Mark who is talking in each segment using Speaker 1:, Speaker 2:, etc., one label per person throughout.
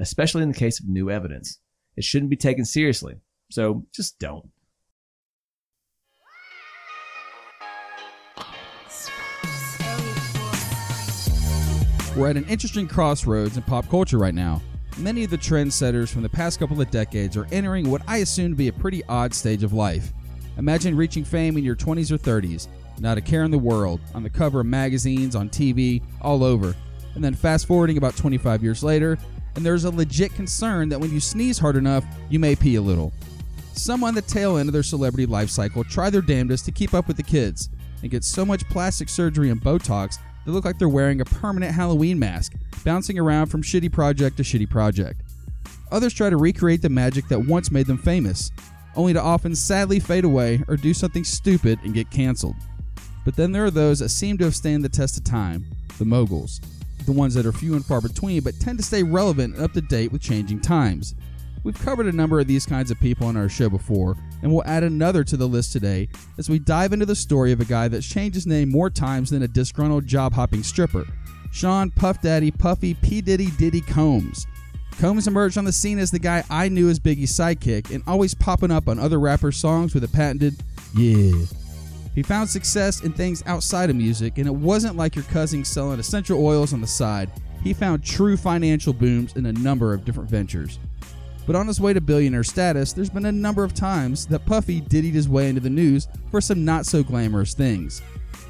Speaker 1: especially in the case of new evidence. It shouldn't be taken seriously, so just don't.
Speaker 2: We're at an interesting crossroads in pop culture right now. Many of the trendsetters from the past couple of decades are entering what I assume to be a pretty odd stage of life. Imagine reaching fame in your 20s or 30s, not a care in the world, on the cover of magazines, on TV, all over. And then fast forwarding about 25 years later, and there's a legit concern that when you sneeze hard enough, you may pee a little. Some on the tail end of their celebrity life cycle try their damnedest to keep up with the kids and get so much plastic surgery and Botox they look like they're wearing a permanent Halloween mask, bouncing around from shitty project to shitty project. Others try to recreate the magic that once made them famous, only to often sadly fade away or do something stupid and get canceled. But then there are those that seem to have stand the test of time, the moguls, the ones that are few and far between but tend to stay relevant and up to date with changing times. We've covered a number of these kinds of people on our show before, and we'll add another to the list today as we dive into the story of a guy that's changed his name more times than a disgruntled job hopping stripper Sean Puff Daddy Puffy P. Diddy Diddy Combs. Combs emerged on the scene as the guy I knew as Biggie's sidekick and always popping up on other rappers' songs with a patented, yeah. He found success in things outside of music, and it wasn't like your cousin selling essential oils on the side. He found true financial booms in a number of different ventures. But on his way to billionaire status, there's been a number of times that Puffy diddied his way into the news for some not so glamorous things.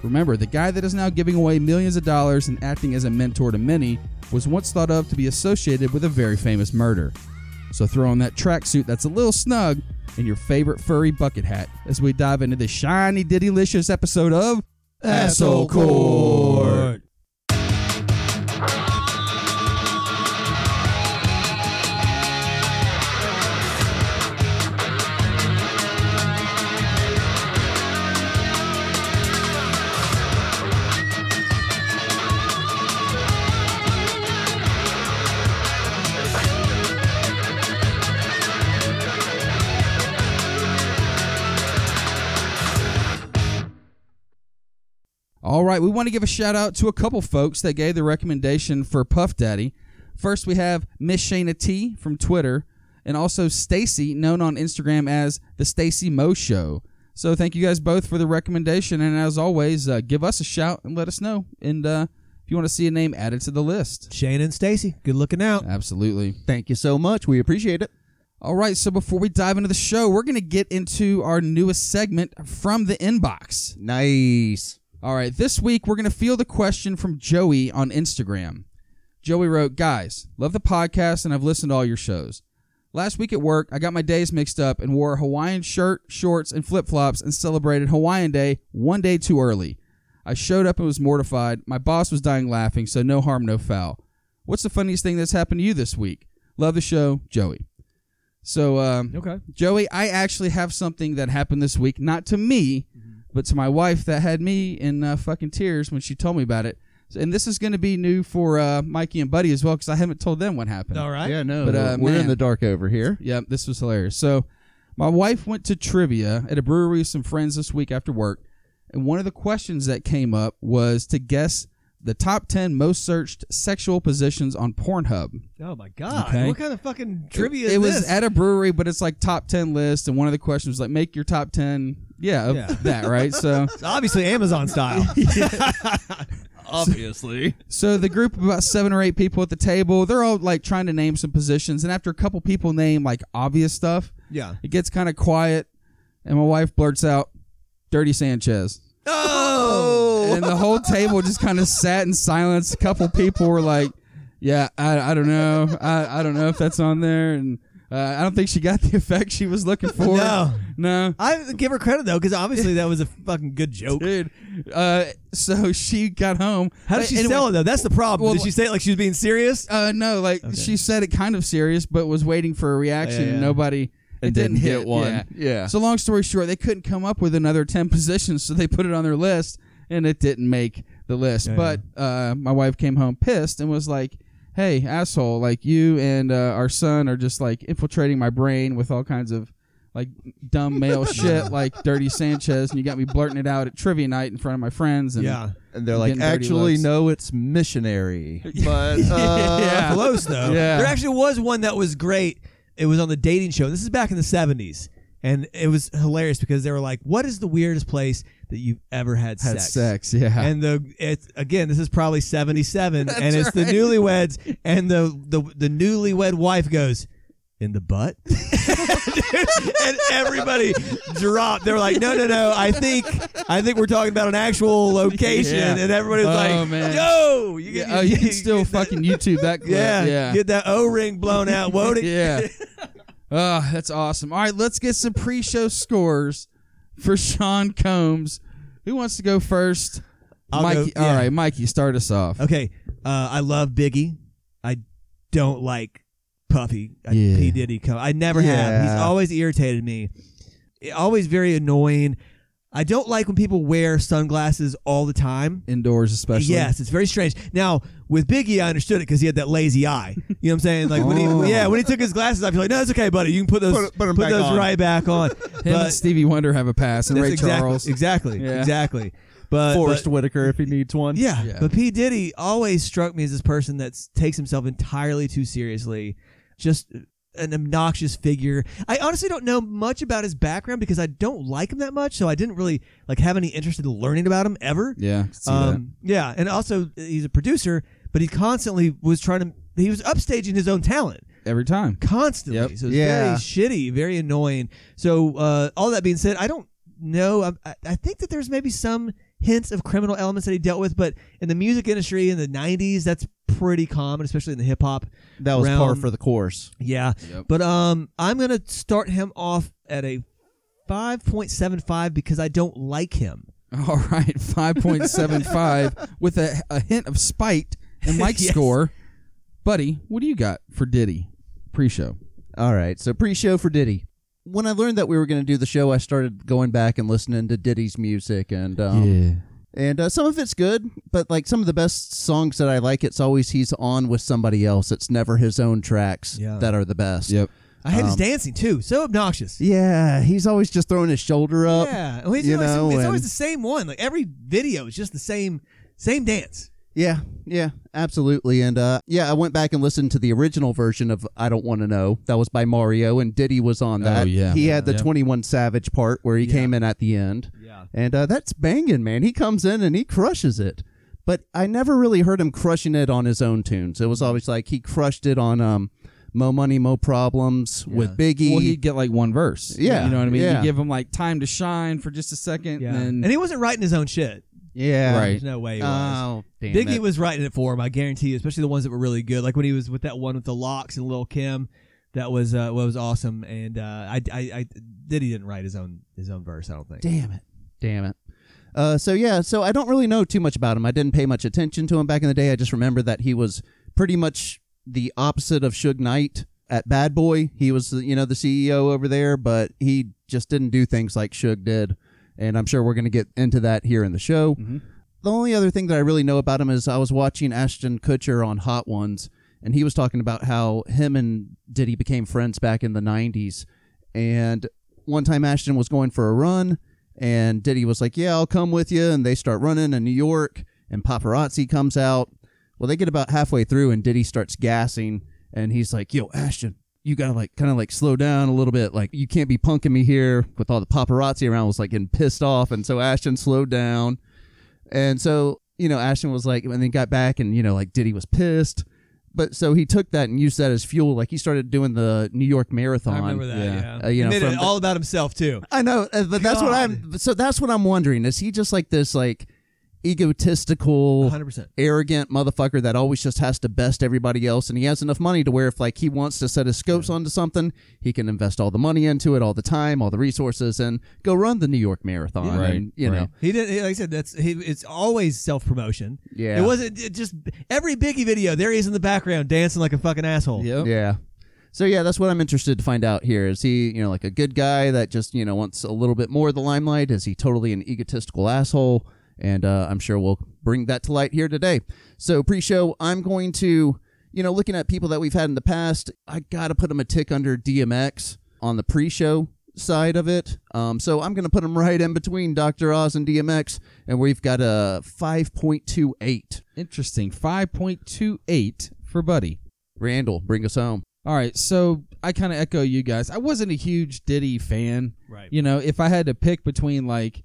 Speaker 2: Remember, the guy that is now giving away millions of dollars and acting as a mentor to many was once thought of to be associated with a very famous murder. So throw on that tracksuit that's a little snug and your favorite furry bucket hat as we dive into this shiny diddylicious episode of Asshole Court. All right, we want to give a shout out to a couple folks that gave the recommendation for Puff Daddy. First, we have Miss Shayna T from Twitter, and also Stacy, known on Instagram as the Stacy Mo Show. So, thank you guys both for the recommendation, and as always, uh, give us a shout and let us know. And uh, if you want to see a name added to the list,
Speaker 3: Shane and Stacy, good looking out.
Speaker 2: absolutely.
Speaker 4: Thank you so much. We appreciate it.
Speaker 2: All right, so before we dive into the show, we're going to get into our newest segment from the inbox.
Speaker 4: Nice.
Speaker 2: All right, this week we're going to field a question from Joey on Instagram. Joey wrote, Guys, love the podcast and I've listened to all your shows. Last week at work, I got my days mixed up and wore a Hawaiian shirt, shorts, and flip flops and celebrated Hawaiian Day one day too early. I showed up and was mortified. My boss was dying laughing, so no harm, no foul. What's the funniest thing that's happened to you this week? Love the show, Joey. So, um,
Speaker 1: Okay.
Speaker 2: Joey, I actually have something that happened this week, not to me,
Speaker 3: Mm-hmm.
Speaker 2: but to my wife that had me in uh, fucking tears when she told me about it. So- And this is going to be new for uh, Mikey and Buddy as well because I haven't told them what happened.
Speaker 3: All right.
Speaker 4: Yeah, no.
Speaker 2: But, uh,
Speaker 4: we're
Speaker 2: man.
Speaker 4: in the dark over here.
Speaker 2: Yeah, this was hilarious. So, my wife went to trivia at a brewery with some friends this week after work, and one of the questions that came up was to guess the top 10 most searched sexual positions on Pornhub.
Speaker 3: Oh my god.
Speaker 2: Okay.
Speaker 3: What kind of fucking trivia
Speaker 2: it,
Speaker 3: is
Speaker 2: it was
Speaker 3: this?
Speaker 2: at a brewery but it's like top 10 list and one of the questions was like make your top 10 yeah of
Speaker 3: Yeah.
Speaker 2: that right so
Speaker 3: It's obviously Amazon style.
Speaker 4: Obviously.
Speaker 2: so the group of about seven or eight people at the table they're all like trying to name some positions and after a couple people name like obvious stuff
Speaker 3: yeah.
Speaker 2: it gets kind of quiet and my wife blurts out dirty sanchez
Speaker 3: Oh.
Speaker 2: and the whole table just kind of sat in silence. A couple people were like, "Yeah, I, I don't know, I, I don't know if that's on there," and Uh, I don't think she got the effect she was looking for.
Speaker 3: No.
Speaker 2: No.
Speaker 3: I give her credit though, because obviously that was a fucking good joke.
Speaker 2: Dude. Uh, so she got home.
Speaker 3: How did she
Speaker 2: And-
Speaker 3: sell it though? That's the problem.
Speaker 2: Well,
Speaker 3: did she say it like she was being serious?
Speaker 2: Uh, no, like she said it kind of serious, but was waiting for a reaction.
Speaker 3: Yeah, yeah.
Speaker 2: And nobody. It,
Speaker 1: didn't get
Speaker 2: hit.
Speaker 1: one.
Speaker 2: Yeah.
Speaker 1: Yeah.
Speaker 2: So long story short, they couldn't come up with another ten positions, so they put it on their list, and it didn't make the list.
Speaker 3: Yeah,
Speaker 2: but uh, my wife came home pissed and was like. Hey, asshole! Like you and uh, our son are just like infiltrating my brain with all kinds of like dumb male shit, like Dirty Sanchez, and you got me blurting it out at trivia night in front of my friends. And
Speaker 3: Yeah.
Speaker 5: And they're
Speaker 2: I'm
Speaker 5: like,
Speaker 2: getting dirty
Speaker 5: actually,
Speaker 2: looks.
Speaker 5: no, it's missionary. But uh,
Speaker 2: Yeah.
Speaker 3: Close though.
Speaker 2: Yeah.
Speaker 3: There actually was one that was great. It was on the dating show. This is back in the seventies. And it was hilarious because they were like, What is the weirdest place that you've ever had,
Speaker 2: had sex. Yeah,
Speaker 3: And the it's again, this is probably seventy seven and it's the
Speaker 2: right.
Speaker 3: newlyweds and the, the the newlywed wife goes, In the butt? and everybody dropped. They were like, No, no, no, I think I think we're talking about an actual location
Speaker 2: Yeah.
Speaker 3: and everybody's
Speaker 2: Oh,
Speaker 3: like
Speaker 2: man.
Speaker 3: Yo, you
Speaker 2: Yeah, oh, you can still
Speaker 3: get that-
Speaker 2: fucking YouTube that clip.
Speaker 3: yeah,
Speaker 2: yeah.
Speaker 3: get that O ring blown out, won't it?
Speaker 2: yeah. Oh, that's awesome. All right, let's get some pre-show scores for Sean Combs. Who wants to go 1st
Speaker 3: I'll
Speaker 2: Mikey.
Speaker 3: go- yeah.
Speaker 2: All right, Mikey, start us off.
Speaker 3: Okay, uh, I love Biggie. I don't like Puffy. I,
Speaker 2: Yeah.
Speaker 3: P Diddy. Come, I never have. He's
Speaker 5: Yeah.
Speaker 3: always irritated me. I- Always very annoying. I don't like when people wear sunglasses all the time.
Speaker 2: Indoors, especially.
Speaker 3: Yes, it's very strange. Now with Biggie, I understood it because he had that lazy eye. You know what I'm saying? Like when
Speaker 5: Oh.
Speaker 3: he, yeah, when he took his glasses off, you're like, no, it's okay, buddy. You can put those,
Speaker 5: Put- put 'em back
Speaker 3: those
Speaker 5: on."
Speaker 3: right back on.
Speaker 2: Him and
Speaker 3: but
Speaker 2: Stevie Wonder have a pass, and
Speaker 3: that's
Speaker 2: Ray
Speaker 3: exactly,
Speaker 2: Charles.
Speaker 3: exactly,
Speaker 2: Yeah.
Speaker 3: exactly. But but-
Speaker 5: Forrest Whitaker if he needs one.
Speaker 3: yeah,
Speaker 2: Yeah.
Speaker 3: but P Diddy always struck me as this person that s- takes himself entirely too seriously, just uh, an obnoxious figure. I honestly don't know much about his background because I don't like him that much, so I didn't really like have any interest in learning about him ever.
Speaker 2: Yeah. see
Speaker 3: Um, yeah, and also uh, he's a producer, but he constantly was trying to he was upstaging his own talent
Speaker 2: that. Every time.
Speaker 3: constantly.
Speaker 2: Yep.
Speaker 3: So it's very
Speaker 5: Yeah.
Speaker 3: shitty, very annoying. So uh, all that being said, I don't know. I- I, I think that there's maybe some hints of criminal elements that he dealt with, but in the music industry in the '90s, that's pretty common, especially in the hip hop.
Speaker 5: That was par
Speaker 3: Round.
Speaker 5: for the course.
Speaker 3: Yeah.
Speaker 2: Yep.
Speaker 3: But um, I'm gonna start him off at a 5.75 because I don't like him.
Speaker 2: All right, 5.75 with a, a hint of spite and Mike's
Speaker 3: Yes.
Speaker 2: score. Buddy, what do you got for Diddy pre-show?
Speaker 5: All right. So pre show for Diddy. When I learned that we were going to do the show, I started going back and listening to Diddy's music. And um, and uh, some of it's good, but like some of the best songs that I like, it's always he's on with somebody else. It's never his own tracks
Speaker 3: Yeah.
Speaker 5: that are the best.
Speaker 2: Yep.
Speaker 3: I hate his
Speaker 5: Um,
Speaker 3: dancing too. So obnoxious.
Speaker 5: Yeah, he's always just throwing his shoulder up.
Speaker 3: yeah. Well, he's
Speaker 5: you
Speaker 3: always-
Speaker 5: know,
Speaker 3: it's always
Speaker 5: and-
Speaker 3: the same one. Like every video is just the same same dance.
Speaker 5: Yeah, yeah, absolutely. And uh, yeah, I went back and listened to the original version of "I Don't Want to Know." That was by Mario, and Diddy was on
Speaker 2: Oh,
Speaker 5: that.
Speaker 2: yeah.
Speaker 5: he had the
Speaker 2: Yeah.
Speaker 5: Twenty One Savage part where he came in at the end.
Speaker 3: Yeah.
Speaker 5: and uh, that's banging, man. He comes in and he crushes it. But I never really heard him crushing it on his own tunes. It was
Speaker 2: Mm-hmm.
Speaker 5: always like he crushed it on um, "Mo Money, Mo Problems" with Biggie.
Speaker 2: Well, he'd get like one verse.
Speaker 5: Yeah,
Speaker 2: You know what I mean?
Speaker 5: yeah.
Speaker 2: You give him like time to shine for just a second.
Speaker 3: Yeah.
Speaker 2: And
Speaker 3: And,
Speaker 2: then,
Speaker 3: he wasn't writing his own shit.
Speaker 5: yeah,
Speaker 2: Right.
Speaker 3: There's no way he was.
Speaker 5: Oh, damn
Speaker 3: Biggie
Speaker 5: it.
Speaker 3: was writing it for him, I guarantee you, especially the ones that were really good. Like when he was with that one with the locks and Lil Kim. That was uh, what was awesome, and uh, I, I, I Diddy didn't write his own his own verse. I don't think.
Speaker 5: Damn it. Damn it. Uh, so yeah, so I don't really know too much about him. I didn't pay much attention to him back in the day. I just remember that he was pretty much the opposite of Suge Knight at Bad Boy. He was, you know, the CEO over there, but he just didn't do things like Suge did. And I'm sure we're going to get into that here in the show. The only other thing that I really know about him is I was watching Ashton Kutcher on Hot Ones, and he was talking about how him and Diddy became friends back in the 90s. And one time Ashton was going for a run, and Diddy was like, Yeah, I'll come with you. And they start running in New York, and paparazzi comes out. Well, they get about halfway through, and Diddy starts gassing, and he's like, Yo, Ashton, you gotta like kind of like slow down a little bit. Like, you can't be punking me here with all the paparazzi around. I was like getting pissed off. And so Ashton slowed down. And so, you know, Ashton was like, and then got back, and, you know, like Diddy was pissed. But so he took that and used that as fuel. Like, he started doing the New York Marathon.
Speaker 3: I remember that.
Speaker 2: Yeah.
Speaker 3: Yeah,
Speaker 5: Uh, you know,
Speaker 3: He made
Speaker 5: from
Speaker 3: it
Speaker 5: the-
Speaker 3: all about himself too.
Speaker 5: I know, uh, but that's what I'm. So that's what I'm wondering. Is he just like this? Like, egotistical,
Speaker 3: 100%.
Speaker 5: arrogant motherfucker that always just has to best everybody else and he has enough money to where if like he wants to set his scopes onto something he can invest all the money into it all the time all the resources and go run the new york marathon
Speaker 2: Yeah. Right,
Speaker 5: and, you know
Speaker 2: right.
Speaker 3: He didn't. Like I said, that's he, it's always self promotion.
Speaker 5: Yeah.
Speaker 3: It wasn't it just every Biggie video. There he is in the background dancing like a fucking asshole.
Speaker 2: Yep.
Speaker 5: yeah so yeah that's what i'm interested to find out here is he you know like a good guy that just you know wants a little bit more of the limelight is he totally an egotistical asshole and uh, i'm sure we'll bring that to light here today so pre-show i'm going to you know looking at people that we've had in the past i gotta put him a tick under dmx on the pre-show side of it um, so i'm gonna put him right in between dr oz and dmx and we've got a 5.28
Speaker 2: Interesting. 5.28 for Buddy.
Speaker 5: randall bring us home
Speaker 2: All right, so I kind of echo you guys. I wasn't a huge Diddy fan.
Speaker 3: Right.
Speaker 2: You know, if I had to pick between like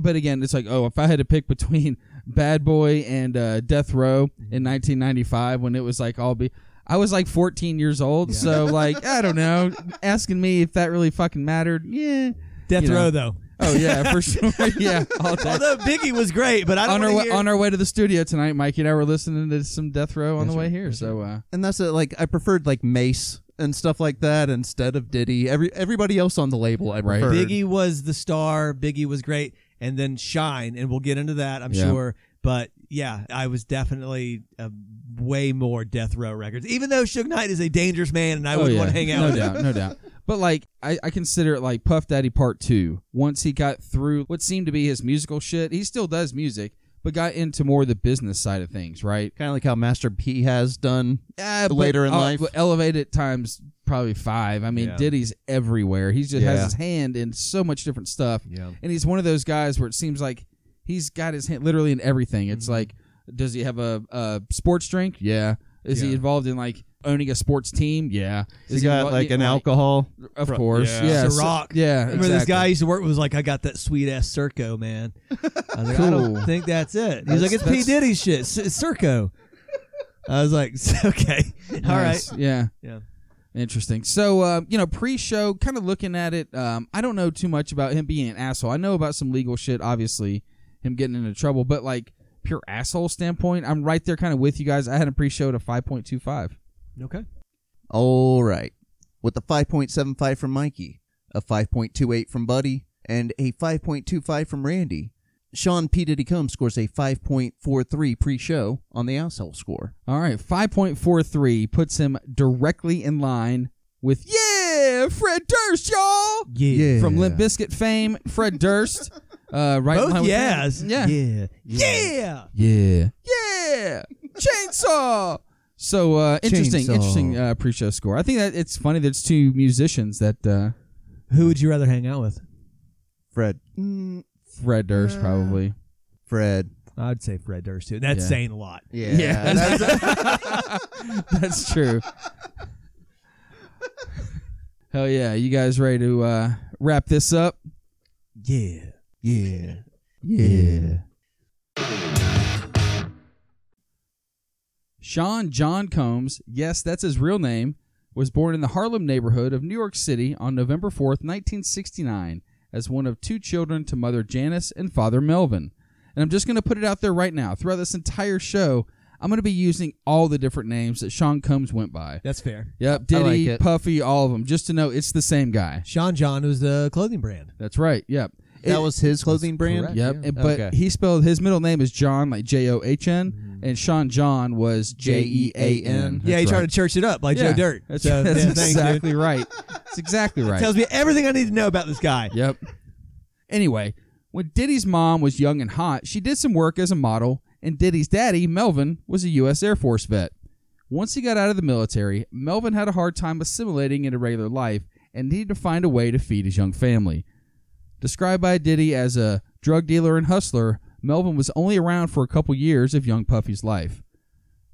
Speaker 2: but again, it's like, oh, if I had to pick between Bad Boy and uh, Death Row
Speaker 3: Mm-hmm.
Speaker 2: in 1995 when it was like all be I was like 14 years old, so like I don't know, asking me if that really fucking mattered. Yeah.
Speaker 3: Death
Speaker 2: You know.
Speaker 3: row though.
Speaker 2: Oh yeah, for sure. yeah, all day.
Speaker 3: Although Biggie was great, but I don't
Speaker 2: On our
Speaker 3: wanna
Speaker 2: way,
Speaker 3: hear-
Speaker 2: on our way to the studio tonight, Mike and I were listening to some Death Row on the way here. So uh,
Speaker 5: and that's it. Like I preferred like Mace and stuff like that instead of Diddy. Every everybody else on the label, I
Speaker 2: Right.
Speaker 5: preferred.
Speaker 3: Biggie was the star. Biggie was great, and then Shine, and we'll get into that, I'm
Speaker 2: Yeah.
Speaker 3: sure. But yeah, I was definitely uh, way more Death Row records, even though Suge Knight is a dangerous man, and I wouldn't
Speaker 2: Oh, yeah.
Speaker 3: want to hang out.
Speaker 2: No
Speaker 3: with him.
Speaker 2: doubt, no doubt. But like, I, I consider it like Puff Daddy Part Two. Once he got through what seemed to be his musical shit, he still does music, but got into more the business side of things, right?
Speaker 5: Kind of like how Master P has done.
Speaker 2: Uh,
Speaker 5: Later in life.
Speaker 2: elevated times probably five. I mean,
Speaker 1: Yeah.
Speaker 2: Diddy's everywhere. He just has
Speaker 5: Yeah.
Speaker 2: his hand in so much different stuff,
Speaker 1: Yeah.
Speaker 2: and he's one of those guys where it seems like he's got his hand literally in everything. It's
Speaker 1: Mm-hmm.
Speaker 2: like, does he have a, a sports drink? Yeah. Is he
Speaker 1: Yeah.
Speaker 2: involved in like owning a sports team? Yeah.
Speaker 5: He
Speaker 2: Is
Speaker 5: got
Speaker 2: involved-
Speaker 5: like an
Speaker 2: like-
Speaker 5: alcohol.
Speaker 2: of
Speaker 1: Fro-
Speaker 2: course.
Speaker 1: yeah.
Speaker 2: Yeah.
Speaker 3: Ciroc.
Speaker 2: so- yeah.
Speaker 3: Remember this
Speaker 2: exactly.
Speaker 3: guy I used to work with was like, I got that sweet ass Circo, man. I was like, I
Speaker 2: Cool.
Speaker 3: don't think that's it. He
Speaker 2: That's-
Speaker 3: was like, it's P
Speaker 2: that's-
Speaker 3: Diddy shit, S- Circo. I was like, okay, all right.
Speaker 2: Nice. Yeah.
Speaker 3: Yeah.
Speaker 2: Interesting. So, uh, you know, pre-show, kind of looking at it, um, I don't know too much about him being an asshole. I know about some legal shit, obviously, him getting into trouble, but like pure asshole standpoint, I'm right there, kind of with you guys. I had a pre-show at a 5.25.
Speaker 3: Okay.
Speaker 5: All right, with a five point seven five from Mikey, a five point two eight from Buddy, and a five point two five from Randy. Sean P Diddy Combs scores a five point four three pre-show on the asshole score.
Speaker 2: All right, 5.43 puts him directly in line with yeah, Fred Durst, y'all.
Speaker 5: Yeah.
Speaker 2: From Limp Bizkit fame, Fred Durst. Uh, right in line
Speaker 3: Both
Speaker 2: with
Speaker 3: yes.
Speaker 2: him.
Speaker 3: Yeah.
Speaker 2: Yeah.
Speaker 3: Yeah. Yeah.
Speaker 2: Yeah. Yeah. Chainsaw. So uh, interesting,
Speaker 5: Chainsaw.
Speaker 2: interesting uh, pre-show score. I think that it's funny that it's two musicians that uh,
Speaker 3: Who would you rather hang out with?
Speaker 5: Fred. Mm,
Speaker 2: Fred Durst probably.
Speaker 5: Fred.
Speaker 3: I'd say Fred Durst too. That's
Speaker 2: Yeah.
Speaker 3: saying a lot.
Speaker 5: Yeah.
Speaker 2: That's true. Hell yeah! You guys ready to uh, wrap this up?
Speaker 3: Yeah.
Speaker 5: yeah.
Speaker 2: Yeah. Sean John Combs, yes, that's his real name, was born in the Harlem neighborhood of New York City on November 4th, 1969, as one of two children to mother Janice and father Melvin. And I'm just going to put it out there right now. Throughout this entire show, I'm going to be using all the different names that Sean Combs went by.
Speaker 3: That's fair.
Speaker 2: Yep,
Speaker 5: I like
Speaker 2: Diddy,
Speaker 5: it.
Speaker 2: Puffy, all of them, just to know it's the same guy.
Speaker 3: Sean John was the clothing brand.
Speaker 2: That's right. Yep.
Speaker 5: That
Speaker 2: It-
Speaker 5: was his clothing brand.
Speaker 3: correct.
Speaker 2: Yep.
Speaker 3: Yeah.
Speaker 2: And, but
Speaker 5: Okay.
Speaker 2: he spelled his middle name is John, like J O H N, and Sean John was J E A N.
Speaker 3: Mm-hmm. yeah, he
Speaker 2: That's
Speaker 3: tried
Speaker 2: right.
Speaker 3: to church it up like
Speaker 2: Yeah.
Speaker 3: Joe Dirt.
Speaker 2: That's,
Speaker 3: So,
Speaker 2: that's
Speaker 3: yeah, thanks, dude.
Speaker 2: exactly right. That's exactly right.
Speaker 3: Tells me everything I need to know about this guy.
Speaker 2: Yep. Anyway, when Diddy's mom was young and hot, she did some work as a model, and Diddy's daddy, Melvin, was a U.S. Air Force vet. Once he got out of the military, Melvin had a hard time assimilating into regular life and needed to find a way to feed his young family. Described by Diddy as a drug dealer and hustler, Melvin was only around for a couple years of young Puffy's life.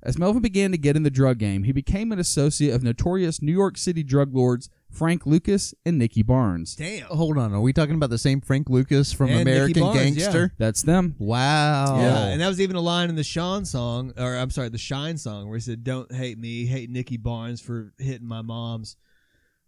Speaker 2: As Melvin began to get in the drug game, he became an associate of notorious New York City drug lords Frank Lucas and Nicky Barnes.
Speaker 3: Damn.
Speaker 5: Hold on, are we talking about the same Frank Lucas from
Speaker 3: And Nicky
Speaker 5: American
Speaker 3: Barnes,
Speaker 5: Gangster?
Speaker 2: That's them.
Speaker 5: Wow.
Speaker 3: Yeah, Uh, and that was even a line in the Sean song, or I'm sorry, the Shine song, where he said, "Don't hate me, hate Nicky Barnes for hitting my mom's,"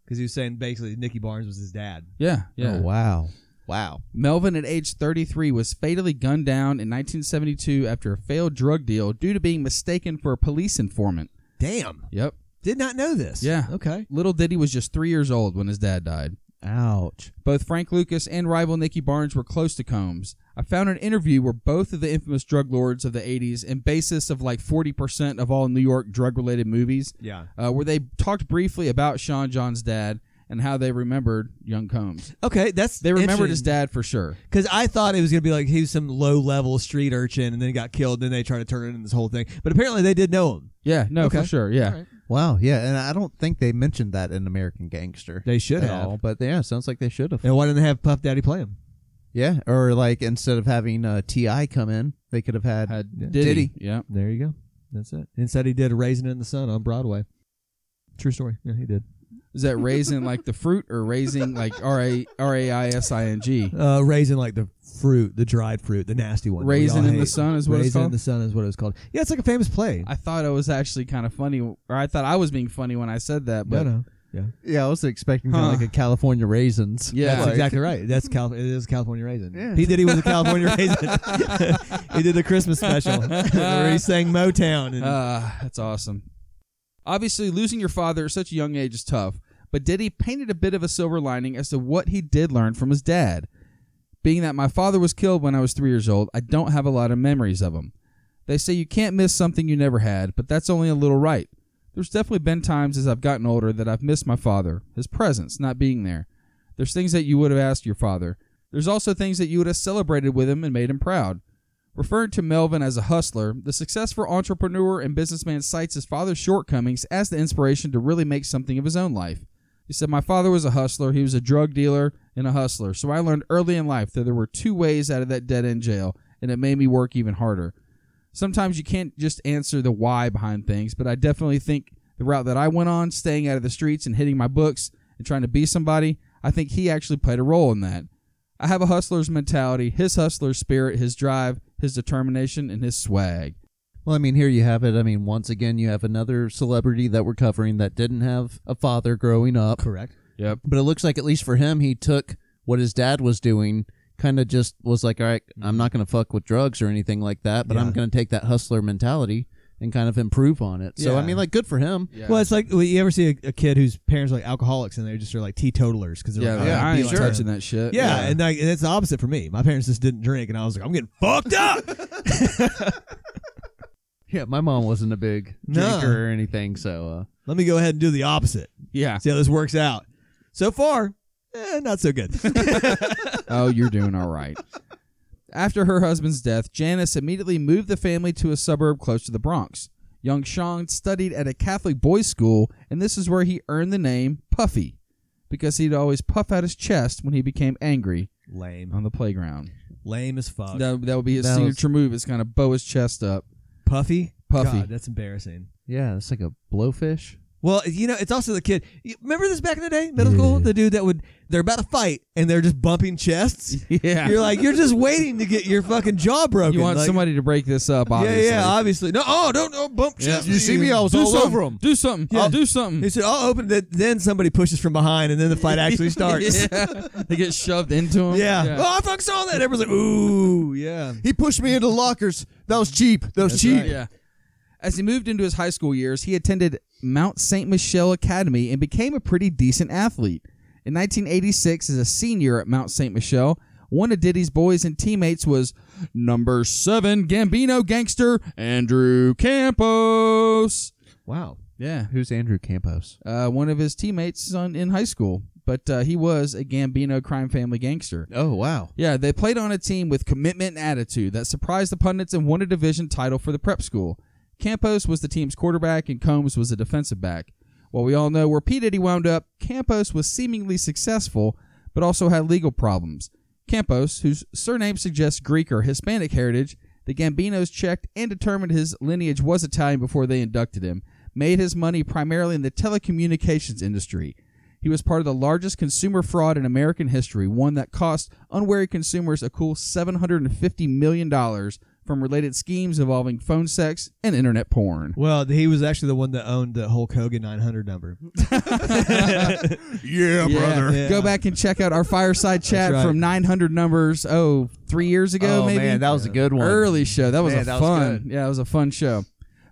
Speaker 3: because he was saying basically Nicky Barnes was his dad.
Speaker 2: Yeah, yeah.
Speaker 5: Oh, wow. Wow.
Speaker 2: Melvin, at age 33, was fatally gunned down in 1972 after a failed drug deal due to being mistaken for a police informant.
Speaker 3: Damn.
Speaker 2: Yep.
Speaker 3: Did not know this.
Speaker 2: Yeah.
Speaker 3: Okay.
Speaker 2: Little Diddy was just three years old when his dad died.
Speaker 5: Ouch.
Speaker 2: Both Frank Lucas and rival Nicky Barnes were close to Combs. I found an interview where both of the infamous drug lords of the 80s and basis of like 40% of all New York drug related movies,
Speaker 1: Yeah.
Speaker 2: uh, where they talked briefly about Sean John's dad and how they remembered young Combs.
Speaker 3: Okay. That's
Speaker 2: They remembered his dad for sure.
Speaker 3: because I thought it was gonna be like he was some low level street urchin and then he got killed. Then they tried to turn it into this whole thing, but apparently they did know him.
Speaker 2: Yeah, no, for
Speaker 3: Okay.
Speaker 2: sure. Yeah.
Speaker 5: Wow. Yeah, and I don't think they mentioned that in American Gangster
Speaker 3: They should
Speaker 5: at
Speaker 3: have.
Speaker 5: all. But yeah, sounds like they should have.
Speaker 3: And why didn't they have Puff Daddy play him?
Speaker 5: Yeah, or like instead of having uh, Ti come in, they could have had.
Speaker 2: Had
Speaker 3: Yeah.
Speaker 2: Diddy.
Speaker 5: Diddy.
Speaker 2: Yeah.
Speaker 3: There you go. That's it. Instead, he did "Raisin in the Sun" on Broadway. True story. Yeah, he did.
Speaker 2: Is that raising like the fruit or raising like R A R A I S I N G?
Speaker 3: Uh, raisin, like the fruit, the dried fruit, the nasty one. that we
Speaker 2: Raisin
Speaker 3: all
Speaker 2: in the
Speaker 3: hate.
Speaker 2: sun is what it's
Speaker 3: Raisin in
Speaker 2: called?
Speaker 3: the sun is what it was called. Yeah, it's like a famous play.
Speaker 2: I thought it was actually kind of funny, or I thought I was being funny when I said that,
Speaker 3: no,
Speaker 2: but
Speaker 3: no,
Speaker 5: yeah, I was expecting kinda
Speaker 2: Huh.
Speaker 5: like a California raisins.
Speaker 2: Yeah.
Speaker 3: that's
Speaker 5: Like-
Speaker 3: exactly right. That's Cal- it is California raisin.
Speaker 5: Yeah.
Speaker 3: He did. He was a California raisin. he did the Christmas special where he sang Motown. And,
Speaker 2: Ah, that's awesome. Obviously, losing your father at such a young age is tough, but Diddy painted a bit of a silver lining as to what he did learn from his dad. Being that my father was killed when I was three years old, I don't have a lot of memories of him. They say you can't miss something you never had, but that's only a little right. There's definitely been times as I've gotten older that I've missed my father, his presence, not being there. There's things that you would have asked your father. There's also things that you would have celebrated with him and made him proud. Referring to Melvin as a hustler, the successful entrepreneur and businessman cites his father's shortcomings as the inspiration to really make something of his own life. He said, My father was a hustler. He was a drug dealer and a hustler. So I learned early in life that there were two ways out of that dead end jail, and it made me work even harder. Sometimes you can't just answer the why behind things, but I definitely think the route that I went on, staying out of the streets and hitting my books and trying to be somebody, I think he actually played a role in that. I have a hustler's mentality, his hustler's spirit, his drive, his determination, and his swag.
Speaker 5: Well, I mean, here you have it. I mean, once again, you have another celebrity that we're covering that didn't have a father growing up.
Speaker 3: correct.
Speaker 2: Yep.
Speaker 5: But it looks like, at least for him, he took what his dad was doing, kind of just was like, all right, I'm not going to fuck with drugs or anything like that, but I'm
Speaker 3: Yeah.
Speaker 5: going to take that hustler mentality and kind of improve on it. So, I
Speaker 3: Yeah.
Speaker 5: mean, like, good for him.
Speaker 2: Yeah.
Speaker 3: Well, it's like well, you ever see a, a kid whose parents are like alcoholics and they're just are like teetotalers because they're
Speaker 2: yeah,
Speaker 3: like,
Speaker 2: like, I
Speaker 3: "Oh, be
Speaker 2: ain't
Speaker 3: like that."
Speaker 2: touching that shit.
Speaker 3: Yeah, and like and it's the opposite for me. My parents just didn't drink, and I was like, I'm getting fucked up.
Speaker 5: Yeah, my mom wasn't a big
Speaker 3: No.
Speaker 5: drinker or anything, so uh,
Speaker 3: Let me go ahead and do the opposite.
Speaker 2: yeah.
Speaker 3: See how this works out. So far, eh, not so good.
Speaker 2: oh, you're doing all right. After her husband's death, Janice immediately moved the family to a suburb close to the Bronx. Young Sean studied at a Catholic boys' school, and this is where he earned the name Puffy because he'd always puff out his chest when he became angry
Speaker 3: Lame.
Speaker 2: on the playground.
Speaker 3: Lame as fuck.
Speaker 2: That, that would be his
Speaker 5: That was-
Speaker 2: signature move is kind of bow his chest up.
Speaker 3: Puffy?
Speaker 2: Puffy.
Speaker 3: God, that's embarrassing.
Speaker 5: yeah, it's like a blowfish.
Speaker 3: Well, you know, it's also the kid. you- Remember this back in the day, middle school? The dude that would, they're about to fight and they're just bumping chests.
Speaker 2: Yeah.
Speaker 3: You're like, you're just waiting to get your fucking jaw broken.
Speaker 2: you want
Speaker 3: Like,
Speaker 2: somebody to break this up, obviously.
Speaker 3: Yeah, yeah, obviously. No, oh, don't, don't bump chests.
Speaker 5: was
Speaker 2: do something. Do something.
Speaker 3: Yeah.
Speaker 2: I'll do something.
Speaker 3: He said, I'll open it. Then somebody pushes from behind and then the fight actually starts.
Speaker 2: Yeah. they get shoved into him.
Speaker 3: Yeah. Oh, I fucking saw that. Everyone's like, ooh, yeah.
Speaker 5: He pushed me into lockers. That was cheap. That was cheap.
Speaker 2: Yeah. As he moved into his high school years, he attended Mount St. Michel Academy and became a pretty decent athlete. In 1986, as a senior at Mount St. Michel, one of Diddy's boys and teammates was number seven Gambino gangster Andrew Campos.
Speaker 3: Wow.
Speaker 2: Yeah,
Speaker 5: Who's Andrew Campos?
Speaker 2: uh, one of his teammates on, in high school, but uh, he was a Gambino crime family gangster.
Speaker 5: Oh wow.
Speaker 2: Yeah, they played on a team with commitment and attitude that surprised the pundits and won a division title for the prep school. Campos was the team's quarterback and Combs was a defensive back. While we all know where P. Diddy wound up, Campos was seemingly successful, but also had legal problems. Campos, whose surname suggests Greek or Hispanic heritage, the Gambinos checked and determined his lineage was Italian before they inducted him, made his money primarily in the telecommunications industry. He was part of the largest consumer fraud in American history, one that cost unwary consumers a cool $750 million from related schemes involving phone sex and internet porn.
Speaker 3: Well, he was actually the one that owned the Hulk Hogan 900 number.
Speaker 5: Yeah,
Speaker 2: Yeah.
Speaker 3: Yeah.
Speaker 2: Go back and check out our fireside chat
Speaker 3: right.
Speaker 2: from 900 numbers, oh, three years ago,
Speaker 5: oh
Speaker 2: maybe?
Speaker 5: man, that was a good one.
Speaker 2: Early show. That was
Speaker 5: Man,
Speaker 2: a
Speaker 5: that was
Speaker 2: fun.
Speaker 5: good.
Speaker 2: yeah, it was a fun show.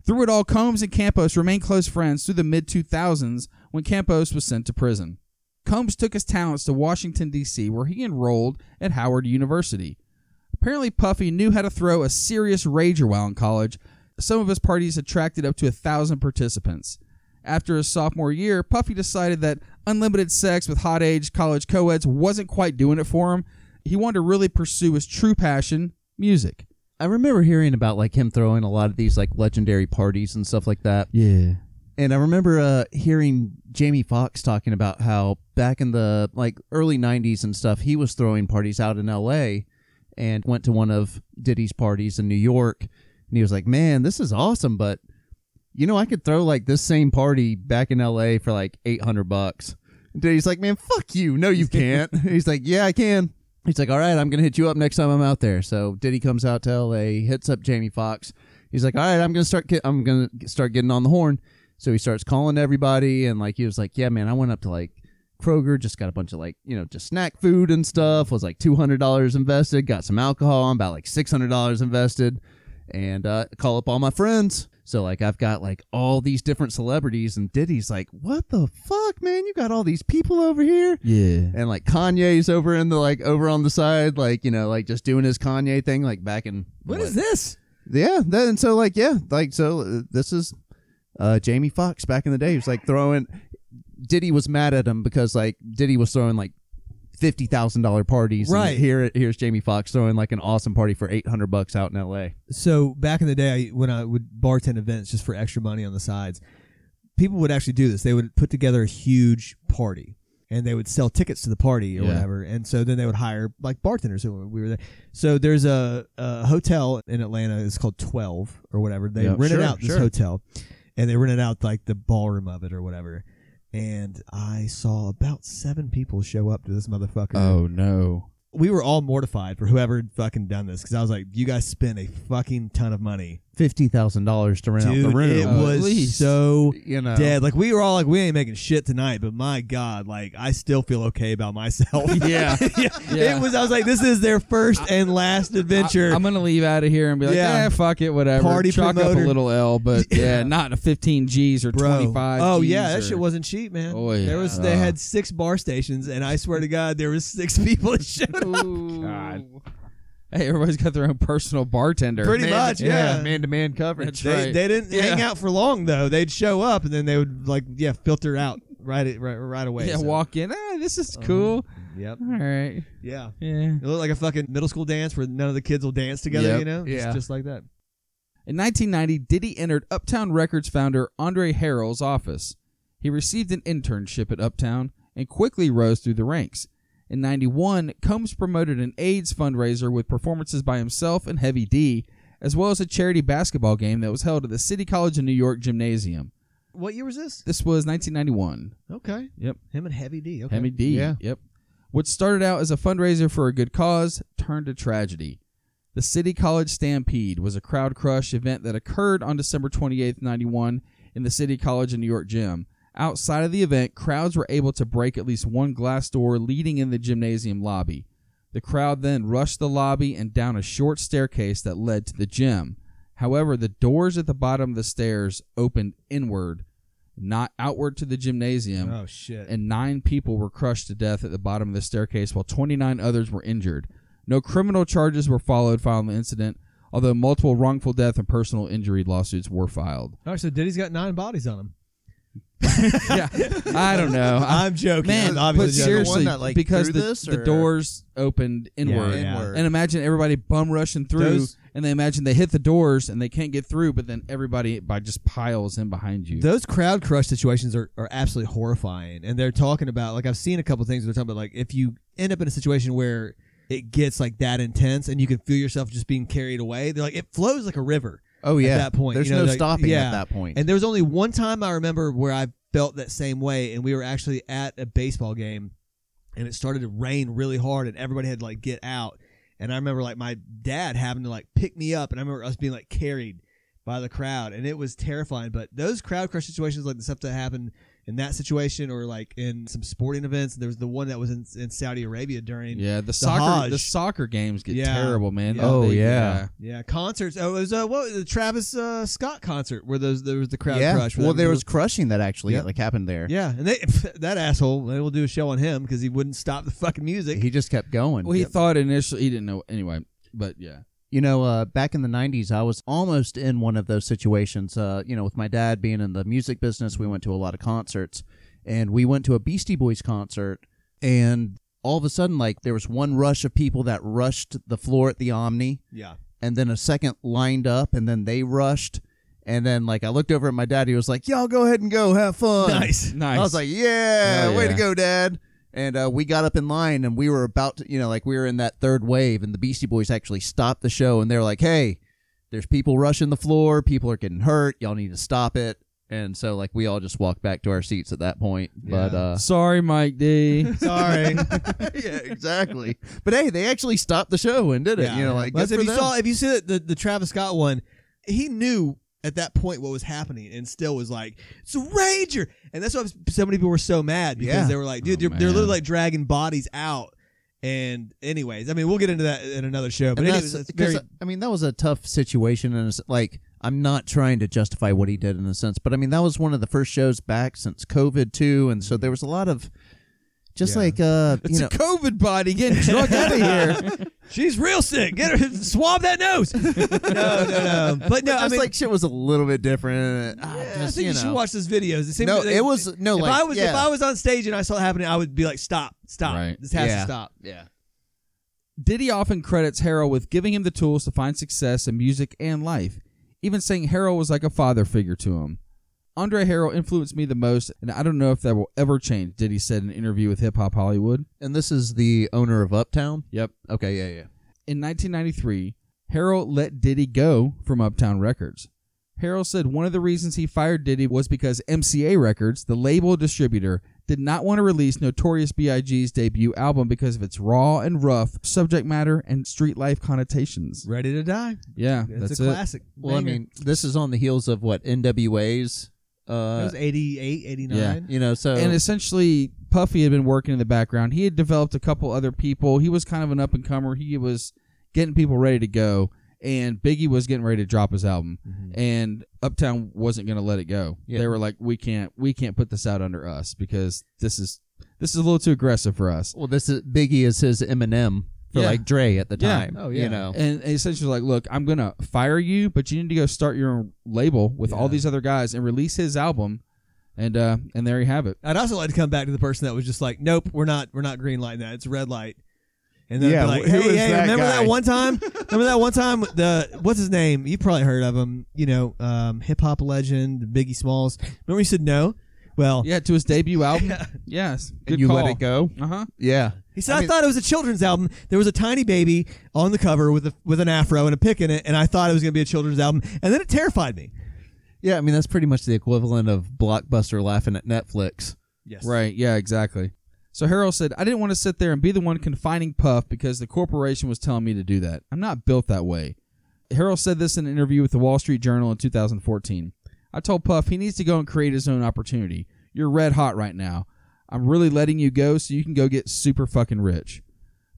Speaker 2: Through it all, Combs and Campos remained close friends through the mid 2000s when Campos was sent to prison. Combs took his talents to Washington, D.C., where he enrolled at Howard University. Apparently, Puffy knew how to throw a serious rager while in college. Some of his parties attracted up to a thousand participants. After his sophomore year, Puffy decided that unlimited sex with hot age college co-eds wasn't quite doing it for him. He wanted to really pursue his true passion, music.
Speaker 5: I remember hearing about like him throwing a lot of these like legendary parties and stuff like that.
Speaker 2: Yeah.
Speaker 5: And I remember uh, hearing Jamie Foxx talking about how back in the like early '90s and stuff, he was throwing parties out in L.A. and went to one of Diddy's parties in New York, and he was like, "Man, this is awesome!" But you know, I could throw like this same party back in L.A. for like 800 bucks. Diddy's like, "Man, fuck you! No, you can't." He's like, "Yeah, I can." He's like, "All right, I'm gonna hit you up next time I'm out there." So Diddy comes out to L.A., hits up Jamie Foxx. He's like, "All right, I'm gonna start. Get, I'm gonna start getting on the horn." So he starts calling everybody, and like he was like, "Yeah, man, I went up to like Kroger, just got a bunch of like you know just snack food and stuff. Was like two hundred dollars invested. Got some alcohol. I'm about like six hundred dollars invested, and uh, call up all my friends." So like I've got like all these different celebrities, and Diddy's like, "What the fuck, man? You got all these people over here."
Speaker 2: Yeah.
Speaker 5: And like Kanye's over in the like over on the side, like you know, like just doing his Kanye thing, like back in
Speaker 3: what is this?
Speaker 5: yeah, then so like yeah, like so uh, this is uh Jamie Foxx back in the day. He was like throwing Diddy was mad at him because like Diddy was throwing like fifty thousand dollar parties. and
Speaker 3: Right.
Speaker 5: here, here's Jamie Foxx throwing like an awesome party for eight hundred bucks out in L.A.
Speaker 3: So back in the day, I- when I would bartend events just for extra money on the sides, people would actually do this. They would put together a huge party and they would sell tickets to the party or
Speaker 2: Yeah.
Speaker 3: whatever. And so then they would hire like bartenders. So we were there. So there's a, a hotel in Atlanta. It's called Twelve or whatever. They
Speaker 2: Yeah,
Speaker 3: rented
Speaker 2: sure,
Speaker 3: out this
Speaker 2: sure.
Speaker 3: hotel and they rented out like the ballroom of it or whatever. And I saw about seven people show up to this motherfucker
Speaker 2: Oh no.
Speaker 3: we were all mortified for whoever had fucking done this because I was like, you guys spent a fucking ton of money.
Speaker 5: Fifty thousand dollars to rent out
Speaker 3: Dude,
Speaker 5: the room.
Speaker 3: it
Speaker 2: Oh, at
Speaker 3: was
Speaker 2: least.
Speaker 3: so
Speaker 5: you know,
Speaker 3: dead. Like, we were all like, we ain't making shit tonight, but my God, like, I still feel okay about myself.
Speaker 5: Yeah.
Speaker 3: yeah.
Speaker 2: Yeah.
Speaker 3: It was, I was like, this is their first and last adventure.
Speaker 2: I, am gonna leave out of here and be like, yeah,
Speaker 3: Yeah.
Speaker 2: fuck it, whatever.
Speaker 3: Party
Speaker 2: Chalk up
Speaker 3: promoter.
Speaker 2: a little L, but yeah, not a 15 G's or
Speaker 3: Bro.
Speaker 2: 25.
Speaker 3: Oh
Speaker 2: Gs
Speaker 3: yeah, that
Speaker 2: or-
Speaker 3: shit wasn't cheap, man.
Speaker 2: Oh, yeah.
Speaker 3: There was they
Speaker 2: Uh.
Speaker 3: had six bar stations, and I swear to God, there was six people that showed up.
Speaker 2: Ooh. Hey, everybody's got their own personal bartender.
Speaker 3: Pretty much, yeah.
Speaker 5: man to man coverage.
Speaker 2: That's
Speaker 3: They,
Speaker 2: right.
Speaker 3: they didn't
Speaker 2: Yeah.
Speaker 3: hang out for long though. They'd show up and then they would like yeah filter out right right, right away.
Speaker 2: yeah,
Speaker 3: so.
Speaker 2: walk in. Ah, this is cool.
Speaker 3: Yep.
Speaker 2: All right.
Speaker 3: Uh-huh. Yeah.
Speaker 2: Yeah.
Speaker 3: It looked like a fucking middle school dance where none of the kids will dance together.
Speaker 2: Yep.
Speaker 3: You know. Just,
Speaker 5: Yeah.
Speaker 3: just like that.
Speaker 2: In 1990, Diddy entered Uptown Records founder Andre Harrell's office. He received an internship at Uptown and quickly rose through the ranks. In 91, Combs promoted an AIDS fundraiser with performances by himself and Heavy D, as well as a charity basketball game that was held at the City College of New York Gymnasium.
Speaker 3: What year was this?
Speaker 2: This was 1991.
Speaker 3: Okay.
Speaker 2: Yep.
Speaker 3: Him and Heavy D. Okay.
Speaker 2: Hemi D.
Speaker 5: Yeah.
Speaker 2: Yep. What started out as a fundraiser for a good cause turned to tragedy. The City College Stampede was a crowd crush event that occurred on December 28th, 91, in the City College of New York gym. Outside of the event, crowds were able to break at least one glass door leading in the gymnasium lobby. The crowd then rushed the lobby and down a short staircase that led to the gym. However, the doors at the bottom of the stairs opened inward, not outward to the gymnasium,
Speaker 3: Oh shit.
Speaker 2: and nine people were crushed to death at the bottom of the staircase while 29 others were injured. No criminal charges were followed following the incident, although multiple wrongful death and personal injury lawsuits were filed.
Speaker 3: All right. So Diddy's got nine bodies on him.
Speaker 2: yeah, I don't know. I,
Speaker 3: I'm joking.
Speaker 2: man,
Speaker 3: I'm
Speaker 2: but
Speaker 3: obviously joking.
Speaker 2: seriously,
Speaker 5: one that, like,
Speaker 2: because
Speaker 5: threw
Speaker 2: the,
Speaker 5: this,
Speaker 2: the
Speaker 5: or-
Speaker 2: doors opened inward.
Speaker 3: Yeah.
Speaker 5: Inward.
Speaker 2: And imagine everybody bum rushing through,
Speaker 3: Those-
Speaker 2: and they imagine they hit the doors and they can't get through, but then everybody by just piles in behind you.
Speaker 3: Those crowd crush situations are, are absolutely horrifying. And they're talking about, like, I've seen a couple things where they're talking about, like, if you end up in a situation where it gets, like, that intense and you can feel yourself just being carried away, they're like, it flows like a river.
Speaker 5: oh yeah,
Speaker 3: that point,
Speaker 5: there's
Speaker 3: you know,
Speaker 5: no
Speaker 3: like-
Speaker 5: stopping
Speaker 3: yeah.
Speaker 5: at that point.
Speaker 3: And there was only one time I remember where I felt that same way. And we were actually at a baseball game and it started to rain really hard and everybody had to, like, get out. And I remember like my dad having to like pick me up, and I remember us being like carried by the crowd, and it was terrifying. But those crowd crush situations, like the stuff that happened in that situation, or like in some sporting events, there was the one that was in, in Saudi Arabia during.
Speaker 2: Yeah, the soccer
Speaker 3: Hajj.
Speaker 2: the soccer games get
Speaker 3: Yeah.
Speaker 2: terrible, man.
Speaker 3: Yeah.
Speaker 5: Oh,
Speaker 2: They-
Speaker 5: yeah.
Speaker 3: Yeah, concerts. Oh, it was uh, what was it, the Travis uh, Scott concert where those there was the crowd
Speaker 5: yeah.
Speaker 3: crush. where
Speaker 5: well,
Speaker 3: they-
Speaker 5: there was crushing that actually
Speaker 3: Yeah.
Speaker 5: like happened there.
Speaker 3: Yeah, and they that asshole. They will do a show on him because he wouldn't stop the fucking music.
Speaker 5: He just kept going.
Speaker 2: Well, he thought initially he didn't know anyway, but yeah.
Speaker 5: You know, uh, back in the 90s, I was almost in one of those situations. Uh, you know, with my dad being in the music business, we went to a lot of concerts. And we went to a Beastie Boys concert. And all of a sudden, like, there was one rush of people that rushed the floor at the Omni.
Speaker 3: yeah,
Speaker 5: And then a second lined up. And then they rushed. And then, like, I looked over at my dad. He was like, y'all go ahead and go. Have fun.
Speaker 3: nice.
Speaker 2: Nice.
Speaker 5: I was like, yeah,
Speaker 2: Hell
Speaker 5: way to
Speaker 2: yeah.
Speaker 5: go, Dad. And uh, we got up in line and we were about to, you know, like we were in that third wave and the Beastie Boys actually stopped the show and they're like, hey, there's people rushing the floor. People are getting hurt. Y'all need to stop it. And so, like, we all just walked back to our seats at that point. But,
Speaker 3: Yeah.
Speaker 5: uh,
Speaker 2: sorry, Mike D.
Speaker 3: Sorry.
Speaker 5: yeah, exactly. But hey, they actually stopped the show and did it.
Speaker 3: Yeah.
Speaker 5: You know, like,
Speaker 3: Well,
Speaker 5: good
Speaker 3: if
Speaker 5: for
Speaker 3: you
Speaker 5: them.
Speaker 3: saw if you see that the, the Travis Scott one, he knew at that point what was happening and still was like, "It's a ranger," and that's why so many people were so mad because
Speaker 5: Yeah.
Speaker 3: they were like, "Dude,
Speaker 2: Oh,
Speaker 3: they're, they're
Speaker 2: man.
Speaker 3: literally like dragging bodies out." And anyways, I mean, we'll get into that in another show, but
Speaker 5: And
Speaker 3: anyways,
Speaker 5: that's-
Speaker 3: it's
Speaker 5: 'cause,
Speaker 3: very
Speaker 5: uh, I mean, that was a tough situation, and it's like I'm not trying to justify what he did in a sense, but I mean that was one of the first shows back since COVID too, and so there was a lot of just
Speaker 3: Mm. Yeah.
Speaker 5: like uh, you
Speaker 2: It's
Speaker 5: know,
Speaker 2: a COVID body getting drug out of here.
Speaker 5: uh,
Speaker 3: she's real sick. Get her swab that nose. no, no, no. But no,
Speaker 5: just
Speaker 3: I mean,
Speaker 5: like shit was a little bit different. Ah,
Speaker 3: yeah, I
Speaker 5: just,
Speaker 3: think you,
Speaker 5: know.
Speaker 3: should watch those videos. It seemed
Speaker 5: No,
Speaker 3: they-
Speaker 5: it was no
Speaker 3: If
Speaker 5: like
Speaker 3: I was
Speaker 5: yeah.
Speaker 3: if I was on stage and I saw it happening, I would be like, "Stop, stop!
Speaker 2: Right.
Speaker 3: This has
Speaker 5: Yeah.
Speaker 3: to stop."
Speaker 5: yeah.
Speaker 2: Diddy often credits Harrell with giving him the tools to find success in music and life, even saying Harrell was like a father figure to him. Andre Harrell influenced me the most, and I don't know if that will ever change, Diddy said in an interview with Hip Hop Hollywood.
Speaker 5: And this is the owner of Uptown.
Speaker 2: Yep.
Speaker 5: Okay, yeah, yeah.
Speaker 2: In 1993, Harrell let Diddy go from Uptown Records. Harrell said one of the reasons he fired Diddy was because MCA Records, the label distributor, did not want to release Notorious B.I.G.'s debut album because of its raw and rough subject matter and street life connotations.
Speaker 3: Ready to die.
Speaker 2: Yeah,
Speaker 3: It's
Speaker 2: that's
Speaker 3: a
Speaker 2: it.
Speaker 3: classic.
Speaker 5: Well, I
Speaker 3: Banger.
Speaker 5: mean, this is on the heels of what NWA's.
Speaker 3: That
Speaker 5: Uh,
Speaker 3: was 88, 89.
Speaker 5: you know, so
Speaker 3: Oh.
Speaker 2: and essentially Puffy had been working in the background. He had developed a couple other people. He was kind of an up and comer. He was getting people ready to go, and Biggie was getting ready to drop his album,
Speaker 3: Mm-hmm.
Speaker 2: and Uptown wasn't going to let it go.
Speaker 5: Yeah.
Speaker 2: They were like, "We can't, we can't put this out under us because this is this is a little too aggressive for us."
Speaker 5: well, this is Biggie is his Eminem for
Speaker 2: Yeah.
Speaker 5: like Dre at the
Speaker 2: Yeah.
Speaker 5: time.
Speaker 3: Oh,
Speaker 5: you
Speaker 3: yeah.
Speaker 5: know,
Speaker 2: And essentially, like, look, I'm gonna fire you, but you need to go start your own label with all
Speaker 3: Yeah.
Speaker 2: these other guys and release his album, and uh, and there you have it.
Speaker 3: I'd also like to come back to the person that was just like, "Nope, we're not, we're not green lighting that. It's a red light." And then
Speaker 6: Yeah,
Speaker 3: be like,
Speaker 6: wh- who
Speaker 3: "Hey,
Speaker 6: is
Speaker 3: hey,
Speaker 6: that
Speaker 3: remember
Speaker 6: guy?"
Speaker 3: that one time? remember that one time? with The what's his name? You probably heard of him. You know, um, hip hop legend Biggie Smalls. Remember he said no? Well,
Speaker 2: Yeah, to his debut album. Yes, good
Speaker 5: and you
Speaker 2: call.
Speaker 5: let it go.
Speaker 2: Uh huh.
Speaker 5: Yeah.
Speaker 3: He said,
Speaker 5: I
Speaker 3: I,
Speaker 5: mean-
Speaker 3: thought it was a children's album. There was a tiny baby on the cover with a, with an afro and a pick in it, and I thought it was going to be a children's album. And then it terrified me.
Speaker 5: Yeah, I mean that's pretty much the equivalent of Blockbuster laughing at Netflix.
Speaker 3: Yes.
Speaker 2: Right. Yeah, exactly. So Harold said, I didn't want to sit there and be the one confining Puff because the corporation was telling me to do that. I'm not built that way. Harold said this in an interview with the Wall Street Journal in 2014. I told Puff he needs to go and create his own opportunity. You're red hot right now. I'm really letting you go so you can go get super fucking rich.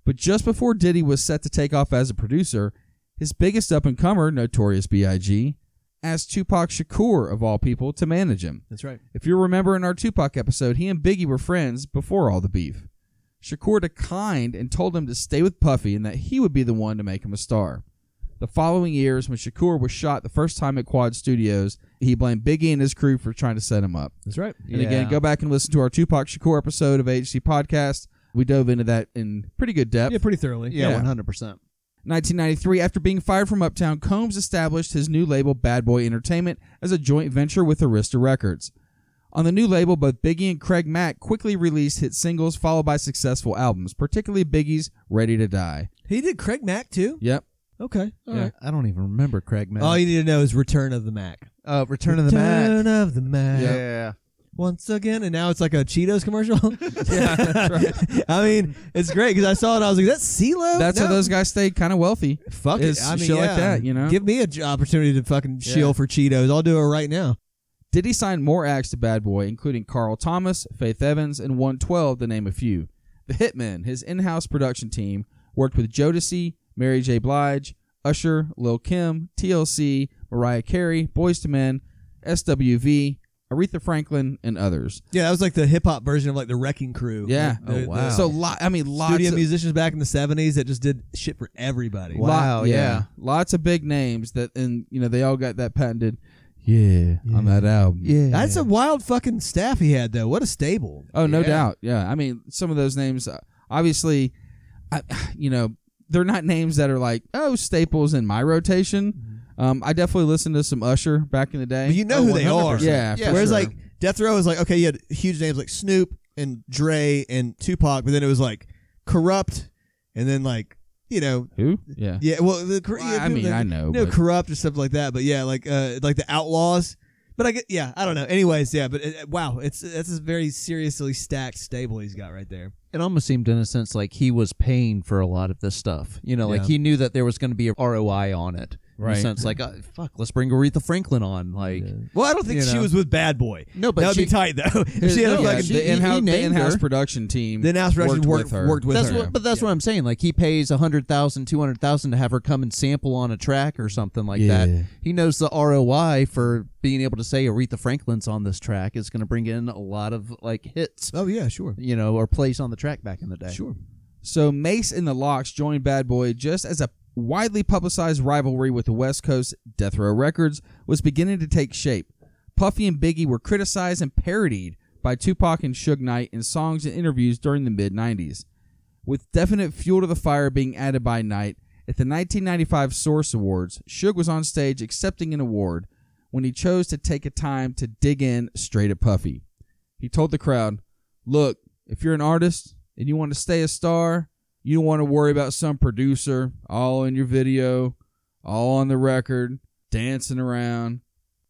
Speaker 2: But just before Diddy was set to take off as a producer, his biggest up and comer, Notorious B.I.G., asked Tupac Shakur, of all people, to manage him.
Speaker 3: That's right.
Speaker 2: If you remember in our Tupac episode, he and Biggie were friends before all the beef. Shakur declined and told him to stay with Puffy and that he would be the one to make him a star. The following years, when Shakur was shot the first time at Quad Studios, he blamed Biggie and his crew for trying to set him up.
Speaker 3: That's right.
Speaker 2: And again, go back and listen to our Tupac Shakur episode of HC Podcast. We dove into that in pretty good depth.
Speaker 3: Yeah, pretty thoroughly.
Speaker 2: Yeah.
Speaker 5: one hundred percent.
Speaker 2: 1993, after being fired from Uptown, Combs established his new label Bad Boy Entertainment as a joint venture with Arista Records. On the new label, both Biggie and Craig Mack quickly released hit singles followed by successful albums, particularly Biggie's Ready to Die.
Speaker 3: He did Craig Mack too.
Speaker 2: Yep.
Speaker 3: Okay. All
Speaker 2: Yeah.
Speaker 3: right.
Speaker 5: I don't even remember
Speaker 3: Oh,
Speaker 5: Craig Mack.
Speaker 3: All you need to know is Return of the Mac.
Speaker 5: uh, Return of the Mac.
Speaker 3: Return of the Mac.
Speaker 5: Yeah.
Speaker 3: once again, and now it's like a Cheetos commercial.
Speaker 2: Yeah, that's right.
Speaker 3: I mean, it's great because I saw it. and I was like, "That's CeeLo."
Speaker 2: That's
Speaker 3: Oh, no.
Speaker 2: how those guys stay kind of wealthy.
Speaker 3: fuck
Speaker 2: is
Speaker 3: it. I mean,
Speaker 2: shit like
Speaker 3: yeah.
Speaker 2: that, you know?
Speaker 3: Give me an opportunity to fucking shill
Speaker 2: Yeah.
Speaker 3: for Cheetos. I'll do it right now.
Speaker 2: Diddy signed more acts to Bad Boy, including Carl Thomas, Faith Evans, and 112, to name a few. The Hitmen, his in house production team, worked with Jodeci, Mary J. Blige, Usher, Lil Kim, TLC, Mariah Carey, Boyz II Men, SWV, Aretha Franklin, and others.
Speaker 3: Yeah, that was like the hip hop version of like the Wrecking Crew.
Speaker 2: Yeah. Oh,
Speaker 3: Like,
Speaker 5: Oh,
Speaker 3: the- the
Speaker 2: So, lo- I mean, lots
Speaker 3: studio
Speaker 2: of
Speaker 3: musicians back in the '70s that just did shit for everybody.
Speaker 5: Wow. yeah.
Speaker 2: Lots of big names that, and, you know, they all got that patented. Yeah, on that album.
Speaker 5: Yeah.
Speaker 3: That's a wild fucking staff he had though. What a stable.
Speaker 2: Oh, no
Speaker 5: Yeah.
Speaker 2: doubt. Yeah. I mean, some of those names, uh, obviously, I, you know, they're not names that are like, oh, staples in my rotation. Um, I definitely listened to some Usher back in the day.
Speaker 3: But you know
Speaker 5: Oh,
Speaker 3: who they are.
Speaker 5: 100%.
Speaker 2: yeah.
Speaker 5: Yeah.
Speaker 2: for
Speaker 3: Whereas
Speaker 2: sure.
Speaker 3: like Death Row is like okay, you had huge names like Snoop and Dre and Tupac, but then it was like corrupt, and then like you know
Speaker 2: who? Yeah.
Speaker 3: yeah, well the cor-
Speaker 2: Well,
Speaker 3: yeah,
Speaker 2: I mean,
Speaker 3: like,
Speaker 2: I know,
Speaker 3: no
Speaker 2: but-
Speaker 3: corrupt or stuff like that, but yeah, like uh like the Outlaws. But I get yeah, I don't know. Anyways, yeah, but uh wow, it's that's a very seriously stacked stable he's got right there.
Speaker 5: it almost seemed in a sense like he was paying for a lot of this stuff. You know, like
Speaker 3: Yeah.
Speaker 5: he knew that there was going to be a ROI on it. In
Speaker 2: Right.
Speaker 5: a sense like, uh, fuck, let's bring Aretha Franklin on. Like,
Speaker 3: Well, I don't think
Speaker 5: You
Speaker 3: she
Speaker 5: know.
Speaker 3: was with Bad Boy.
Speaker 5: no, but
Speaker 3: that would
Speaker 5: she,
Speaker 3: be tight though. If she had
Speaker 5: no,
Speaker 3: a
Speaker 2: Yeah,
Speaker 3: fucking
Speaker 5: she-
Speaker 2: the
Speaker 5: he
Speaker 2: in-house, the
Speaker 5: named
Speaker 2: in-house
Speaker 5: her.
Speaker 2: production team.
Speaker 3: the announce
Speaker 2: worked
Speaker 3: worked, worked
Speaker 2: with her.
Speaker 3: worked with
Speaker 5: that's
Speaker 3: her.
Speaker 5: what, but that's what I'm saying. Like he pays a hundred thousand, two hundred thousand to have her come and sample on a track or something like
Speaker 2: Yeah.
Speaker 5: that. He knows the ROI for being able to say Aretha Franklin's on this track is going to bring in a lot of like hits,
Speaker 3: Oh yeah, sure,
Speaker 5: you know, or plays on the track back in the day.
Speaker 3: sure.
Speaker 2: So Mace and the Locks joined Bad Boy just as a widely publicized rivalry with the West Coast Death Row Records was beginning to take shape. Puffy and Biggie were criticized and parodied by Tupac and Suge Knight in songs and interviews during the mid 90s. With definite fuel to the fire being added by Knight, at the 1995 Source Awards, Suge was on stage accepting an award when he chose to take a time to dig in straight at Puffy. He told the crowd, Look, if you're an artist and you want to stay a star, you don't want to worry about some producer all in your video, all on the record, dancing around.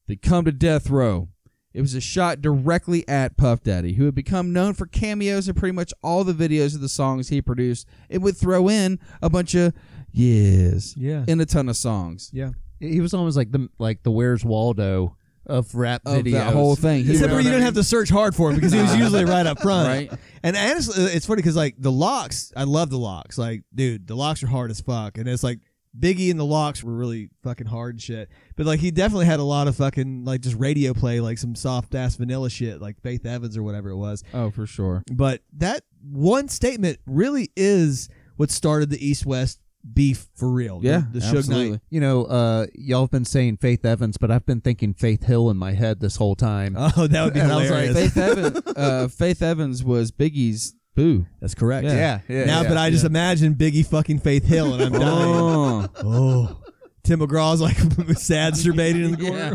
Speaker 2: They come to death row. It was a shot directly at Puff Daddy, who had become known for cameos in pretty much all the videos of the songs he produced and would throw in a bunch of yes
Speaker 3: Yeah,
Speaker 2: in a ton of songs
Speaker 5: He was almost like the like the Where's Waldo of rap
Speaker 2: of
Speaker 5: videos.
Speaker 2: that whole thing. He
Speaker 3: Except
Speaker 2: would-
Speaker 3: for you don't have to search hard for him because he was usually right up front.
Speaker 2: Right.
Speaker 3: And honestly, uh, it's funny because like the locks, I love the locks. Like, dude, the locks are hard as fuck, and it's like Biggie and the locks were really fucking hard and shit. But like, he definitely had a lot of fucking like just radio play, like some soft ass vanilla shit, like Faith Evans or whatever it was.
Speaker 2: Oh, for sure.
Speaker 3: But that one statement really is what started the East West beef for real.
Speaker 2: Yeah,
Speaker 3: the, the Suge
Speaker 2: absolutely.
Speaker 3: Knight.
Speaker 5: You know, uh, y'all have been saying Faith Evans, but I've been thinking Faith Hill in my head this whole time.
Speaker 3: Oh, that would be
Speaker 5: And I was
Speaker 3: hilarious.
Speaker 5: like,
Speaker 2: Faith, Evan, uh, Faith Evans was Biggie's boo.
Speaker 3: That's correct.
Speaker 5: yeah.
Speaker 3: now,
Speaker 5: yeah,
Speaker 3: but I just
Speaker 5: yeah.
Speaker 3: imagine Biggie fucking Faith Hill, and I'm dying.
Speaker 2: Oh.
Speaker 3: oh, Tim McGraw's like sad masturbating in the
Speaker 2: Yeah.
Speaker 3: corner.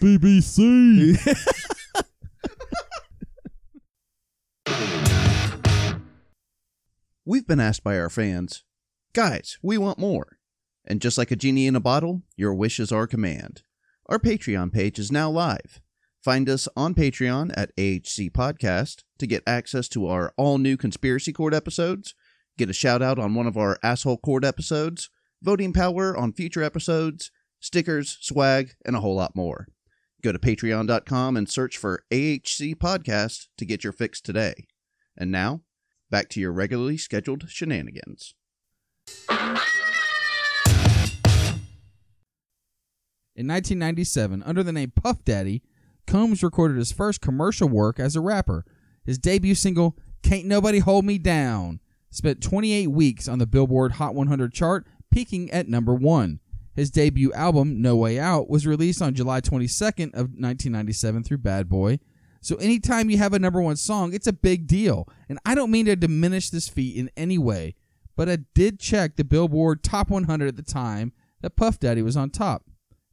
Speaker 2: BBC.
Speaker 4: We've been asked by our fans, guys, we want more. And just like a genie in a bottle, your wish is our command. Our Patreon page is now live. Find us on Patreon at AHC Podcast to get access to our all new Conspiracy Court episodes, get a shout out on one of our Asshole Court episodes, voting power on future episodes, stickers, swag, and a whole lot more. Go to patreon.com and search for AHC Podcast to get your fix today. And now, back to your regularly scheduled shenanigans.
Speaker 2: In 1997, under the name Puff Daddy, Combs recorded his first commercial work as a rapper. His debut single, Can't Nobody Hold Me Down, spent 28 weeks on the Billboard Hot 100 chart, peaking at number 1. His debut album, No Way Out, was released on July 22nd of 1997 through Bad Boy. So anytime you have a number 1 song, it's a big deal. And I don't mean to diminish this feat in any way, but I did check the Billboard Top 100 at the time that Puff Daddy was on top.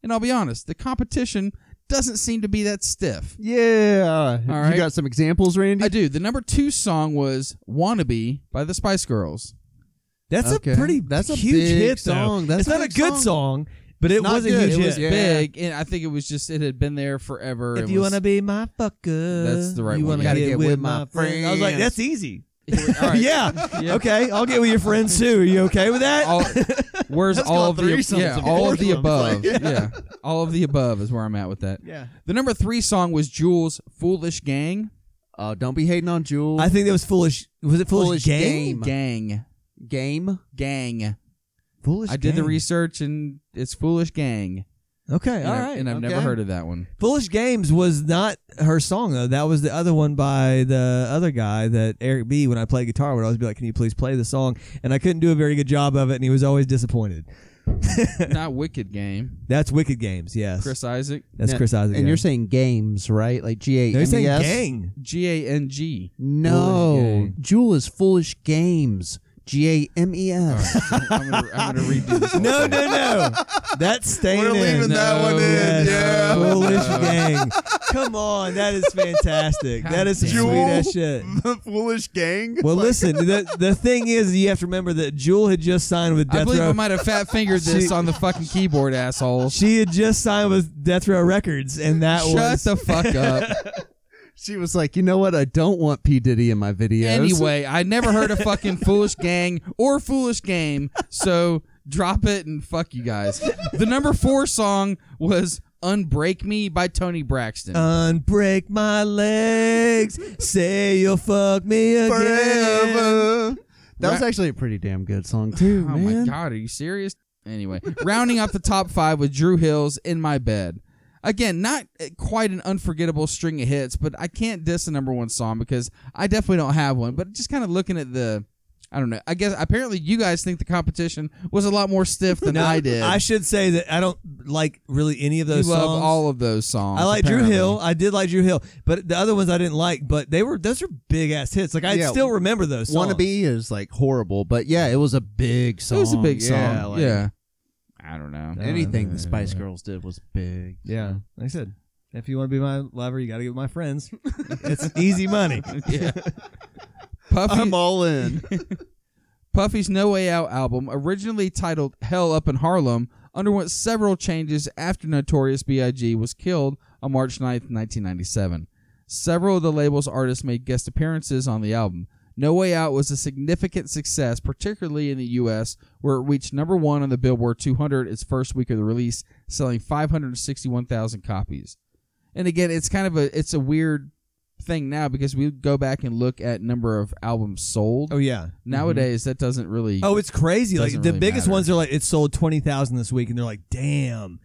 Speaker 2: And I'll be honest, the competition doesn't seem to be that stiff.
Speaker 5: Yeah.
Speaker 2: All right.
Speaker 5: You got some examples, Randy?
Speaker 2: I do. The number two song was Wannabe by the Spice Girls.
Speaker 3: That's
Speaker 5: Okay.
Speaker 3: a pretty
Speaker 5: That's a
Speaker 3: huge
Speaker 5: big
Speaker 3: hit though.
Speaker 5: song. That's
Speaker 3: it's
Speaker 5: a
Speaker 3: not a
Speaker 5: big
Speaker 3: good
Speaker 5: song.
Speaker 3: song. But it
Speaker 5: not
Speaker 3: was a
Speaker 5: good.
Speaker 3: huge
Speaker 5: It
Speaker 3: hit.
Speaker 5: was Yeah.
Speaker 2: Big, and I think it was just it had been there forever.
Speaker 3: If
Speaker 2: It
Speaker 3: you
Speaker 2: was-
Speaker 3: wanna be my fucker,
Speaker 2: That's the right
Speaker 3: you
Speaker 2: one,
Speaker 3: Wanna
Speaker 2: yeah.
Speaker 3: get, with my friends. I was like,
Speaker 5: friends.
Speaker 3: that's easy.
Speaker 2: All right.
Speaker 3: yeah.
Speaker 2: Yeah.
Speaker 3: Okay, I'll get with your friends too. Are you okay with that?
Speaker 2: All, where's
Speaker 5: Let's
Speaker 2: all
Speaker 5: call
Speaker 2: of the
Speaker 5: threesomes
Speaker 2: yeah,
Speaker 5: and
Speaker 2: all of the above?
Speaker 5: foursomes, like,
Speaker 2: yeah. all of the above is where I'm at with that.
Speaker 3: yeah.
Speaker 2: The number three song was Jules' "Foolish Gang."
Speaker 5: Oh, don't be hating on Jewel.
Speaker 3: I think that was foolish. Was it foolish,
Speaker 5: Foolish
Speaker 3: game?
Speaker 5: Game.
Speaker 2: Gang,
Speaker 5: Game.
Speaker 2: gang.
Speaker 3: Foolish.
Speaker 2: I did the
Speaker 3: Game.
Speaker 2: research, and it's "Foolish Gang."
Speaker 3: Okay,
Speaker 2: And
Speaker 3: all
Speaker 2: I've-
Speaker 3: right.
Speaker 2: and I've never
Speaker 5: okay.
Speaker 2: heard of that one.
Speaker 3: Foolish Games was not her song though. That was the other one by the other guy that Eric B. When I played guitar, would always be like, "Can you please play the song?" And I couldn't do a very good job of it, and he was always disappointed.
Speaker 2: Not Wicked Game.
Speaker 3: That's Wicked Games. Yes,
Speaker 2: Chris Isaac,
Speaker 3: that's
Speaker 5: Yeah,
Speaker 3: Chris Isaac.
Speaker 5: And you're
Speaker 3: saying
Speaker 5: saying games, right? Like G A
Speaker 3: no, he's
Speaker 5: M
Speaker 3: saying
Speaker 5: E S.
Speaker 3: gang.
Speaker 2: G A N G.
Speaker 5: No,
Speaker 3: Foolish
Speaker 5: Jewel is foolish games. G A M E
Speaker 2: All
Speaker 5: S.
Speaker 2: right, I'm gonna, I'm gonna redo this. whole
Speaker 3: No,
Speaker 2: thing.
Speaker 3: no, no. That's staying
Speaker 4: We're
Speaker 3: in.
Speaker 4: leaving that
Speaker 2: No,
Speaker 4: one in.
Speaker 2: yes.
Speaker 4: Yeah.
Speaker 2: No.
Speaker 3: Foolish
Speaker 2: No.
Speaker 3: gang. Come on, that is fantastic.
Speaker 2: God
Speaker 3: that is some
Speaker 2: damn
Speaker 3: sweet
Speaker 4: it.
Speaker 3: ass shit.
Speaker 4: the foolish gang.
Speaker 3: Well, listen. The the thing is, you have to remember that Jewel had just signed with
Speaker 2: I
Speaker 3: Death
Speaker 2: believe I
Speaker 3: Row.
Speaker 2: might have fat fingered this
Speaker 3: She-
Speaker 2: on the fucking keyboard, asshole.
Speaker 3: She had just signed with Death Row Records, and that
Speaker 2: Shut
Speaker 3: was
Speaker 2: the fuck up.
Speaker 5: She was like, you know what? I don't want P Diddy in my videos.
Speaker 2: Anyway, I never heard of fucking Foolish Gang or Foolish Game, so drop it and fuck you guys. The number four song was Unbreak Me by Tony Braxton.
Speaker 3: unbreak my legs. Say you'll fuck me again.
Speaker 5: forever. That was
Speaker 2: Ra-
Speaker 5: actually a pretty damn good song too,
Speaker 2: oh
Speaker 5: man.
Speaker 2: my god, are you serious? Anyway, rounding up the top five with Drew Hills in my bed. Again, not uh, quite an unforgettable string of hits, but I can't diss the number one song because I definitely don't have one. But just kind of looking at the, I don't know. I guess apparently you guys think the competition was a lot more stiff than I did.
Speaker 3: I should say that I don't like really any of
Speaker 2: you
Speaker 3: those songs.
Speaker 2: love all of those songs.
Speaker 3: I like Drew
Speaker 2: apparently.
Speaker 3: Hill. I did like Drew Hill, but the other ones I didn't like. But they were those are big ass hits. Like I
Speaker 5: Yeah.
Speaker 3: still remember those. Songs.
Speaker 5: Wannabe is like horrible, but yeah, it was a big
Speaker 2: It
Speaker 5: song.
Speaker 2: was a big song.
Speaker 5: Yeah, Uh,
Speaker 2: Yeah,
Speaker 5: like,
Speaker 2: I don't know.
Speaker 5: Anything the Spice Girls did was big.
Speaker 3: Yeah, like I said, if you want to be my lover, you got to get with my friends. it's easy money.
Speaker 2: yeah. Puffy,
Speaker 3: Um,
Speaker 5: I'm all in.
Speaker 2: Puffy's No Way Out album, originally titled Hell Up in Harlem, underwent several changes after Notorious B.I.G. was killed on March 9th, 1997. Several of the label's artists made guest appearances on the album. No Way Out was a significant success, particularly in the U.S., where it reached number one on the Billboard 200 its first week of the release, selling 561,000 copies. And again, it's kind of a it's a weird thing now because we go back and look at number of albums sold.
Speaker 3: Oh yeah.
Speaker 2: Nowadays, that doesn't really.
Speaker 3: Oh, it's crazy. Like
Speaker 2: Doesn't
Speaker 3: the
Speaker 2: really
Speaker 3: biggest
Speaker 2: matter.
Speaker 3: ones are like it sold twenty thousand this week, and they're like, damn.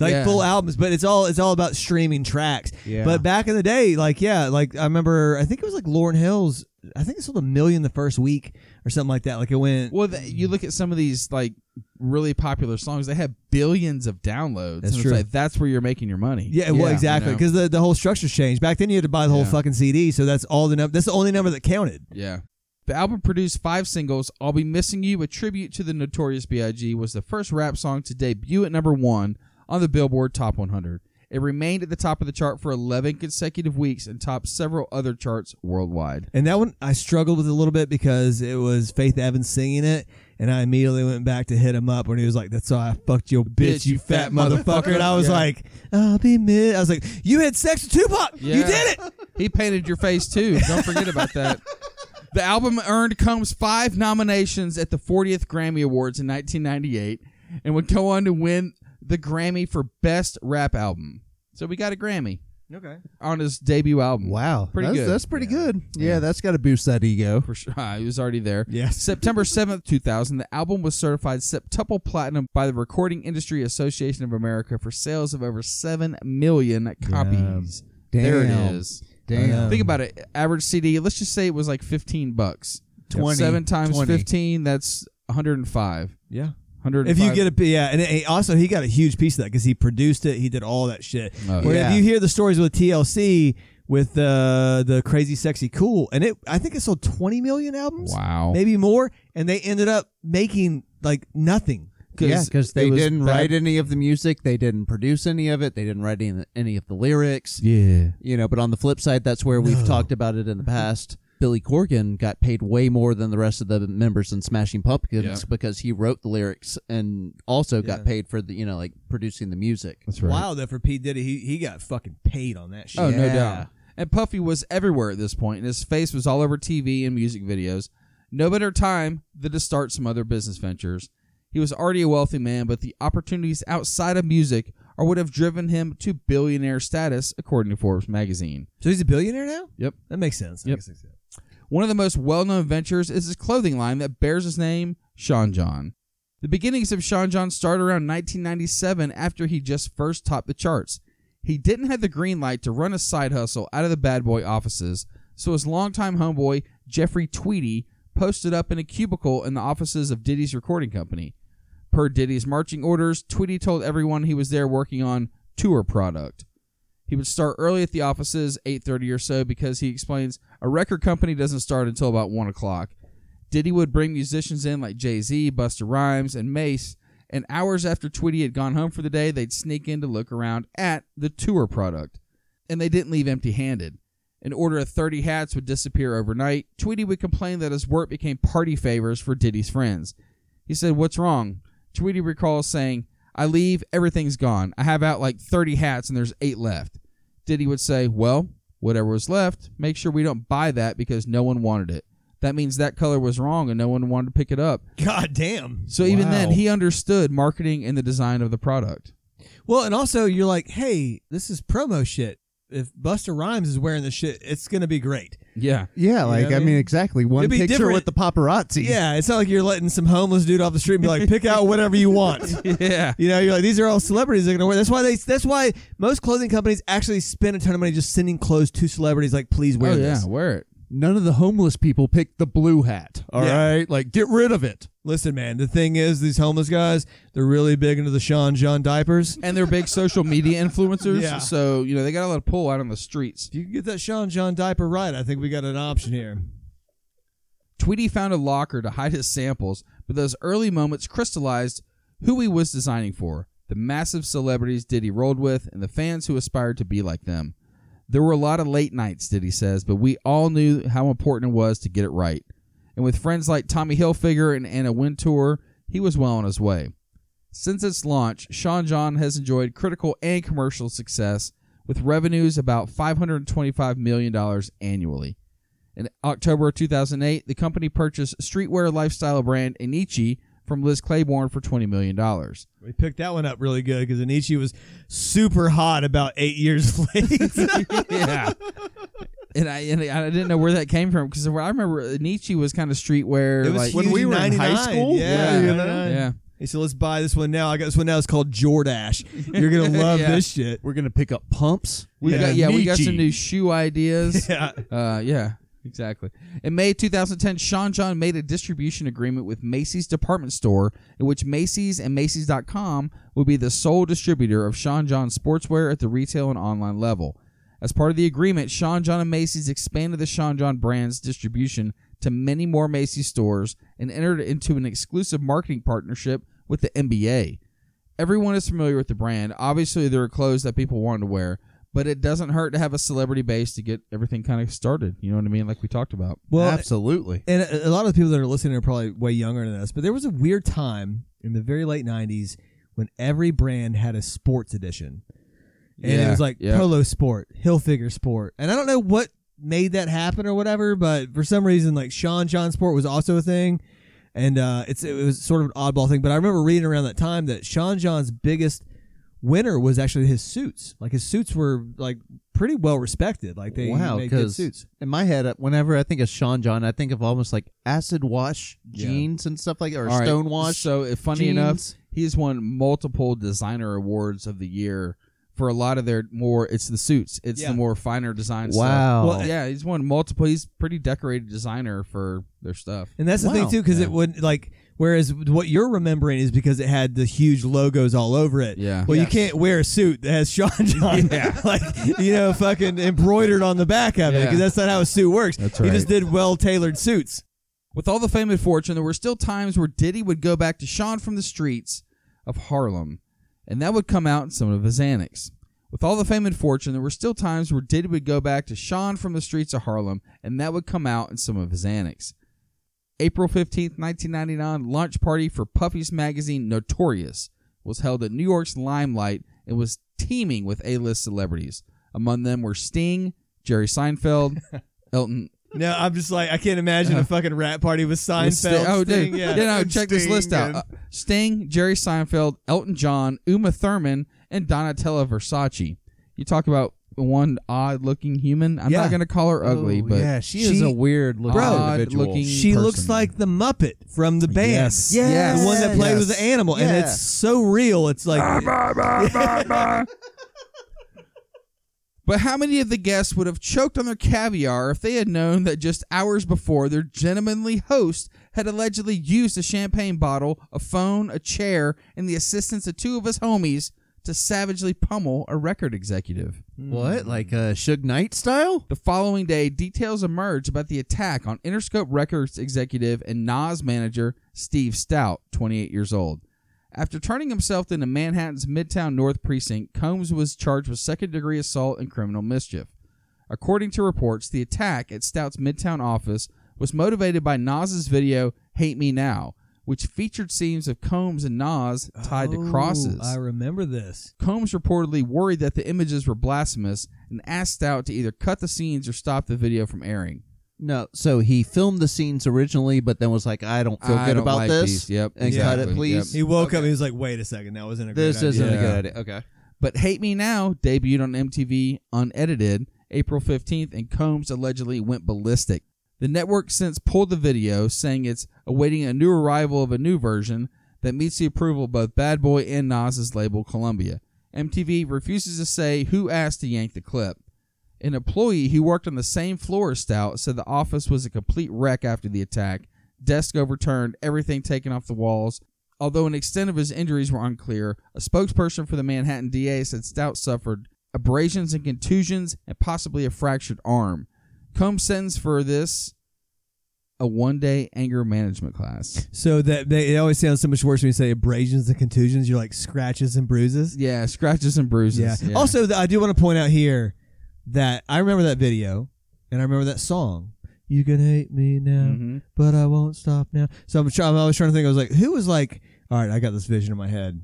Speaker 3: Like
Speaker 2: Yeah.
Speaker 3: full albums, but it's all it's all about streaming tracks.
Speaker 5: Yeah.
Speaker 3: But back in the day, like yeah, like I remember, I think it was like Lauren Hill's. I think it sold a million the first week or something like that. Like it went.
Speaker 2: Well, th you look at some of these like really popular songs; they have billions of downloads.
Speaker 3: That's
Speaker 2: and
Speaker 3: true.
Speaker 2: It's like, that's where you're making your money.
Speaker 3: Yeah, well,
Speaker 5: Yeah,
Speaker 2: you
Speaker 3: exactly,
Speaker 2: know.
Speaker 3: because the, the whole structure's changed. Back then, you had to buy the whole
Speaker 2: Yeah.
Speaker 3: fucking CD, so that's all the number. That's the only number that counted.
Speaker 2: Yeah. The album produced five singles. I'll Be Missing You, a tribute to the Notorious B.I.G., was the first rap song to debut at number one on the Billboard Top 100. It remained at the top of the chart for 11 consecutive weeks and topped several other charts worldwide.
Speaker 3: And that one I struggled with a little bit because it was Faith Evans singing it, and I immediately went back to hit him up when he was like, "That's how I fucked your bitch, you fat motherfucker." And I was
Speaker 2: Yeah.
Speaker 3: like, "I'll be mid." I was like, "You had sex with Tupac. You
Speaker 2: Yeah.
Speaker 3: did it."
Speaker 2: He painted your face too. Don't forget about that. The album earned Combs five nominations at the 40th Grammy Awards in 1998 and would go on to win the Grammy for Best Rap Album. So we got a Grammy
Speaker 3: Okay.
Speaker 2: on his debut album.
Speaker 5: Wow,
Speaker 2: Pretty
Speaker 5: that's,
Speaker 2: good.
Speaker 5: That's pretty
Speaker 3: Yeah.
Speaker 5: good. Yeah, that's got to boost that ego.
Speaker 2: For sure. Ah, He was already there.
Speaker 3: Yes.
Speaker 2: September 7th, 2000, the album was certified septuple platinum by the Recording Industry Association of America for sales of over 7 million copies. There it
Speaker 5: Damn.
Speaker 2: is.
Speaker 5: Damn.
Speaker 2: Think about it. Average CD, let's just say it was like 15 bucks.
Speaker 5: 20,
Speaker 2: Seven times
Speaker 5: 20.
Speaker 2: 15, that's 105.
Speaker 3: Yeah.
Speaker 2: 105.
Speaker 3: If you get a yeah, and it, also he got a huge piece of that because he produced it. He did all that shit.
Speaker 2: Oh,
Speaker 3: Where
Speaker 5: yeah.
Speaker 3: if you hear the stories with TLC with uh, the crazy sexy cool, and it I think it sold twenty million albums,
Speaker 2: Wow.
Speaker 3: maybe more, and they ended up making like nothing.
Speaker 5: Yeah, because they didn't write
Speaker 2: it.
Speaker 5: any of the music, they didn't produce any of it, they didn't write any, any of the lyrics.
Speaker 2: Yeah.
Speaker 5: You know, but on the flip side, that's where we've
Speaker 3: No.
Speaker 5: talked about it in the past. Billy Corgan got paid way more than the rest of the members in Smashing Pumpkins
Speaker 2: Yeah.
Speaker 5: because he wrote the lyrics and also got
Speaker 3: Yeah.
Speaker 5: paid for the you know like producing the music.
Speaker 2: That's right.
Speaker 3: Wow, though, for P Diddy, he he got fucking paid on that shit.
Speaker 2: Oh, no
Speaker 5: Yeah.
Speaker 2: doubt. And Puffy was everywhere at this point, and his face was all over TV and music videos. No better time than to start some other business ventures. He was already a wealthy man, but the opportunities outside of music are what have driven him to billionaire status, according to Forbes magazine.
Speaker 3: So he's a billionaire now.
Speaker 2: Yep.
Speaker 3: that makes sense. I
Speaker 2: Yep.
Speaker 3: guess that's it.
Speaker 2: One of the most well known ventures is his clothing line that bears his name, Sean John. The beginnings of Sean John started around 1997 after he just first topped the charts. He didn't have the green light to run a side hustle out of the bad boy offices, so his longtime homeboy, Jeffrey Tweedy, posted up in a cubicle in the offices of Diddy's recording company. Per Diddy's marching orders, Tweedy told everyone he was there working on tour product. He would start early at the offices, 8:30 or so, because he explains a record company doesn't start until about one o'clock. Diddy would bring musicians in like Jay Z, Buster Rhymes, and Mace, and hours after Tweety had gone home for the day, they'd sneak in to look around at the tour product, and they didn't leave empty-handed. An order of 30 hats would disappear overnight. Tweety would complain that his work became party favors for Diddy's friends. He said, "What's wrong?" Tweety recalls saying, "I leave, everything's gone. I have out like 30 hats, and there's eight left." Diddy would say, Well, whatever was left, make sure we don't buy that because no one wanted it. That means that color was wrong and no one wanted to pick it up.
Speaker 3: God damn.
Speaker 2: So even then,
Speaker 5: Wow.
Speaker 2: he understood marketing and the design of the product.
Speaker 3: Well, and also you're like, hey, this is promo shit. If Buster Rhymes is wearing this shit, it's gonna be great.
Speaker 2: Yeah.
Speaker 5: Yeah,
Speaker 3: like, what I I mean? mean,
Speaker 5: exactly one
Speaker 3: It'd be picture different- with the
Speaker 5: paparazzi.
Speaker 3: Yeah, it's not like you're letting some homeless dude off the street and be like, pick out whatever you want.
Speaker 2: Yeah.
Speaker 3: You know, you're like, these are all celebrities that are gonna wear. That's why they. That's why most clothing companies actually spend a ton of money just sending clothes to celebrities. Like, please wear
Speaker 2: oh,
Speaker 3: this.
Speaker 2: yeah. Wear it.
Speaker 5: None of the homeless people picked the blue hat. All right,
Speaker 3: Yeah.
Speaker 5: like get rid of it.
Speaker 3: Listen, man. The thing is, these homeless guys, they're really big into the Sean John diapers.
Speaker 2: And they're big social media influencers.
Speaker 3: Yeah.
Speaker 2: So, you know, they got a lot of pull out on the streets.
Speaker 3: If you can get that Sean John diaper right, I think we got an option here.
Speaker 2: Tweety found a locker to hide his samples, but those early moments crystallized who he was designing for the massive celebrities Diddy rolled with and the fans who aspired to be like them. There were a lot of late nights, Diddy says, but we all knew how important it was to get it right. And with friends like Tommy Hilfiger and Anna Wintour, he was well on his way. Since its launch, Sean John has enjoyed critical and commercial success, with revenues about $525 million annually. In October of 2008, the company purchased streetwear lifestyle brand Anichi from Liz Claiborne for $20 million.
Speaker 3: We picked that one up really good because Anichi was super hot about eight years late.
Speaker 2: yeah. And I, and I didn't know where that came from because I remember Anichi was kind of streetwear.
Speaker 3: It was
Speaker 2: like,
Speaker 3: huge
Speaker 5: when we
Speaker 3: in
Speaker 5: were in high
Speaker 3: 99.
Speaker 5: school?
Speaker 3: Yeah,
Speaker 2: Yeah.
Speaker 3: you know?
Speaker 2: yeah.
Speaker 3: He said, "Let's buy this one now. I got this one now. It's called Jordash. You're gonna love
Speaker 2: Yeah.
Speaker 3: this shit."
Speaker 5: We're gonna pick up pumps.
Speaker 2: We
Speaker 3: Yeah.
Speaker 2: got, yeah, we got
Speaker 5: Nietzsche.
Speaker 2: some new shoe ideas.
Speaker 3: Yeah,
Speaker 2: Uh, yeah, exactly. In May 2010, Sean John made a distribution agreement with Macy's department store, in which Macy's and Macy's.com would be the sole distributor of Sean John sportswear at the retail and online level. As part of the agreement, Sean John and Macy's expanded the Sean John brand's distribution to many more Macy's stores and entered into an exclusive marketing partnership with the NBA. Everyone is familiar with the brand. Obviously, there are clothes that people wanted to wear, but it doesn't hurt to have a celebrity base to get everything kind of started. You know what I mean? Like we talked about.
Speaker 3: well,
Speaker 5: Absolutely.
Speaker 3: and a a lot of the people that are listening are probably way younger than us, but there was a weird time in the very late '90s when every brand had a sports edition, and it
Speaker 2: Yeah,
Speaker 3: was like
Speaker 2: yeah.
Speaker 3: Polo Sport, Hilfiger Sport, and I don't know what made that happen or whatever, but for some reason, like Sean John Sport was also a thing, and uh, it's it was sort of an oddball thing. But I remember reading around that time that Sean John's biggest winner was actually his suits. Like his suits were like pretty well respected. Like they
Speaker 5: wow,
Speaker 3: made good
Speaker 5: because
Speaker 3: suits.
Speaker 5: in my head, uh, whenever I think of Sean John, I think of almost like acid wash
Speaker 2: Yeah.
Speaker 5: jeans and stuff like that, or
Speaker 2: All right,
Speaker 5: stone wash.
Speaker 2: So uh, funny
Speaker 5: jeans.
Speaker 2: enough, he's won multiple designer awards of the year for a lot of their more. It's the suits. It's
Speaker 3: Yeah.
Speaker 2: the more finer design stuff.
Speaker 5: wow.
Speaker 3: Well,
Speaker 2: Yeah, he's won multiple. He's pretty decorated designer for their stuff.
Speaker 3: And that's the thing
Speaker 5: Wow.
Speaker 3: too, because
Speaker 2: Yeah.
Speaker 3: it would like. Whereas what you're remembering is because it had the huge logos all over it.
Speaker 2: Yeah.
Speaker 3: Well,
Speaker 5: Yes.
Speaker 3: you can't wear a suit that has Sean John, like you know, fucking embroidered on the back of it,
Speaker 2: Yeah.
Speaker 3: because that's not how a suit works.
Speaker 2: That's
Speaker 3: He
Speaker 2: right.
Speaker 3: just did well tailored suits.
Speaker 2: With all the fame and fortune, there were still times where Diddy would go back to Sean from the streets of Harlem, and that would come out in some of his antics. With all the fame and fortune, there were still times where Diddy would go back to Sean from the streets of Harlem, and that would come out in some of his antics. April 15, 1999, launch party for Puffy's magazine Notorious was held at New York's Limelight and was teeming with A-list celebrities. Among them were Sting, Jerry Seinfeld, Elton.
Speaker 3: No, I'm just like I can't imagine a fucking rat party with Seinfeld.
Speaker 2: Sting- Uh-huh. oh,
Speaker 3: Sting,
Speaker 2: dude,
Speaker 3: yeah.
Speaker 2: no,
Speaker 6: And
Speaker 2: check this
Speaker 6: Sting
Speaker 2: list out:
Speaker 6: and-
Speaker 2: Uh, Sting, Jerry Seinfeld, Elton John, Uma Thurman, and Donatella Versace. You talk about one odd-looking human. I'm
Speaker 3: Yeah.
Speaker 2: not going to call her ugly,
Speaker 6: Oh,
Speaker 2: but
Speaker 6: yeah, she, is a weird looking
Speaker 2: Bro,
Speaker 6: individual.
Speaker 2: looking-
Speaker 3: She
Speaker 2: person.
Speaker 3: looks like the Muppet from the band.
Speaker 6: Yes.
Speaker 3: The one that played with the animal, and
Speaker 5: Yeah.
Speaker 3: it's so real. It's like
Speaker 2: But how many of the guests would have choked on their caviar if they had known that just hours before their gentlemanly host had allegedly used a champagne bottle, a phone, a chair, and the assistance of two of his homies to savagely pummel a record executive?
Speaker 5: What? Like uh, Suge Knight style?
Speaker 2: The following day, details emerged about the attack on Interscope Records executive and Nas manager Steve Stout, 28 years old. After turning himself into Manhattan's Midtown North precinct, Combs was charged with second degree assault and criminal mischief. According to reports, the attack at Stout's Midtown office was motivated by Nas's video Hate Me Now, which featured scenes of Combs and Nas tied
Speaker 3: Oh,
Speaker 2: to crosses.
Speaker 3: I remember this.
Speaker 2: Combs reportedly worried that the images were blasphemous and asked Stout to either cut the scenes or stop the video from airing.
Speaker 5: No. So he filmed the scenes originally, but then was like, I don't feel
Speaker 2: I
Speaker 5: good
Speaker 2: don't
Speaker 5: about
Speaker 2: like
Speaker 5: this.
Speaker 2: these. Yep,
Speaker 5: And
Speaker 2: exactly.
Speaker 5: cut it, please.
Speaker 3: He woke up. and He was like, "Wait a second, that wasn't a good
Speaker 5: This
Speaker 3: idea.
Speaker 5: isn't
Speaker 2: Yeah.
Speaker 5: a good idea. Okay.
Speaker 2: But Hate Me Now debuted on MTV unedited April 15th, and Combs allegedly went ballistic. The network since pulled the video, saying it's awaiting a new arrival of a new version that meets the approval of both Bad Boy and Nas's label Columbia. MTV refuses to say who asked to yank the clip. An employee who worked on the same floor as Stout said the office was a complete wreck after the attack. Desk overturned, everything taken off the walls. Although an extent of his injuries were unclear, a spokesperson for the Manhattan DA said Stout suffered abrasions and contusions and possibly a fractured arm. Combs sentenced for this a one day anger management class.
Speaker 3: So that they, it always sounds so much worse when you say abrasions and contusions. You're like scratches and bruises.
Speaker 2: Yeah, scratches and bruises.
Speaker 3: Yeah. Also, th- I do want to point out here that I remember that video and I remember that song. You can hate me now,
Speaker 2: Mhm.
Speaker 3: but I won't stop now. So I'm, try- I'm always trying to think. I was like, who was like, all right, I got this vision in my head.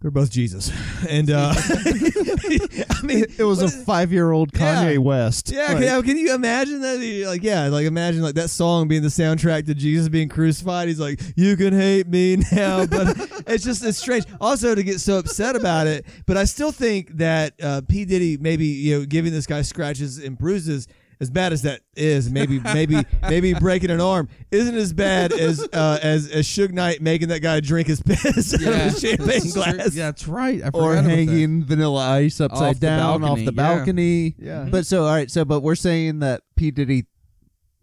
Speaker 3: They're both Jesus, and uh, I mean,
Speaker 6: It was a five year old Kanye
Speaker 3: Yeah.
Speaker 6: West.
Speaker 3: yeah,
Speaker 6: Like,
Speaker 3: can, can you imagine that? He, Like, yeah, like imagine like that song being the soundtrack to Jesus being crucified. He's like, "You can hate me now," but it's just it's strange. Also, to get so upset about it, but I still think that uh, P Diddy maybe you know giving this guy scratches and bruises. As bad as that is, maybe, maybe, maybe breaking an arm isn't as bad as uh, as as Suge Knight making that guy drink his piss out of his champagne
Speaker 2: That's true.
Speaker 3: glass.
Speaker 2: Yeah, that's right. I forgot
Speaker 5: Or
Speaker 2: about that.
Speaker 5: hanging vanilla ice upside
Speaker 2: Off the
Speaker 5: down
Speaker 2: balcony,
Speaker 5: off the
Speaker 2: yeah.
Speaker 5: balcony.
Speaker 6: Yeah.
Speaker 5: But so, all right. So, but we're saying that P. Diddy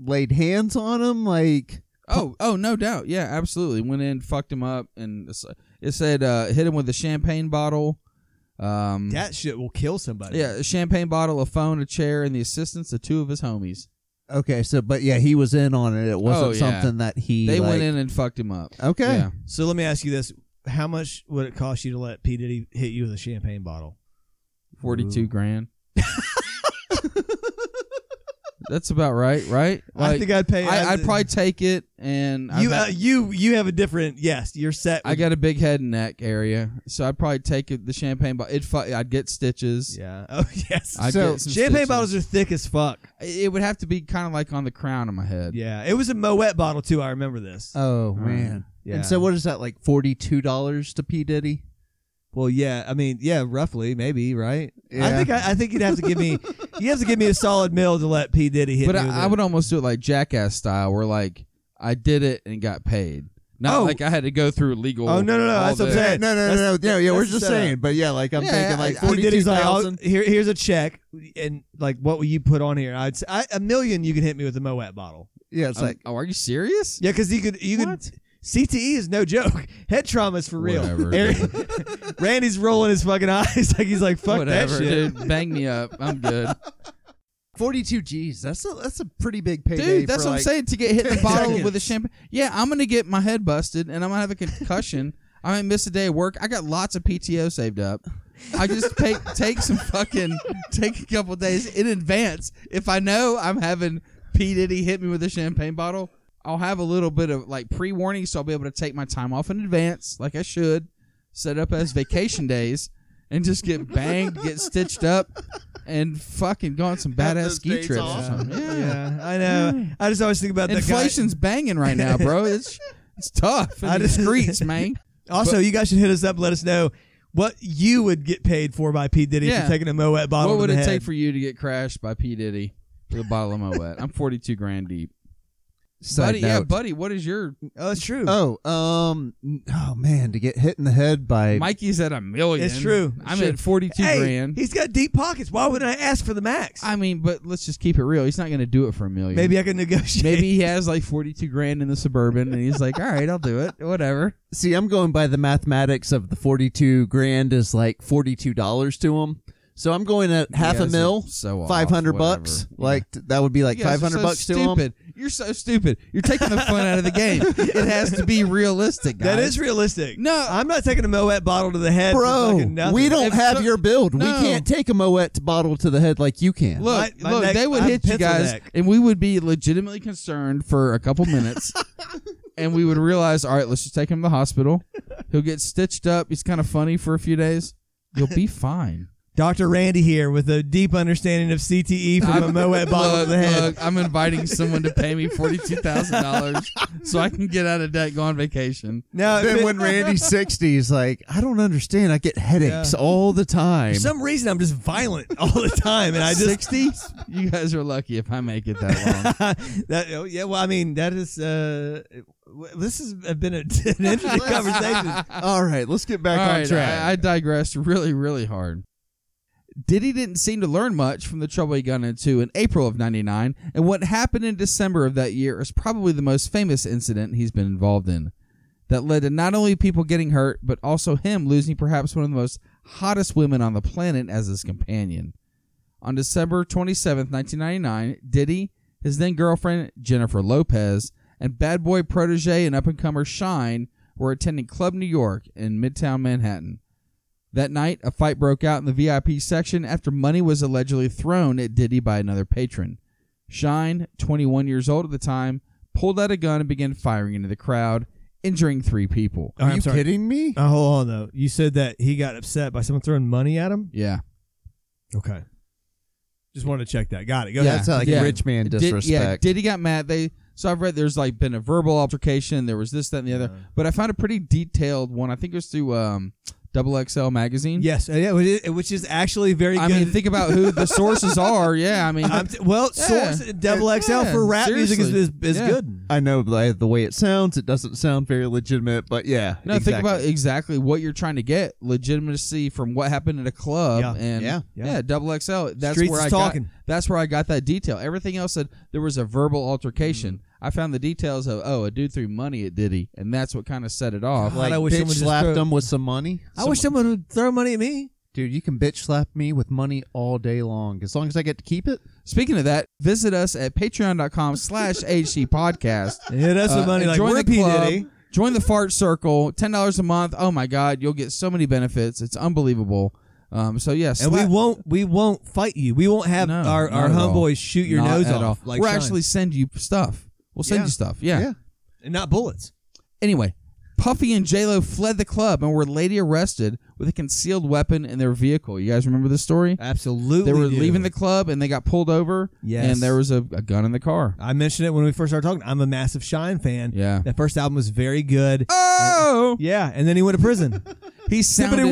Speaker 5: laid hands on him. Like,
Speaker 2: Oh, oh, no doubt. Yeah, absolutely. Went in, fucked him up, and it's- it said uh, hit him with a champagne bottle. Um,
Speaker 3: That shit will kill somebody.
Speaker 2: yeah, a champagne bottle, a phone, a chair, and the assistance of two of his homies.
Speaker 5: okay. So, but yeah, he was in on it. It wasn't
Speaker 2: Oh, yeah.
Speaker 5: something that he.
Speaker 2: They
Speaker 5: like-
Speaker 2: went in and fucked him up.
Speaker 5: Okay.
Speaker 2: Yeah.
Speaker 3: So let me ask you this: How much would it cost you to let P Diddy hit you with a champagne bottle?
Speaker 2: 42 grand. That's about right, right? Like,
Speaker 3: I think I'd pay.
Speaker 2: I, would probably take it, and I've
Speaker 3: you.
Speaker 2: had-
Speaker 3: uh, you you have a different. Yes, you're set.
Speaker 2: I got a big head and neck area, so I'd probably take it, the champagne bottle. It, fu- I'd get stitches.
Speaker 3: Yeah. Oh yes.
Speaker 2: I'd
Speaker 3: so
Speaker 2: get some
Speaker 3: champagne
Speaker 2: stitches.
Speaker 3: bottles are thick as fuck.
Speaker 2: It it would have to be kind of like on the crown of my head.
Speaker 3: Yeah. It was a Moet bottle too. I remember this.
Speaker 5: Oh
Speaker 2: Mm.
Speaker 5: man.
Speaker 3: yeah.
Speaker 5: And so, what is that like? Forty-two dollars to P. Diddy.
Speaker 3: Well, yeah. I mean, yeah. Roughly, maybe. Right. I
Speaker 5: Yeah.
Speaker 3: think. I, I think you'd have to give me. You have to give me a solid meal to let P Diddy hit
Speaker 2: But
Speaker 3: me. with
Speaker 2: I, I
Speaker 3: it.
Speaker 2: would almost do it like jackass style, where like I did it and got paid. Not
Speaker 3: Oh.
Speaker 2: like I had to go through legal.
Speaker 3: Oh no no no!
Speaker 2: all
Speaker 3: That's what I'm
Speaker 2: the-
Speaker 3: saying.
Speaker 5: No, no, no, no. Yeah, yeah. We're
Speaker 3: that's
Speaker 5: just
Speaker 3: the setup.
Speaker 5: saying. But yeah, like I'm
Speaker 2: Yeah, I-
Speaker 5: thinking like
Speaker 2: I
Speaker 3: He did.
Speaker 5: forty-two
Speaker 3: He's like, I'll-
Speaker 5: thousand.
Speaker 3: here, here's a check, and like, what will you put on here? I'd say I, a million. You can hit me with a Moet bottle. Um,
Speaker 5: Yeah, it's
Speaker 2: I'm-
Speaker 5: like
Speaker 2: oh, are you serious?
Speaker 3: Yeah, because you could, you
Speaker 2: What?
Speaker 3: could. CTE is no joke. Head trauma is for real.
Speaker 2: Whatever,
Speaker 3: Aaron- Randy's rolling his fucking eyes like he's like, fuck
Speaker 2: Whatever,
Speaker 3: that shit.
Speaker 2: dude. Bang me up. I'm good.
Speaker 5: forty-two G's. That's a that's a pretty big payday.
Speaker 2: Dude, that's
Speaker 5: for,
Speaker 2: what I'm
Speaker 5: like-
Speaker 2: saying. To get hit in the bottle with a
Speaker 3: seconds.
Speaker 2: champagne. Yeah, I'm gonna get my head busted and I'm gonna have a concussion. I might miss a day of work. I got lots of PTO saved up. I just take take some fucking take a couple days in advance. If I know I'm having P Diddy hit me with a champagne bottle, I'll have a little bit of like pre warning, so I'll be able to take my time off in advance, like I should, set up as vacation days, and just get banged, get stitched up, and fucking go on some badass
Speaker 4: those
Speaker 2: ski
Speaker 4: days
Speaker 2: trips or
Speaker 4: off.
Speaker 2: something. Yeah.
Speaker 3: I know. I just always think about that. guy-
Speaker 2: Inflation's banging right now, bro. It's it's tough in
Speaker 3: I
Speaker 2: the
Speaker 3: just-
Speaker 2: streets, man.
Speaker 3: Also, you guys should hit us up. Let us know what you would get paid for by P Diddy
Speaker 2: Yeah.
Speaker 3: for taking a Moet bottle.
Speaker 2: What
Speaker 3: to
Speaker 2: would
Speaker 3: the
Speaker 2: it
Speaker 3: head.
Speaker 2: take for you to get crashed by P Diddy with a bottle of Moet? I'm 42 grand deep.
Speaker 6: Side
Speaker 2: Buddy, yeah,
Speaker 6: note.
Speaker 2: buddy, what is your
Speaker 3: Oh, it's true.
Speaker 5: Oh, um, oh man, to get hit in the head by
Speaker 2: Mikey's at a million?
Speaker 3: It's true.
Speaker 2: I'm
Speaker 3: It's true.
Speaker 2: at 42
Speaker 3: hey,
Speaker 2: grand.
Speaker 3: he's got deep pockets. Why would I ask for the max?
Speaker 2: I mean, but let's just keep it real. He's not going to do it for a million.
Speaker 3: Maybe I can negotiate.
Speaker 2: Maybe he has like 42 grand in the suburban and he's like, "All right, I'll do it. Whatever."
Speaker 5: see, I'm going by the mathematics of the 42 grand is like 42 dollars to him. So I'm going at half
Speaker 2: You
Speaker 5: a
Speaker 2: guys
Speaker 5: mil,
Speaker 2: are So off,
Speaker 5: 500
Speaker 2: whatever.
Speaker 5: bucks.
Speaker 2: Yeah.
Speaker 5: Like t- that would be like
Speaker 2: You guys are
Speaker 5: 500
Speaker 2: so
Speaker 5: bucks to him.
Speaker 2: stupid. You're so stupid. You're taking the fun out of the game. It has to be realistic, guys.
Speaker 3: that is realistic.
Speaker 2: No.
Speaker 3: I'm not taking a Moet bottle to the head. for fucking
Speaker 5: Bro,
Speaker 3: nothing.
Speaker 5: we don't
Speaker 2: If
Speaker 5: have
Speaker 2: so-
Speaker 5: your build. We
Speaker 2: No.
Speaker 5: can't take a Moet bottle to the head like you can.
Speaker 2: Look,
Speaker 3: My- my
Speaker 2: look,
Speaker 3: neck-
Speaker 2: they would
Speaker 3: I'm
Speaker 2: hit you
Speaker 3: pencil
Speaker 2: guys,
Speaker 3: neck.
Speaker 2: and we would be legitimately concerned for a couple minutes, and we would realize, all right, let's just take him to the hospital. He'll get stitched up. He's kind of funny for a few days. You'll be fine.
Speaker 3: Dr. Randy here with a deep understanding of CTE from a Moet bottle
Speaker 2: Look,
Speaker 3: to the head.
Speaker 2: look, I'm inviting someone to pay me forty two thousand dollars so I can get out of debt, go on vacation.
Speaker 3: Now, if
Speaker 5: then
Speaker 3: it-
Speaker 5: when Randy's 60, he's like, I don't understand. I get headaches all the time.
Speaker 3: for some reason I'm just violent all the time, and I just
Speaker 2: Sixty? You guys are lucky if I make it that long.
Speaker 3: that, oh, yeah, well, I mean, that is. Uh, w- this has been a, an interesting conversation.
Speaker 5: all right, let's get back
Speaker 2: All
Speaker 5: on
Speaker 2: right,
Speaker 5: track.
Speaker 2: I, I digressed really, really hard. Diddy didn't seem to learn much from the trouble he got into in April of 99, and what happened in December of that year is probably the most famous incident he's been involved in. That led to not only people getting hurt, but also him losing perhaps one of the most hottest women on the planet as his companion. On December 27, 1999, Diddy, his then girlfriend Jennifer Lopez, and bad boy protege and up and comer Shine were attending Club New York in Midtown Manhattan. That night, a fight broke out in the VIP section after money was allegedly thrown at Diddy by another patron. Shine, 21 years old at the time, pulled out a gun and began firing into the crowd, injuring three people.
Speaker 5: Are you kidding me?
Speaker 2: Uh,
Speaker 3: Now, hold on though. You said that he got upset by someone throwing money at him.
Speaker 2: Yeah.
Speaker 3: Okay. Just wanted to check that. Got it. Go
Speaker 5: yeah,
Speaker 3: ahead.
Speaker 5: that's like
Speaker 2: Yeah.
Speaker 5: rich man
Speaker 2: Did-
Speaker 5: disrespect.
Speaker 2: yeah, Diddy got mad. They so I've read there's like been a verbal altercation. There was this, that, and the other. But I found a pretty detailed one. I think it was through um, Double XL magazine.
Speaker 3: Yes. uh, Yeah. Which is, which is actually very
Speaker 2: I
Speaker 3: good.
Speaker 2: mean, think about who the sources are. Yeah, I mean,
Speaker 3: I'm t- well,
Speaker 2: Yeah.
Speaker 3: Source Double XL
Speaker 2: Yeah,
Speaker 3: for rap music is, is,
Speaker 2: seriously.
Speaker 3: is
Speaker 2: Yeah.
Speaker 3: good.
Speaker 5: I know by the way it sounds, it doesn't sound very legitimate, but yeah.
Speaker 2: No,
Speaker 5: exactly.
Speaker 2: think about exactly what you're trying to get legitimacy from what happened at a club
Speaker 3: Yeah.
Speaker 2: and
Speaker 5: Yeah.
Speaker 3: Yeah.
Speaker 2: double XL. That's
Speaker 3: Streets
Speaker 2: where
Speaker 3: is
Speaker 2: I
Speaker 3: talking.
Speaker 2: got that's where I got that detail. Everything else said there was a verbal altercation.
Speaker 3: Mm.
Speaker 2: I found the details of oh, a dude threw money at Diddy, and that's what kind of set it off.
Speaker 3: God, I wish
Speaker 5: bitch
Speaker 3: someone just
Speaker 5: slapped
Speaker 3: throw-
Speaker 5: him with some money.
Speaker 3: I wish someone would throw money at me.
Speaker 5: Dude, you can bitch slap me with money all day long as long as I get to keep it.
Speaker 2: Speaking of that, visit us at patreon.com slash HC podcast.
Speaker 3: Hit us with
Speaker 2: Uh,
Speaker 3: money
Speaker 2: and
Speaker 3: like
Speaker 2: join the
Speaker 3: we're P
Speaker 2: club,
Speaker 3: Diddy.
Speaker 2: Join the fart circle. Ten dollars a month. Oh my god, you'll get so many benefits. It's unbelievable. Um, so yes,
Speaker 3: And we won't we won't fight you. We won't have
Speaker 2: No,
Speaker 3: our, our
Speaker 2: not at all.
Speaker 3: homeboys shoot your nose off. Like
Speaker 2: We're
Speaker 3: Shine.
Speaker 2: actually send you stuff. We'll send
Speaker 5: Yeah.
Speaker 2: you stuff. Yeah.
Speaker 5: Yeah.
Speaker 3: and not bullets.
Speaker 2: Anyway, Puffy and J Lo fled the club and were later arrested with a concealed weapon in their vehicle. You guys remember this story?
Speaker 3: Absolutely.
Speaker 2: They were
Speaker 3: do.
Speaker 2: leaving the club and they got pulled over.
Speaker 3: Yes.
Speaker 2: And there was a, a gun in the car.
Speaker 3: I mentioned it when we first started talking. I'm a massive Shine fan.
Speaker 2: Yeah.
Speaker 3: That first album was very good.
Speaker 2: Oh,
Speaker 3: Yeah, and then he went to prison.
Speaker 2: he sounded.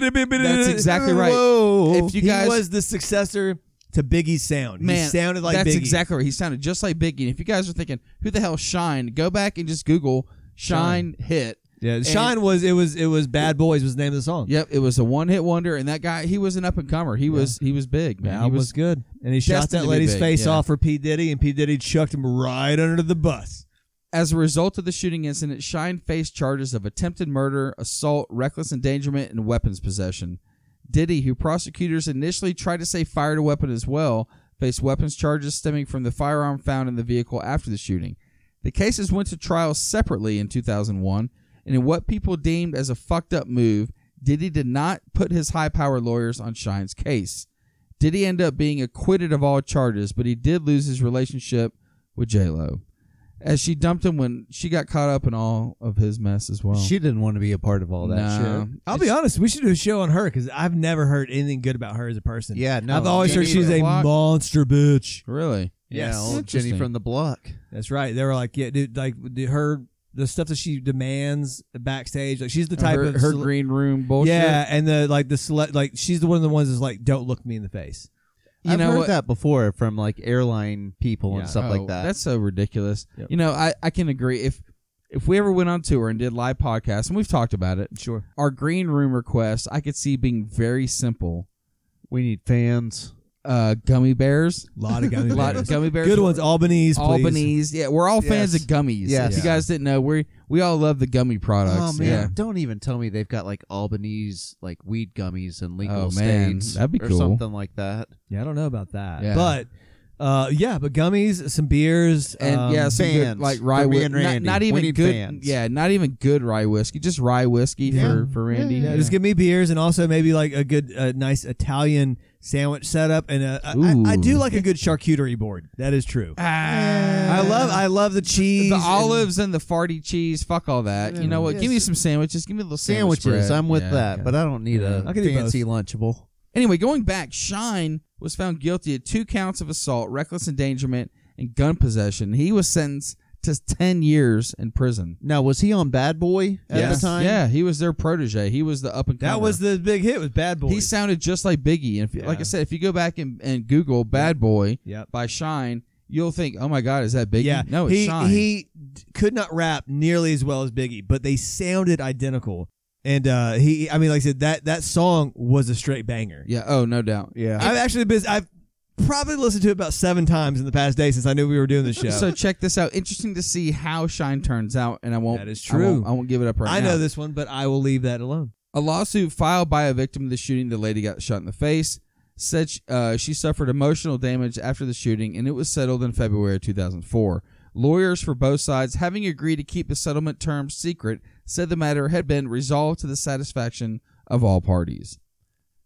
Speaker 2: That's exactly right. If you guys,
Speaker 3: he was the successor to Biggie's sound.
Speaker 2: man,
Speaker 3: he sounded like
Speaker 2: that's
Speaker 3: Biggie.
Speaker 2: exactly right. He sounded just like Biggie. And if you guys are thinking, who the hell Shine? Go back and just Google Shine, hit.
Speaker 3: Yeah, Shine was it was it was Bad Boys was the name of the song.
Speaker 2: Yep, it was a one-hit wonder, and that guy, he was an up-and-comer. He was he was big,
Speaker 3: The
Speaker 2: man. he
Speaker 3: album was,
Speaker 2: was
Speaker 3: good, and he shot
Speaker 2: destined
Speaker 3: that
Speaker 2: to be
Speaker 3: lady's
Speaker 2: big,
Speaker 3: face
Speaker 2: yeah.
Speaker 3: off for P Diddy, and P Diddy chucked him right under the bus.
Speaker 2: As a result of the shooting incident, Shine faced charges of attempted murder, assault, reckless endangerment, and weapons possession. Diddy, who prosecutors initially tried to say fired a weapon as well, faced weapons charges stemming from the firearm found in the vehicle after the shooting. The cases went to trial separately in 2001, and in what people deemed as a fucked up move, Diddy did not put his high power lawyers on Shine's case. Diddy ended up being acquitted of all charges, but he did lose his relationship with J-Lo, as she dumped him when she got caught up in all of his mess as well.
Speaker 6: She didn't want to be a part of all that
Speaker 2: Nah.
Speaker 6: shit.
Speaker 3: I'll be honest. We should do a show on her because I've never heard anything good about her as a person.
Speaker 5: Yeah, no.
Speaker 3: I've always heard
Speaker 2: Jenny
Speaker 3: she's
Speaker 2: the
Speaker 3: a
Speaker 2: Block.
Speaker 3: monster bitch.
Speaker 2: Really?
Speaker 5: Yeah,
Speaker 3: Yes.
Speaker 5: old Jenny
Speaker 2: Interesting.
Speaker 5: from the block.
Speaker 3: That's right. They were like, yeah, dude, like dude, her the stuff that she demands backstage. Like she's the type
Speaker 2: her,
Speaker 3: of
Speaker 2: her
Speaker 3: cele-
Speaker 2: green room bullshit.
Speaker 3: Yeah, and the like the select like she's the one of the ones that's like, don't look me in the face.
Speaker 2: You
Speaker 5: I've
Speaker 2: know
Speaker 5: heard
Speaker 2: what?
Speaker 5: that before from like airline people
Speaker 1: Yeah.
Speaker 5: and stuff
Speaker 2: Oh,
Speaker 5: like that.
Speaker 2: That's so ridiculous.
Speaker 1: Yep.
Speaker 2: You know, I, I can agree. If if we ever went on tour and did live podcasts, and we've talked about it,
Speaker 3: Sure.
Speaker 2: our green room request I could see being very simple.
Speaker 5: we need fans.
Speaker 2: Uh, gummy bears,
Speaker 3: A lot of
Speaker 2: a
Speaker 3: gummy
Speaker 2: lot of
Speaker 3: bears.
Speaker 2: gummy bears,
Speaker 3: Good ones, Albanese, please.
Speaker 2: Albanese. Yeah, we're all fans of
Speaker 5: Yes.
Speaker 2: gummies.
Speaker 5: Yes.
Speaker 2: If you guys didn't know, we we all love the gummy products.
Speaker 5: Oh man,
Speaker 2: Yeah.
Speaker 5: don't even tell me they've got like Albanese like weed gummies and legal
Speaker 2: Oh, man,
Speaker 5: states
Speaker 2: that'd be
Speaker 5: or
Speaker 2: cool.
Speaker 5: something like that.
Speaker 3: Yeah, I don't know about that.
Speaker 2: Yeah.
Speaker 3: But uh yeah, but gummies, some beers,
Speaker 2: and
Speaker 3: um,
Speaker 2: yeah, some good,
Speaker 5: fans
Speaker 2: like
Speaker 5: for
Speaker 2: rye
Speaker 5: me
Speaker 2: whiskey.
Speaker 5: and
Speaker 2: Not,
Speaker 5: Randy.
Speaker 2: not
Speaker 5: We
Speaker 2: even
Speaker 5: need
Speaker 2: good.
Speaker 5: fans.
Speaker 2: Yeah, not even good rye whiskey. Just rye whiskey for for Randy.
Speaker 3: Yeah, just give me beers and also maybe like a good, a nice Italian sandwich setup and a, I, I, I do
Speaker 2: Ooh. Ah.
Speaker 3: like a good charcuterie board. That is true. I love, I love the cheese,
Speaker 2: the
Speaker 3: and-
Speaker 2: olives and the farty cheese. Fuck all that. You know what? Give me some sandwiches. Give me a little sandwich
Speaker 5: Sandwiches,
Speaker 2: bread.
Speaker 5: I'm with
Speaker 2: Yeah,
Speaker 5: that,
Speaker 2: yeah.
Speaker 5: but I don't need
Speaker 3: I
Speaker 5: a
Speaker 3: could do both.
Speaker 5: fancy lunchable.
Speaker 2: Anyway, going back, Shine was found guilty of two counts of assault, reckless endangerment, and gun possession. He was sentenced to ten years in prison.
Speaker 5: Now, was he on Bad Boy at
Speaker 2: Yes.
Speaker 5: the time?
Speaker 2: Yeah, he was their protege. He was the up and
Speaker 3: That
Speaker 2: comer.
Speaker 3: was the big hit with Bad Boys.
Speaker 2: He sounded just like Biggie. And if, like I said, if you go back and, and Google "Bad Boy"
Speaker 3: Yep.
Speaker 2: by Shine, you'll think, "Oh my God, is that Biggie?"
Speaker 3: yeah,
Speaker 2: no, it's
Speaker 3: he
Speaker 2: Shine.
Speaker 3: he d- could not rap nearly as well as Biggie, but they sounded identical. And uh he, I mean, like I said, that that song was a straight banger.
Speaker 2: yeah. Oh, no doubt.
Speaker 5: yeah.
Speaker 3: I've actually been, I've probably listened to it about seven times in the past day since I knew we were doing the show.
Speaker 2: So check this out. Interesting to see how Shine turns out, and I won't.
Speaker 3: That is
Speaker 2: I won't- I
Speaker 3: true.
Speaker 2: won't, give it up right
Speaker 3: I
Speaker 2: now.
Speaker 3: know this one, but I will leave that alone.
Speaker 2: A lawsuit filed by a victim of the shooting, the lady got shot in the face, said sh- uh, she suffered emotional damage after the shooting, and it was settled in February 2004. Lawyers for both sides, having agreed to keep the settlement terms secret, said the matter had been resolved to the satisfaction of all parties.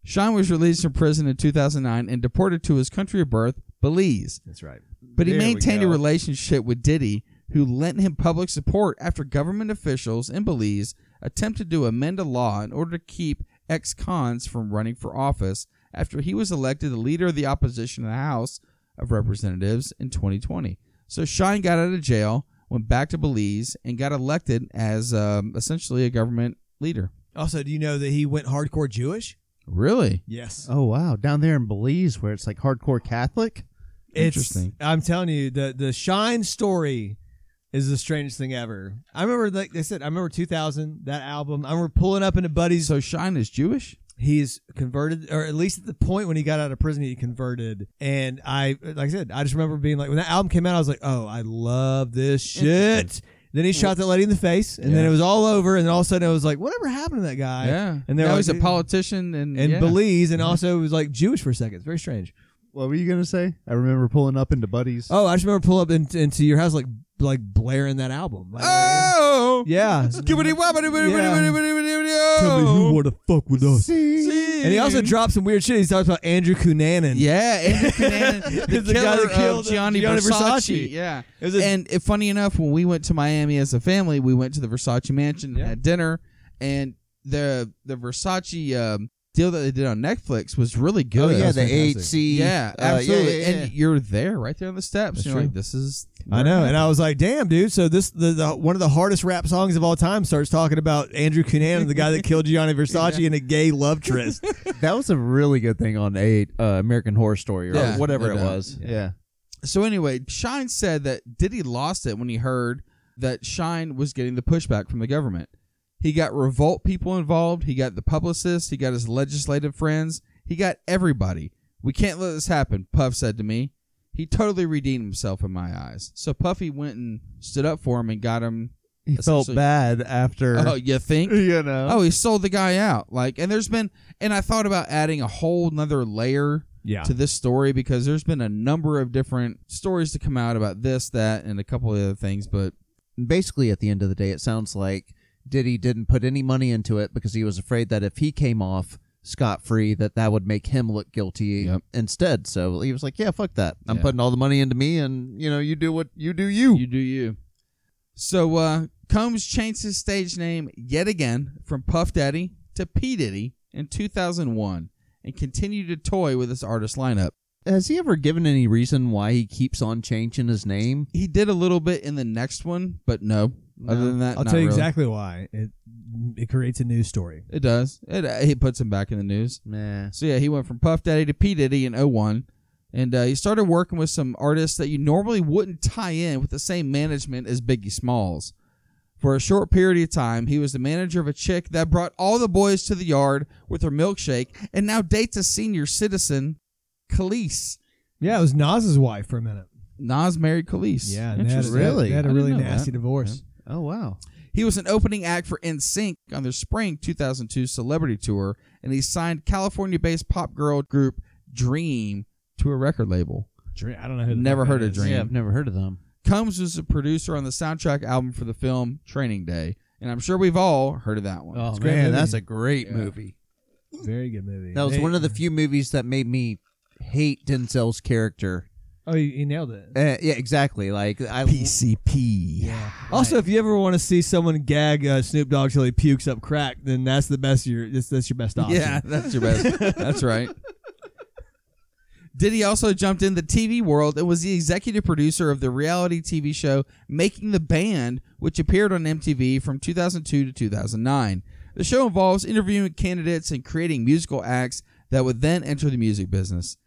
Speaker 2: Shine was released from prison in 2009 and deported to his country of birth, Belize.
Speaker 1: That's right.
Speaker 2: But he
Speaker 5: There we
Speaker 2: maintained a
Speaker 5: go.
Speaker 2: relationship with Diddy, who lent him public support after government officials in Belize attempted to amend a law in order to keep ex cons from running for office after he was elected the leader of the opposition in the House of Representatives in 2020. So Shine got out of jail, went back to Belize, and got elected as um, essentially a government leader.
Speaker 3: Also, do you know that he went hardcore Jewish?
Speaker 2: Really?
Speaker 3: Yes.
Speaker 5: Oh wow, down there in Belize where it's like hardcore Catholic.
Speaker 2: Interesting.
Speaker 3: I'm telling you, the the Shine story is the strangest thing ever. I remember, like they said, I remember 2000 that album. I remember pulling up into buddies.
Speaker 2: So Shine is Jewish?
Speaker 3: He's converted, or at least at the point when he got out of prison, he converted. And I, like I said, I just remember being like, when that album came out, I was like, oh, I love this shit. Then he shot that lady in the face, and then
Speaker 2: Mm-hmm. Yeah.
Speaker 3: it was all over. And then all of a sudden, it was like, whatever happened to that guy?
Speaker 2: yeah.
Speaker 3: and
Speaker 2: And
Speaker 3: they're
Speaker 2: now
Speaker 3: like-
Speaker 2: he's a politician and,
Speaker 3: and
Speaker 2: yeah. Mm-hmm.
Speaker 3: Belize, and also it was like Jewish for a second. It's very strange.
Speaker 5: What were you gonna say? I remember pulling up into buddies.
Speaker 3: Oh, I just remember pull up in, into your house like like blaring that album. Like,
Speaker 2: Oh!
Speaker 3: yeah.
Speaker 2: Gibbity wobbity wobbity wobbity wobbity wobbity oh.
Speaker 3: want to fuck with us.
Speaker 5: See?
Speaker 2: See.
Speaker 3: And he also dropped some weird shit. He talks about Andrew Cunanan.
Speaker 2: Yeah, Andrew Cunanan, the,
Speaker 3: He's the guy
Speaker 2: killer
Speaker 3: that killed,
Speaker 2: of
Speaker 3: uh,
Speaker 2: Gianni,
Speaker 3: Gianni
Speaker 2: Versace.
Speaker 3: Versace.
Speaker 2: Yeah,
Speaker 3: It was a-
Speaker 2: and it, funny enough, when we went to Miami as a family, we went to the Versace mansion, and
Speaker 3: Yeah.
Speaker 2: had dinner, and the the Versace um, deal that they did on Netflix was really good.
Speaker 5: Oh yeah,
Speaker 2: That's
Speaker 5: the
Speaker 2: fantastic.
Speaker 5: HC.
Speaker 2: yeah,
Speaker 5: uh, yeah,
Speaker 2: absolutely.
Speaker 5: yeah, yeah.
Speaker 2: And you're there, right there on the steps.
Speaker 3: That's
Speaker 2: you're
Speaker 3: true.
Speaker 2: like, this is.
Speaker 3: I know. And I was like, damn, dude. So this the, the one of the hardest rap songs of all time starts talking about Andrew Cunanan, the guy that killed Gianni Versace in a gay love tryst.
Speaker 5: that was a really good thing on a uh, American Horror Story or
Speaker 2: Yeah,
Speaker 5: whatever
Speaker 2: no
Speaker 5: it
Speaker 2: doubt.
Speaker 5: was. Yeah.
Speaker 2: So anyway, Shine said that Diddy lost it when he heard that Shine was getting the pushback from the government. He got revolt people involved. He got the publicists. He got his legislative friends. He got everybody. We can't let this happen, Puff said to me. He totally redeemed himself in my eyes. So Puffy went and stood up for him and got him.
Speaker 5: He felt
Speaker 2: Essentially-
Speaker 5: bad after.
Speaker 2: Oh, you think?
Speaker 5: you know.
Speaker 2: Oh, he sold the guy out. Like, and there's been, and I thought about adding a whole nother layer
Speaker 3: Yeah.
Speaker 2: to this story because there's been a number of different stories to come out about this, that, and a couple of other things. But
Speaker 5: basically at the end of the day it sounds like Diddy didn't put any money into it because he was afraid that if he came off scot free, that that would make him look guilty
Speaker 2: Yep.
Speaker 5: instead. So he was like, "Yeah, fuck that. I'm
Speaker 2: Yeah.
Speaker 5: putting all the money into me, and you know, you do what you do. You,
Speaker 2: You do you. So uh, Combs changed his stage name yet again from Puff Daddy to P Diddy in 2001, and continued to toy with his artist lineup.
Speaker 5: has he ever given any reason why he keeps on changing his name?
Speaker 2: He did a little bit in the next one, but no. Other than that,
Speaker 6: I'll
Speaker 2: not
Speaker 6: tell you
Speaker 2: really.
Speaker 6: exactly why. It it creates a news story.
Speaker 2: It does. It uh, he puts him back in the news.
Speaker 5: Nah.
Speaker 2: So yeah, he went from Puff Daddy to P Diddy in 01. And uh, he started working with some artists that you normally wouldn't tie in with the same management as Biggie Smalls. For a short period of time, he was the manager of a chick that brought all the boys to the yard with her milkshake and now dates a senior citizen, Khalees.
Speaker 6: Yeah, it was Nas's wife for a minute.
Speaker 2: Nas married Khalees.
Speaker 6: Yeah, and they had,
Speaker 2: Interesting.
Speaker 6: a- They had
Speaker 2: I
Speaker 6: a
Speaker 2: didn't
Speaker 6: really
Speaker 2: know that.
Speaker 6: nasty divorce.
Speaker 5: Oh wow.
Speaker 2: He was an opening act for NSYNC on their spring 2002 celebrity tour, and he signed California-based pop girl group Dream to a record label.
Speaker 6: Dream, I don't know who. the
Speaker 2: Never
Speaker 6: fuck that
Speaker 2: heard of
Speaker 6: is.
Speaker 2: Dream.
Speaker 5: Yeah, I've never heard of them.
Speaker 2: Combs was a producer on the soundtrack album for the film Training Day, and I'm sure we've all heard of that one.
Speaker 5: Oh
Speaker 6: a great movie.
Speaker 5: great movie.
Speaker 6: Very good movie.
Speaker 5: That was
Speaker 6: They-
Speaker 5: one of the few movies that made me hate Denzel's character.
Speaker 6: Oh, he, he nailed it.
Speaker 5: Uh, yeah, exactly. Like I
Speaker 2: PCP.
Speaker 6: Yeah.
Speaker 3: Also, if you ever want to see someone gag uh, Snoop Dogg till he pukes up crack, then that's the best. Your that's, that's your best option.
Speaker 2: Yeah, that's your best. that's right. Diddy also jumped in the TV world and was the executive producer of the reality TV show Making the Band, which appeared on MTV from 2002 to 2009. The show involves interviewing candidates and creating musical acts that would then enter the music business.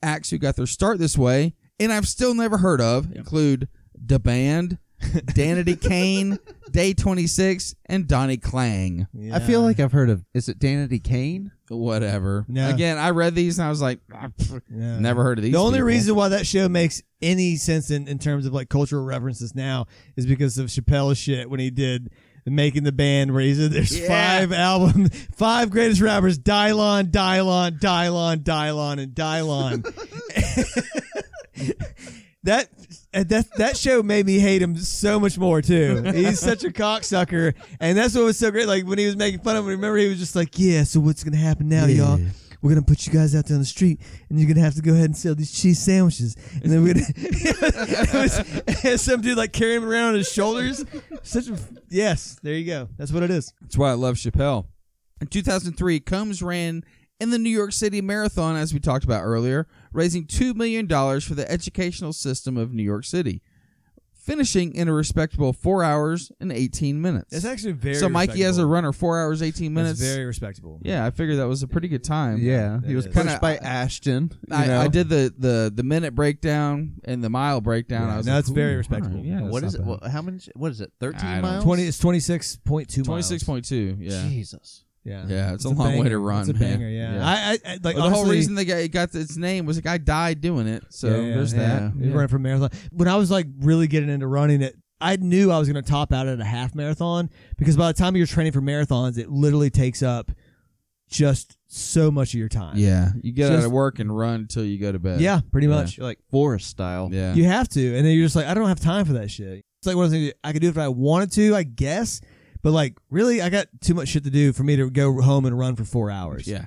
Speaker 2: Acts who got their start this way, and I've still never heard of, include The Band, Danity Kane, Day 26, and Donnie Klang
Speaker 6: Yeah.
Speaker 5: I feel like I've heard of. Is it Danity Kane?
Speaker 2: whatever.
Speaker 6: No.
Speaker 2: Again, I read these and I was like, "Ah, pff,
Speaker 6: Yeah.
Speaker 2: never heard of these.
Speaker 3: The only
Speaker 2: people."
Speaker 3: reason why that show makes any sense in, in terms of like cultural references now is because of Chappelle's shit when he did making the band where he said there's five albums, five greatest rappers, Dylon, Dylon, Dylon, Dylon, and Dylon. that uh, that that show made me hate him so much more too. He's such a cocksucker, and that's what was so great. Like when he was making fun of him, remember he was just like, "Yeah, so what's gonna happen now, y'all? We're gonna put you guys out there on the street, and you're gonna have to go ahead and sell these cheese sandwiches." And then we're gonna it was, and some dude like carrying him around on his shoulders. Such a yes, there you go. That's what it is.
Speaker 2: That's why I love Chappelle. In 2003, Combs ran in the New York City Marathon, as we talked about earlier, raising $2 million for the educational system of New York City, finishing in a respectable 4 hours and 18 minutes.
Speaker 6: That's actually very.
Speaker 2: so Mikey as a
Speaker 6: respectable.
Speaker 2: runner, 4 hours, 18
Speaker 6: That's
Speaker 2: minutes.
Speaker 6: very respectable.
Speaker 2: yeah, I figured that was a pretty good time.
Speaker 5: Yeah,
Speaker 6: it
Speaker 5: he was
Speaker 6: is.
Speaker 5: pushed
Speaker 2: Kinda-
Speaker 5: by Ashton. you
Speaker 2: I,
Speaker 5: know?
Speaker 2: I did the, the, the minute breakdown and the mile breakdown.
Speaker 6: Yeah,
Speaker 2: I was
Speaker 6: no,
Speaker 2: like,
Speaker 6: it's very
Speaker 2: "Ooh, all
Speaker 6: respectable.
Speaker 2: right, yeah,
Speaker 5: What
Speaker 2: that's
Speaker 5: is it?
Speaker 2: not bad."
Speaker 5: What, how many? What is it?
Speaker 2: I
Speaker 5: Thirteen
Speaker 2: don't know.
Speaker 5: miles.
Speaker 6: Twenty. It's twenty six point two.
Speaker 2: 26.2, yeah.
Speaker 5: Jesus.
Speaker 6: Yeah.
Speaker 2: Yeah, it's, a
Speaker 6: It's a
Speaker 2: long way to
Speaker 6: banger.
Speaker 2: run,
Speaker 6: It's a
Speaker 2: man.
Speaker 6: banger, yeah.
Speaker 3: I, I, I like
Speaker 2: Well, the whole
Speaker 3: honestly-
Speaker 2: reason the guy got its name was the guy died doing it. So
Speaker 6: Yeah,
Speaker 2: there's that.
Speaker 6: yeah.
Speaker 3: You Running for a marathon. When I was like really getting into running it, I knew I was going to top out at a half marathon because by the time you're training for marathons, it literally takes up just so much of your time.
Speaker 2: Yeah, you get out
Speaker 3: Just-
Speaker 2: of work and run until you go to bed.
Speaker 3: Yeah, pretty
Speaker 2: Yeah.
Speaker 3: much.
Speaker 5: Like forest style.
Speaker 2: yeah.
Speaker 3: You have to. And then you're just like, I don't have time for that shit. It's like one of the things I could do if I wanted to, I guess. But like, really, I got too much shit to do for me to go home and run for four hours.
Speaker 2: Yeah.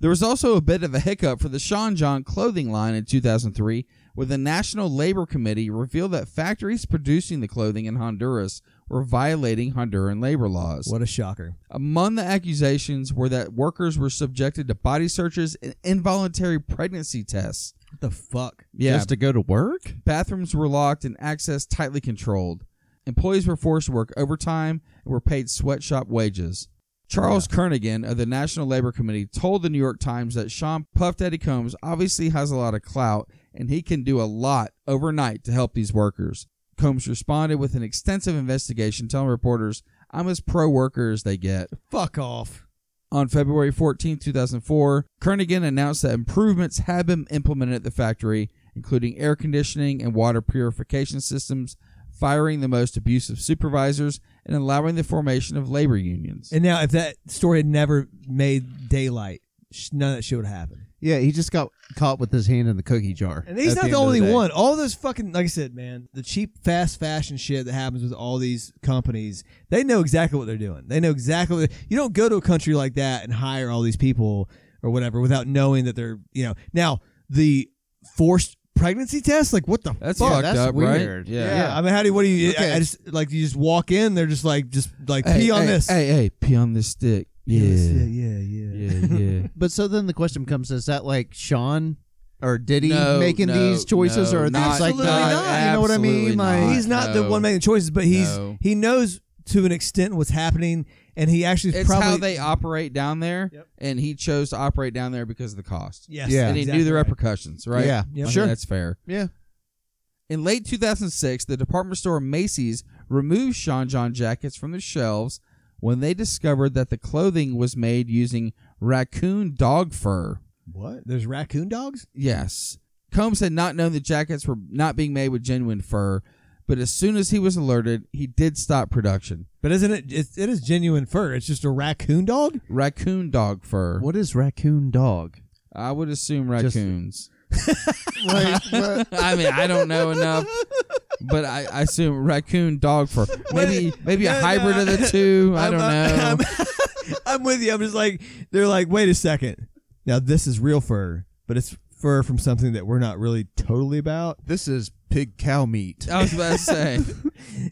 Speaker 2: There was also a bit of a hiccup for the Sean John clothing line in 2003 when the National Labor Committee revealed that factories producing the clothing in Honduras were violating Honduran labor laws.
Speaker 3: What a shocker.
Speaker 2: Among the accusations were that workers were subjected to body searches and involuntary pregnancy tests.
Speaker 3: What the fuck?
Speaker 2: Yeah,
Speaker 5: Just to go to work.
Speaker 2: Bathrooms were locked and access tightly controlled. Employees were forced to work overtime and were paid sweatshop wages. Charles Kernigan of the National Labor Committee told the New York Times that Sean Puff Daddy Combs obviously has a lot of clout and he can do a lot overnight to help these workers. Combs responded with an extensive investigation, telling reporters, I'm as pro worker as they get.
Speaker 3: Fuck off.
Speaker 2: On February 14, 2004, Kernigan announced that improvements had been implemented at the factory, including air conditioning and water purification systems, firing the most abusive supervisors, and allowing the formation of labor unions.
Speaker 3: And now, if that story had never made daylight, sh- none of that shit would happen.
Speaker 5: Yeah, he just got caught with his hand in the cookie jar.
Speaker 3: And he's
Speaker 5: at
Speaker 3: not the,
Speaker 5: end of
Speaker 3: only
Speaker 5: day.
Speaker 3: one. All those fucking, like I said, man, the cheap fast fashion shit that happens with all these companies, they know exactly what they're doing. They know exactly. What you don't go to a country like that and hire all these people or whatever without knowing that they're, you know. Now the forced pregnancy test, like what the
Speaker 2: That's
Speaker 3: fuck?
Speaker 2: fucked
Speaker 5: that's
Speaker 2: up,
Speaker 5: weird.
Speaker 2: right? Yeah.
Speaker 3: Yeah. I mean, how do you, what do you, I-
Speaker 5: Okay.
Speaker 3: I, just, like, you just walk in, they're just like, just like,
Speaker 2: Hey,
Speaker 3: pee on
Speaker 2: hey,
Speaker 3: this.
Speaker 2: Hey, hey, pee on this stick. Yeah.
Speaker 3: yeah, yeah.
Speaker 2: Yeah, yeah.
Speaker 5: But so then the question becomes: Is that like Sean or Diddy
Speaker 2: No,
Speaker 5: making
Speaker 2: no,
Speaker 5: these choices,
Speaker 2: no,
Speaker 5: or are these
Speaker 2: not-
Speaker 5: like
Speaker 3: Absolutely
Speaker 5: not-
Speaker 3: not.
Speaker 5: You know what I
Speaker 2: Absolutely
Speaker 5: mean? Like
Speaker 2: not.
Speaker 3: He's not the
Speaker 2: no.
Speaker 3: one making the choices, but he's,
Speaker 2: No.
Speaker 3: he knows to an extent what's happening, and he actually
Speaker 2: It's
Speaker 3: probably,
Speaker 2: how they operate down there,
Speaker 3: Yep.
Speaker 2: and he chose to operate down there because of the cost.
Speaker 3: yes,
Speaker 5: Yeah.
Speaker 2: and he
Speaker 3: exactly
Speaker 2: knew the
Speaker 3: right.
Speaker 2: repercussions, right?
Speaker 5: Yeah,
Speaker 2: I
Speaker 3: Yep.
Speaker 2: think
Speaker 5: sure.
Speaker 2: that's fair.
Speaker 5: Yeah.
Speaker 2: In late 2006, the department store Macy's removed Sean John jackets from the shelves when they discovered that the clothing was made using raccoon dog fur.
Speaker 3: What? There's raccoon dogs?
Speaker 2: Yes. Combs had not known the jackets were not being made with genuine fur, but as soon as he was alerted, he did stop production.
Speaker 3: But isn't it? It, it is genuine fur. It's just a raccoon dog.
Speaker 2: Raccoon dog fur.
Speaker 5: What is raccoon dog?
Speaker 2: I would assume
Speaker 5: Just-
Speaker 2: raccoons. I mean, I don't know enough, but I, I assume raccoon dog fur. Maybe maybe a
Speaker 3: no,
Speaker 2: hybrid
Speaker 3: no.
Speaker 2: of the two. I
Speaker 3: I'm-
Speaker 2: don't know.
Speaker 3: I'm, I'm, I'm with you. I'm just like they're like. Wait a second. Now this is real fur, but it's fur from something that we're not really totally about.
Speaker 5: This is pig cow meat.
Speaker 2: I was about to say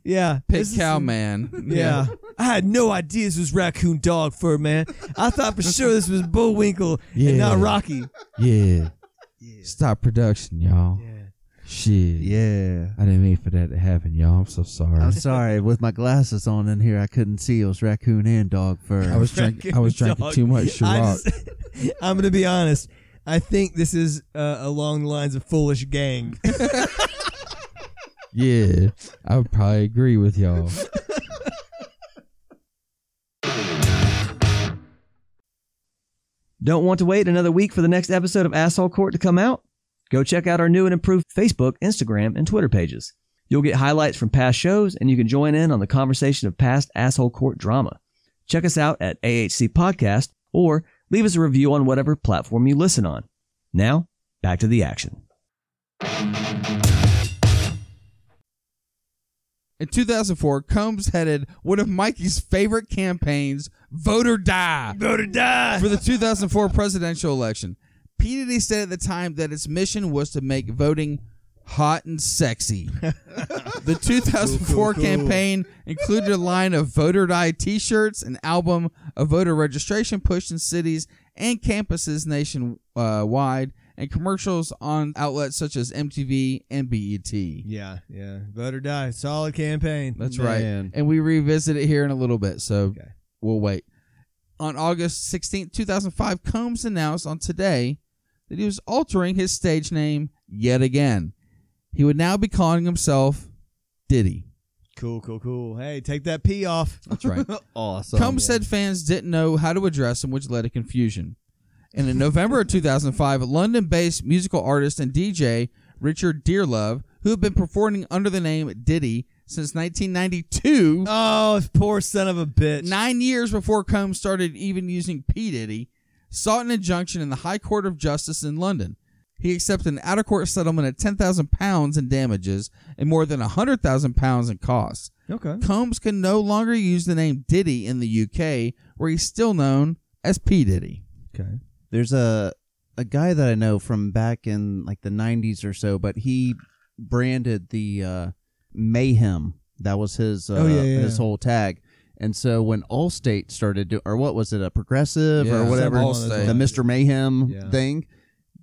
Speaker 3: Yeah,
Speaker 2: pig
Speaker 3: this is
Speaker 2: cow
Speaker 3: some-
Speaker 2: man.
Speaker 3: Yeah. I had no idea this was raccoon dog fur, man. I thought for sure this was Bullwinkle and not
Speaker 2: Yeah.
Speaker 3: Rocky.
Speaker 2: yeah. Stop production, y'all. Shit.
Speaker 5: Yeah.
Speaker 2: I didn't mean for that to happen, y'all. I'm so sorry.
Speaker 5: I'm sorry. With my glasses on in here, I couldn't see it was raccoon and dog fur.
Speaker 2: I was drinking. I was
Speaker 3: Raccoon
Speaker 2: drinking
Speaker 3: dog.
Speaker 2: too much
Speaker 3: I
Speaker 2: Ciroc.
Speaker 3: just- I'm gonna be honest. I think this is uh, along the lines of foolish gang.
Speaker 2: yeah, I would probably agree with y'all.
Speaker 1: Don't want to wait another week for the next episode of Asshole Court to come out? Go check out our new and improved Facebook, Instagram, and Twitter pages. You'll get highlights from past shows, and you can join in on the conversation of past Asshole Court drama. Check us out at AHC Podcast or leave us a review on whatever platform you listen on. Now, back to the action.
Speaker 2: In 2004, Combs headed one of Mikey's favorite campaigns, Vote or Die. Vote or Die. For the 2004 presidential election. P. Diddy said at the time that its mission was to make voting hot and sexy. the 2004 campaign included a line of Vote or Die t shirts, an album, a voter registration push in cities and campuses nationwide, and commercials on outlets such as MTV and E BET.
Speaker 3: yeah, yeah. Vote or die. Solid campaign.
Speaker 2: That's right.
Speaker 5: Man.
Speaker 2: And we revisit it here in a little bit, so we'll wait. On August 16th, 2005, Combs announced on Today that he was altering his stage name yet again. He would now be calling himself Diddy.
Speaker 3: Cool, cool, cool. Hey, take that pee off.
Speaker 2: That's right.
Speaker 5: awesome.
Speaker 2: Combs said fans didn't know how to address him, which led to confusion. And in November of 2005, London based musical artist and DJ Richard Dearlove, who had been performing under the name Diddy since 1992,
Speaker 3: Oh, poor son of a bitch.
Speaker 2: nine years before Combs started even using P. Diddy, sought an injunction in the High Court of Justice in London. He accepted an out of court settlement of £10,000 in damages and more than £100,000 in costs.
Speaker 3: Okay.
Speaker 2: Combs can no longer use the name Diddy in the UK, where he's still known as P. Diddy.
Speaker 5: There's a a guy that I know from back in like the 90s or so, but he branded the uh, mayhem. That was his uh,
Speaker 3: Oh, yeah, yeah,
Speaker 5: his
Speaker 3: yeah.
Speaker 5: whole tag. And so when Allstate started doing, or what was it, a progressive
Speaker 2: Yeah.
Speaker 5: or whatever,
Speaker 2: Some
Speaker 5: the
Speaker 2: Allstate.
Speaker 5: Mr. Mayhem
Speaker 3: Yeah.
Speaker 5: thing,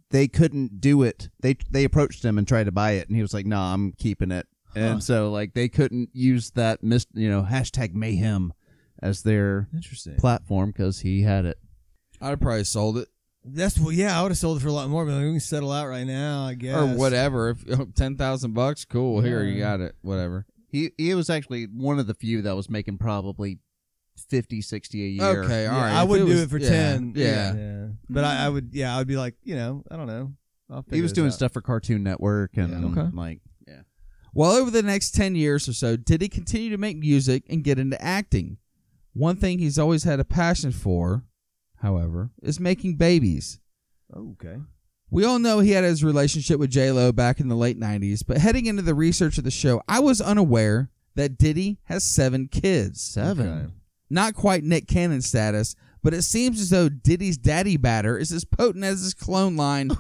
Speaker 5: they couldn't do it. They they approached him and tried to buy it, and he was like, "Nah, I'm keeping it." And so like they couldn't use that, mis- you know, hashtag Mayhem as their
Speaker 3: Interesting.
Speaker 5: platform because he had it.
Speaker 2: I'd have probably sold it
Speaker 3: That's well, yeah. I would have sold it for a lot more, but we can settle out right now, I guess.
Speaker 2: or whatever. If oh, ten thousand bucks, cool. Here you got it. Whatever.
Speaker 5: He he was actually one of the few that was making probably 50, 60 a year.
Speaker 2: Okay, all
Speaker 3: Yeah,
Speaker 2: right.
Speaker 3: I
Speaker 2: If
Speaker 3: wouldn't do
Speaker 2: was-
Speaker 3: it for
Speaker 2: yeah,
Speaker 3: ten.
Speaker 2: Yeah.
Speaker 3: But I, I would. Yeah, I would be like, you know, I don't know. I'll
Speaker 5: He
Speaker 3: figure
Speaker 5: was
Speaker 3: this
Speaker 5: doing
Speaker 3: out.
Speaker 5: stuff for Cartoon Network and
Speaker 2: Yeah. Okay.
Speaker 5: like
Speaker 2: Well, over the next 10 years or so, Diddy continued to make music and get into acting. One thing he's always had a passion for, however, is making babies.
Speaker 5: Okay.
Speaker 2: We all know he had his relationship with J-Lo back in the late 90s, but heading into the research of the show, I was unaware that Diddy has seven kids.
Speaker 5: Seven. Okay.
Speaker 2: Not quite Nick Cannon status, but it seems as though Diddy's daddy batter is as potent as his clone line,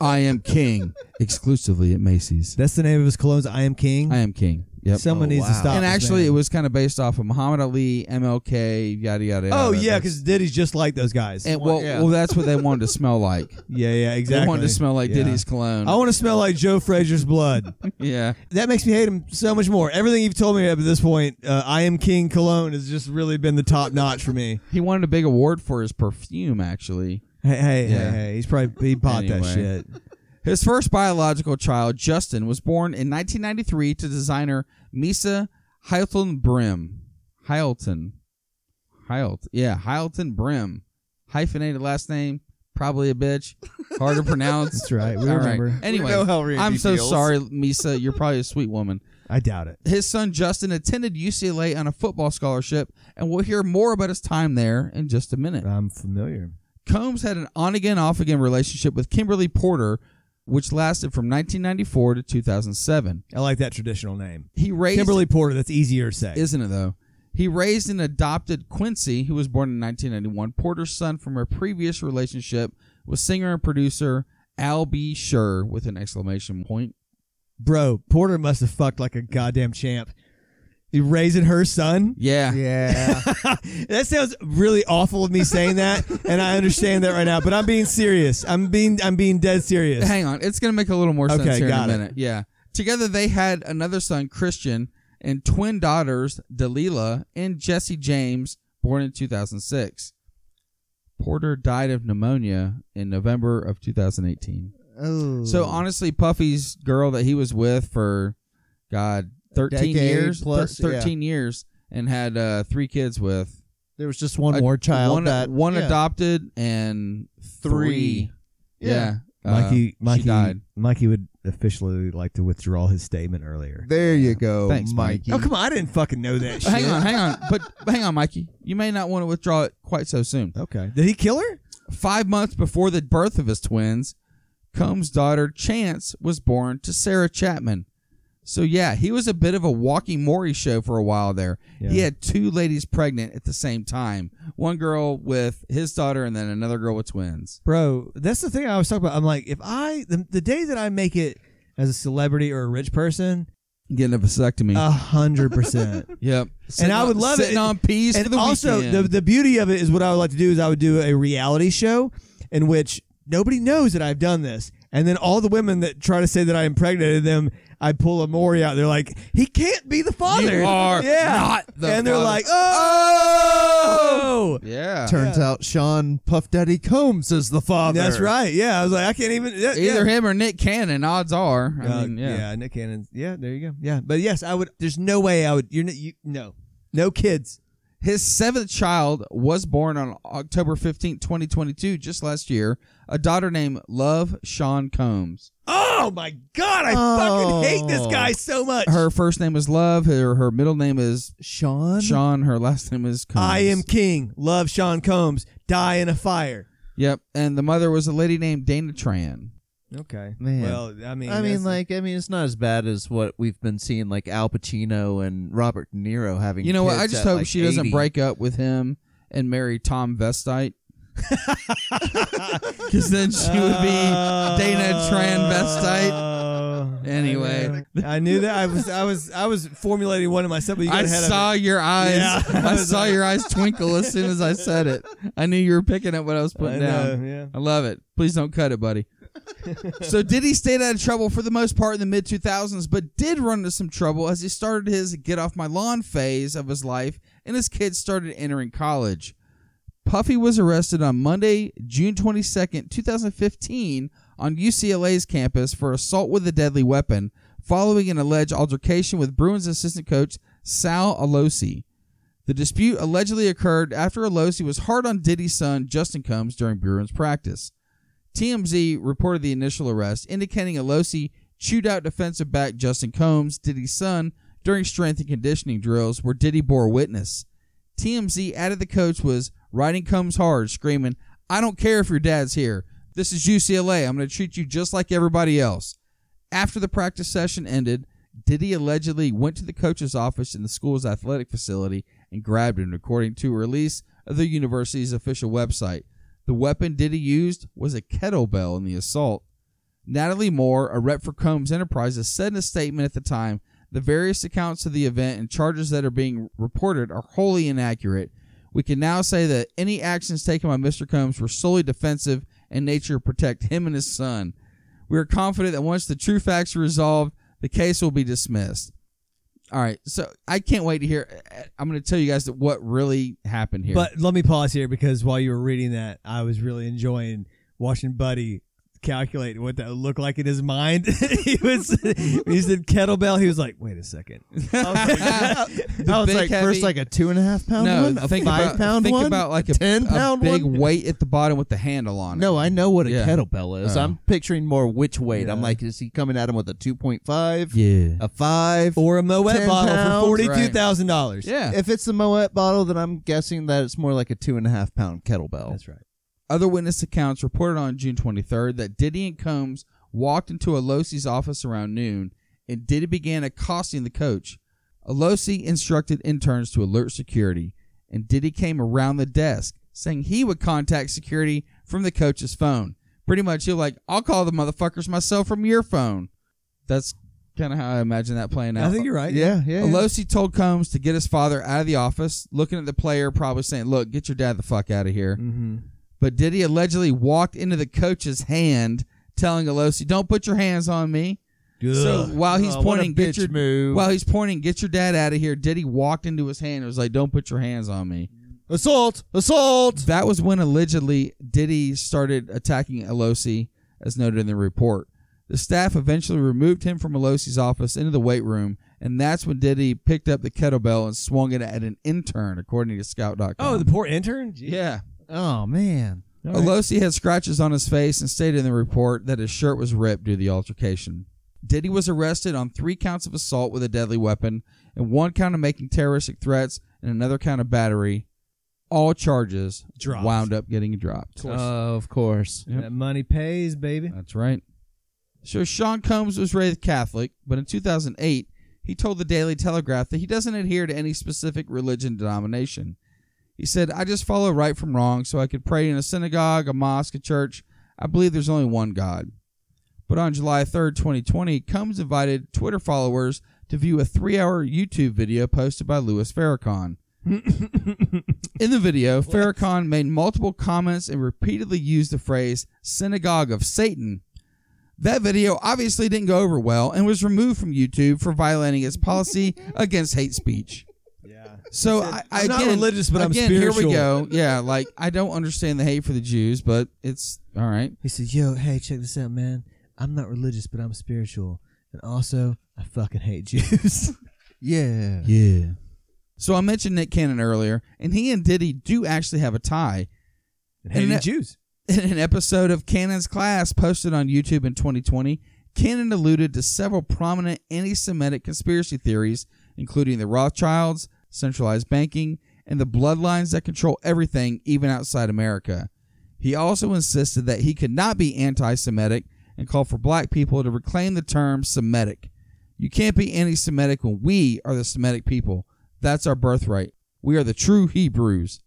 Speaker 2: I Am King, exclusively at Macy's.
Speaker 3: That's the name of his colognes. I am King.
Speaker 2: I Am King. Yep.
Speaker 3: Someone needs to
Speaker 5: wow.
Speaker 3: stop.
Speaker 2: and
Speaker 3: this
Speaker 2: actually,
Speaker 3: man.
Speaker 2: it was kind of based off of Muhammad Ali, MLK, yada, yada, yada. uh,
Speaker 3: Oh yeah,
Speaker 2: That's-
Speaker 3: because Diddy's just like those guys.
Speaker 2: And well,
Speaker 5: yeah.
Speaker 2: well, that's what they wanted to smell like.
Speaker 3: yeah, yeah, exactly.
Speaker 2: They wanted to smell like
Speaker 3: Yeah.
Speaker 2: Diddy's cologne.
Speaker 3: I want to smell like Joe Frazier's blood.
Speaker 2: yeah.
Speaker 3: that makes me hate him so much more. Everything you've told me up to this point, uh, I am King Cologne has just really been the top notch for me.
Speaker 2: He wanted a big award for his perfume, actually.
Speaker 3: Hey, hey,
Speaker 2: Yeah.
Speaker 3: hey, hey, he's probably he bought that
Speaker 2: Anyway.
Speaker 3: shit.
Speaker 2: His first biological child, Justin, was born in 1993 to designer Misa Hylton Brim. Hylton. Hylt. Yeah, Hylton Brim. Hyphenated last name. Probably a bitch. Hard to pronounce.
Speaker 6: That's right. We
Speaker 2: All right.
Speaker 6: remember.
Speaker 2: Anyway,
Speaker 4: know how Randy
Speaker 2: I'm so
Speaker 4: feels.
Speaker 2: sorry, Misa. You're probably a sweet woman.
Speaker 3: I doubt it.
Speaker 2: His son Justin attended UCLA on a football scholarship, and we'll hear more about his time there in just a minute.
Speaker 6: I'm familiar.
Speaker 2: Combs had an on again, off again relationship with Kimberly Porter, which lasted from 1994 to 2007.
Speaker 3: I like that traditional name,
Speaker 2: He raised,
Speaker 3: Kimberly Porter. That's easier to say.
Speaker 2: isn't it though? He raised and adopted Quincy, who was born in 1991, Porter's son from her previous relationship with singer and producer Al B. Sure, with an exclamation point.
Speaker 3: Bro, Porter must have fucked like a goddamn champ. You raising her son?
Speaker 2: Yeah.
Speaker 6: Yeah.
Speaker 3: that sounds really awful of me saying that, and I understand that right now. But I'm being serious. I'm being I'm being dead serious.
Speaker 2: Hang on, it's gonna make a little more sense
Speaker 3: Okay,
Speaker 2: here
Speaker 3: got
Speaker 2: in
Speaker 3: it.
Speaker 2: a minute. Yeah. Together they had another son, Christian, and twin daughters, Delilah and Jesse James, born in 2006. Porter died of pneumonia in November of 2018.
Speaker 6: oh.
Speaker 2: So honestly, Puffy's girl that he was with for God 13
Speaker 5: Decade
Speaker 2: years, thir-
Speaker 5: plus, yeah.
Speaker 2: 13 years, and had uh, three kids with
Speaker 5: There was just one
Speaker 2: A-
Speaker 5: more child
Speaker 2: uh, one,
Speaker 5: that
Speaker 2: one
Speaker 5: yeah.
Speaker 2: adopted and three.
Speaker 5: Three.
Speaker 2: Yeah, Uh,
Speaker 3: Mikey,
Speaker 2: she
Speaker 3: Mikey,
Speaker 2: died.
Speaker 3: Mikey would officially like to withdraw his statement earlier.
Speaker 5: There you go,
Speaker 2: Uh, Thanks, Mike.
Speaker 5: Mikey.
Speaker 3: Oh come on! I didn't fucking know that shit.
Speaker 2: Hang on, hang on. But but hang on, Mikey. You may not want to withdraw it quite so soon.
Speaker 3: Okay. Did he kill her?
Speaker 2: Five months before the birth of his twins, Combs' daughter Chance was born to Sarah Chapman. So yeah, he was a bit of a walking Maury show for a while there. He had two ladies pregnant at the same time. One girl with his daughter and then another girl with twins.
Speaker 3: Bro, that's the thing I was talking about. I'm like, if I the, the day that I make it as a celebrity or a rich person,
Speaker 2: Getting a vasectomy.
Speaker 3: a hundred percent.
Speaker 2: yep. Sitting
Speaker 3: Uh, I would
Speaker 2: on-
Speaker 3: love it.
Speaker 2: sitting on peas for
Speaker 3: And
Speaker 2: the
Speaker 3: also,
Speaker 2: weekend.
Speaker 3: the, the beauty of it is what I would like to do is I would do a reality show in which nobody knows that I've done this. And then all the women that try to say that I impregnated them, I pull a Maury out. They're like, he can't be the father.
Speaker 2: You are
Speaker 3: yeah.
Speaker 2: not the
Speaker 3: and they're
Speaker 2: father.
Speaker 3: like, oh.
Speaker 2: Uh, yeah.
Speaker 5: Turns out Sean Puff Daddy Combs is the father.
Speaker 3: That's right. Yeah. I was like, I can't even. yeah,
Speaker 2: Either
Speaker 3: yeah.
Speaker 2: him or Nick Cannon. Odds are. I
Speaker 3: Uh,
Speaker 2: mean,
Speaker 3: yeah. Nick Cannon. Yeah, there you go. Yeah, but yes, I would. There's no way I would. You're n- you no, no kids.
Speaker 2: His seventh child was born on October 15, 2022, just last year, a daughter named Love Sean Combs.
Speaker 3: Oh my god, I fucking hate this guy so much.
Speaker 2: Oh. Her first name is Love, her, her middle name is
Speaker 5: Sean.
Speaker 2: Sean, her last name is Combs.
Speaker 3: I am king. Love Sean Combs. Die in a fire.
Speaker 2: Yep, and the mother was a lady named Dana Tran.
Speaker 3: Okay,
Speaker 5: Man.
Speaker 3: Well, I mean,
Speaker 5: I
Speaker 3: that's-
Speaker 5: mean, like, I mean, it's not as bad as what we've been seeing, like Al Pacino and Robert De Niro having.
Speaker 2: You know what? I
Speaker 5: kids
Speaker 2: just
Speaker 5: at,
Speaker 2: hope
Speaker 5: like,
Speaker 2: she doesn't
Speaker 5: 80.
Speaker 2: break up with him and marry Tom Vestite. Because then she would be Dana Transvestite.
Speaker 3: Uh,
Speaker 2: Anyway.
Speaker 3: I knew that. I was, I was, I was formulating one in myself, but you got
Speaker 2: I
Speaker 3: ahead
Speaker 2: saw
Speaker 3: of
Speaker 2: your eyes.
Speaker 3: Yeah.
Speaker 2: I saw your eyes twinkle as soon as I said it. I knew you were picking up what I was
Speaker 3: it. I
Speaker 2: putting
Speaker 3: know,
Speaker 2: down.
Speaker 3: yeah.
Speaker 2: I love it. Please don't cut it, buddy. so Diddy stayed out of trouble for the most part in the mid 2000s, but did run into some trouble as he started his get off my lawn phase of his life and his kids started entering college. Puffy was arrested on Monday, June 22nd, 2015, on UCLA's campus for assault with a deadly weapon following an alleged altercation with Bruins assistant coach Sal Alosi. The dispute allegedly occurred after Alosi was hard on Diddy's son, Justin Combs, during Bruins practice. TMZ reported the initial arrest, indicating Alosi chewed out defensive back Justin Combs, Diddy's son, during strength and conditioning drills where Diddy bore witness. TMZ added the coach was Riding comes hard, screaming, I don't care if your dad's here. This is UCLA. I'm going to treat you just like everybody else. After the practice session ended, Diddy allegedly went to the coach's office in the school's athletic facility and grabbed him, according to a release of the university's official website. The weapon Diddy used was a kettlebell in the assault. Natalie Moore, a rep for Combs Enterprises, said in a statement at the time the various accounts of the event and charges that are being reported are wholly inaccurate. We can now say that any actions taken by Mr. Combs were solely defensive in nature to protect him and his son. We are confident that once the true facts are resolved, the case will be dismissed. All right, so I can't wait to hear. I'm going to tell you guys that what really happened here.
Speaker 3: But let me pause here because while you were reading that, I was really enjoying watching Buddy calculate what that looked like in his mind. he was he said kettlebell. He was like, wait a second.
Speaker 2: The
Speaker 3: I
Speaker 2: big heavy-
Speaker 3: a two and a half pound
Speaker 2: no, think about,
Speaker 5: five-pound
Speaker 2: think
Speaker 5: one?
Speaker 2: about like a,
Speaker 5: Ten
Speaker 2: a
Speaker 5: pound
Speaker 2: big
Speaker 5: one?
Speaker 2: weight at the bottom with the handle on it.
Speaker 3: Oh,
Speaker 5: No, I know what a
Speaker 2: Yeah.
Speaker 5: kettlebell is.
Speaker 2: Oh.
Speaker 5: I'm picturing more which weight. I'm
Speaker 3: Yeah.
Speaker 5: like, is he coming at him with a 2.5,
Speaker 2: yeah,
Speaker 5: a 5?
Speaker 3: or a Moet
Speaker 5: 10
Speaker 3: bottle
Speaker 5: pounds,
Speaker 3: for forty two thousand dollars.
Speaker 2: yeah.
Speaker 5: If it's the Moet bottle, then I'm guessing that it's more like a two and a half pound
Speaker 1: Oh.
Speaker 5: kettlebell.
Speaker 3: That's right.
Speaker 2: Other witness accounts reported on June 23rd that Diddy and Combs walked into Alosi's office around noon and Diddy began accosting the coach. Alosi instructed interns to alert security, and Diddy came around the desk saying he would contact security from the coach's phone. Pretty much, he was like, I'll call the motherfuckers myself from your phone. That's kind of how I imagine that playing out.
Speaker 3: I think you're right.
Speaker 5: Yeah, yeah. yeah.
Speaker 2: Pelosi told Combs to get his father out of the office, looking at the player, probably saying, Look, get your dad the fuck out of here.
Speaker 3: Mm-hmm.
Speaker 2: But Diddy allegedly walked into the coach's hand, telling Pelosi, Don't put your hands on me. So while he's
Speaker 5: Oh, what a
Speaker 2: pointing, get
Speaker 5: bitch
Speaker 2: your
Speaker 5: move.
Speaker 2: while he's pointing, get your dad out of here. Diddy walked into his hand and was like, Don't put your hands on me.
Speaker 5: assault, assault.
Speaker 2: That was when allegedly Diddy started attacking Elosi, as noted in the report. The staff eventually removed him from Elosi's office into the weight room, and that's when Diddy picked up the kettlebell and swung it at an intern, according to Scout.com.
Speaker 3: Oh, the poor intern. Jeez.
Speaker 2: yeah.
Speaker 5: Oh man.
Speaker 3: All right.
Speaker 2: Elosi had scratches on his face and stated in the report that his shirt was ripped due to the altercation. Diddy was arrested on three counts of assault with a deadly weapon and one count of making terroristic threats and another count of battery. All charges
Speaker 3: Dropped.
Speaker 2: wound up getting dropped.
Speaker 5: of course.
Speaker 2: Yep.
Speaker 3: That money pays, baby.
Speaker 2: That's right. So Sean Combs was raised Catholic, but in 2008, he told the Daily Telegraph that he doesn't adhere to any specific religion denomination. He said, I just follow right from wrong, so I could pray in a synagogue, a mosque, a church. I believe there's only one God. But on July 3rd, 2020, Combs invited Twitter followers to view a three hour YouTube video posted by Louis Farrakhan. In the video, Farrakhan made multiple comments and repeatedly used the phrase synagogue of Satan. That video obviously didn't go over well and was removed from YouTube for violating its policy against hate speech.
Speaker 3: Yeah.
Speaker 2: So I, I
Speaker 3: I'm not
Speaker 2: again,
Speaker 3: religious, but I'm
Speaker 2: again, Here
Speaker 3: spiritual.
Speaker 2: we go. Yeah, like I don't understand the hate for the Jews, but it's all right.
Speaker 3: He said, "Yo, hey, check this out, man. I'm not religious, but I'm spiritual, and also I fucking hate Jews."
Speaker 5: Yeah.
Speaker 2: Yeah. So I mentioned Nick Cannon earlier, and he and Diddy do actually have a tie.
Speaker 3: and
Speaker 2: hating
Speaker 3: hating Jews.
Speaker 2: In an episode of Cannon's Class posted on YouTube in 2020, Cannon alluded to several prominent anti Semitic conspiracy theories, including the Rothschilds, centralized banking, and the bloodlines that control everything, even outside America. He also insisted that he could not be anti Semitic and called for black people to reclaim the term Semitic. You can't be anti Semitic when we are the Semitic people. That's our birthright. We are the true Hebrews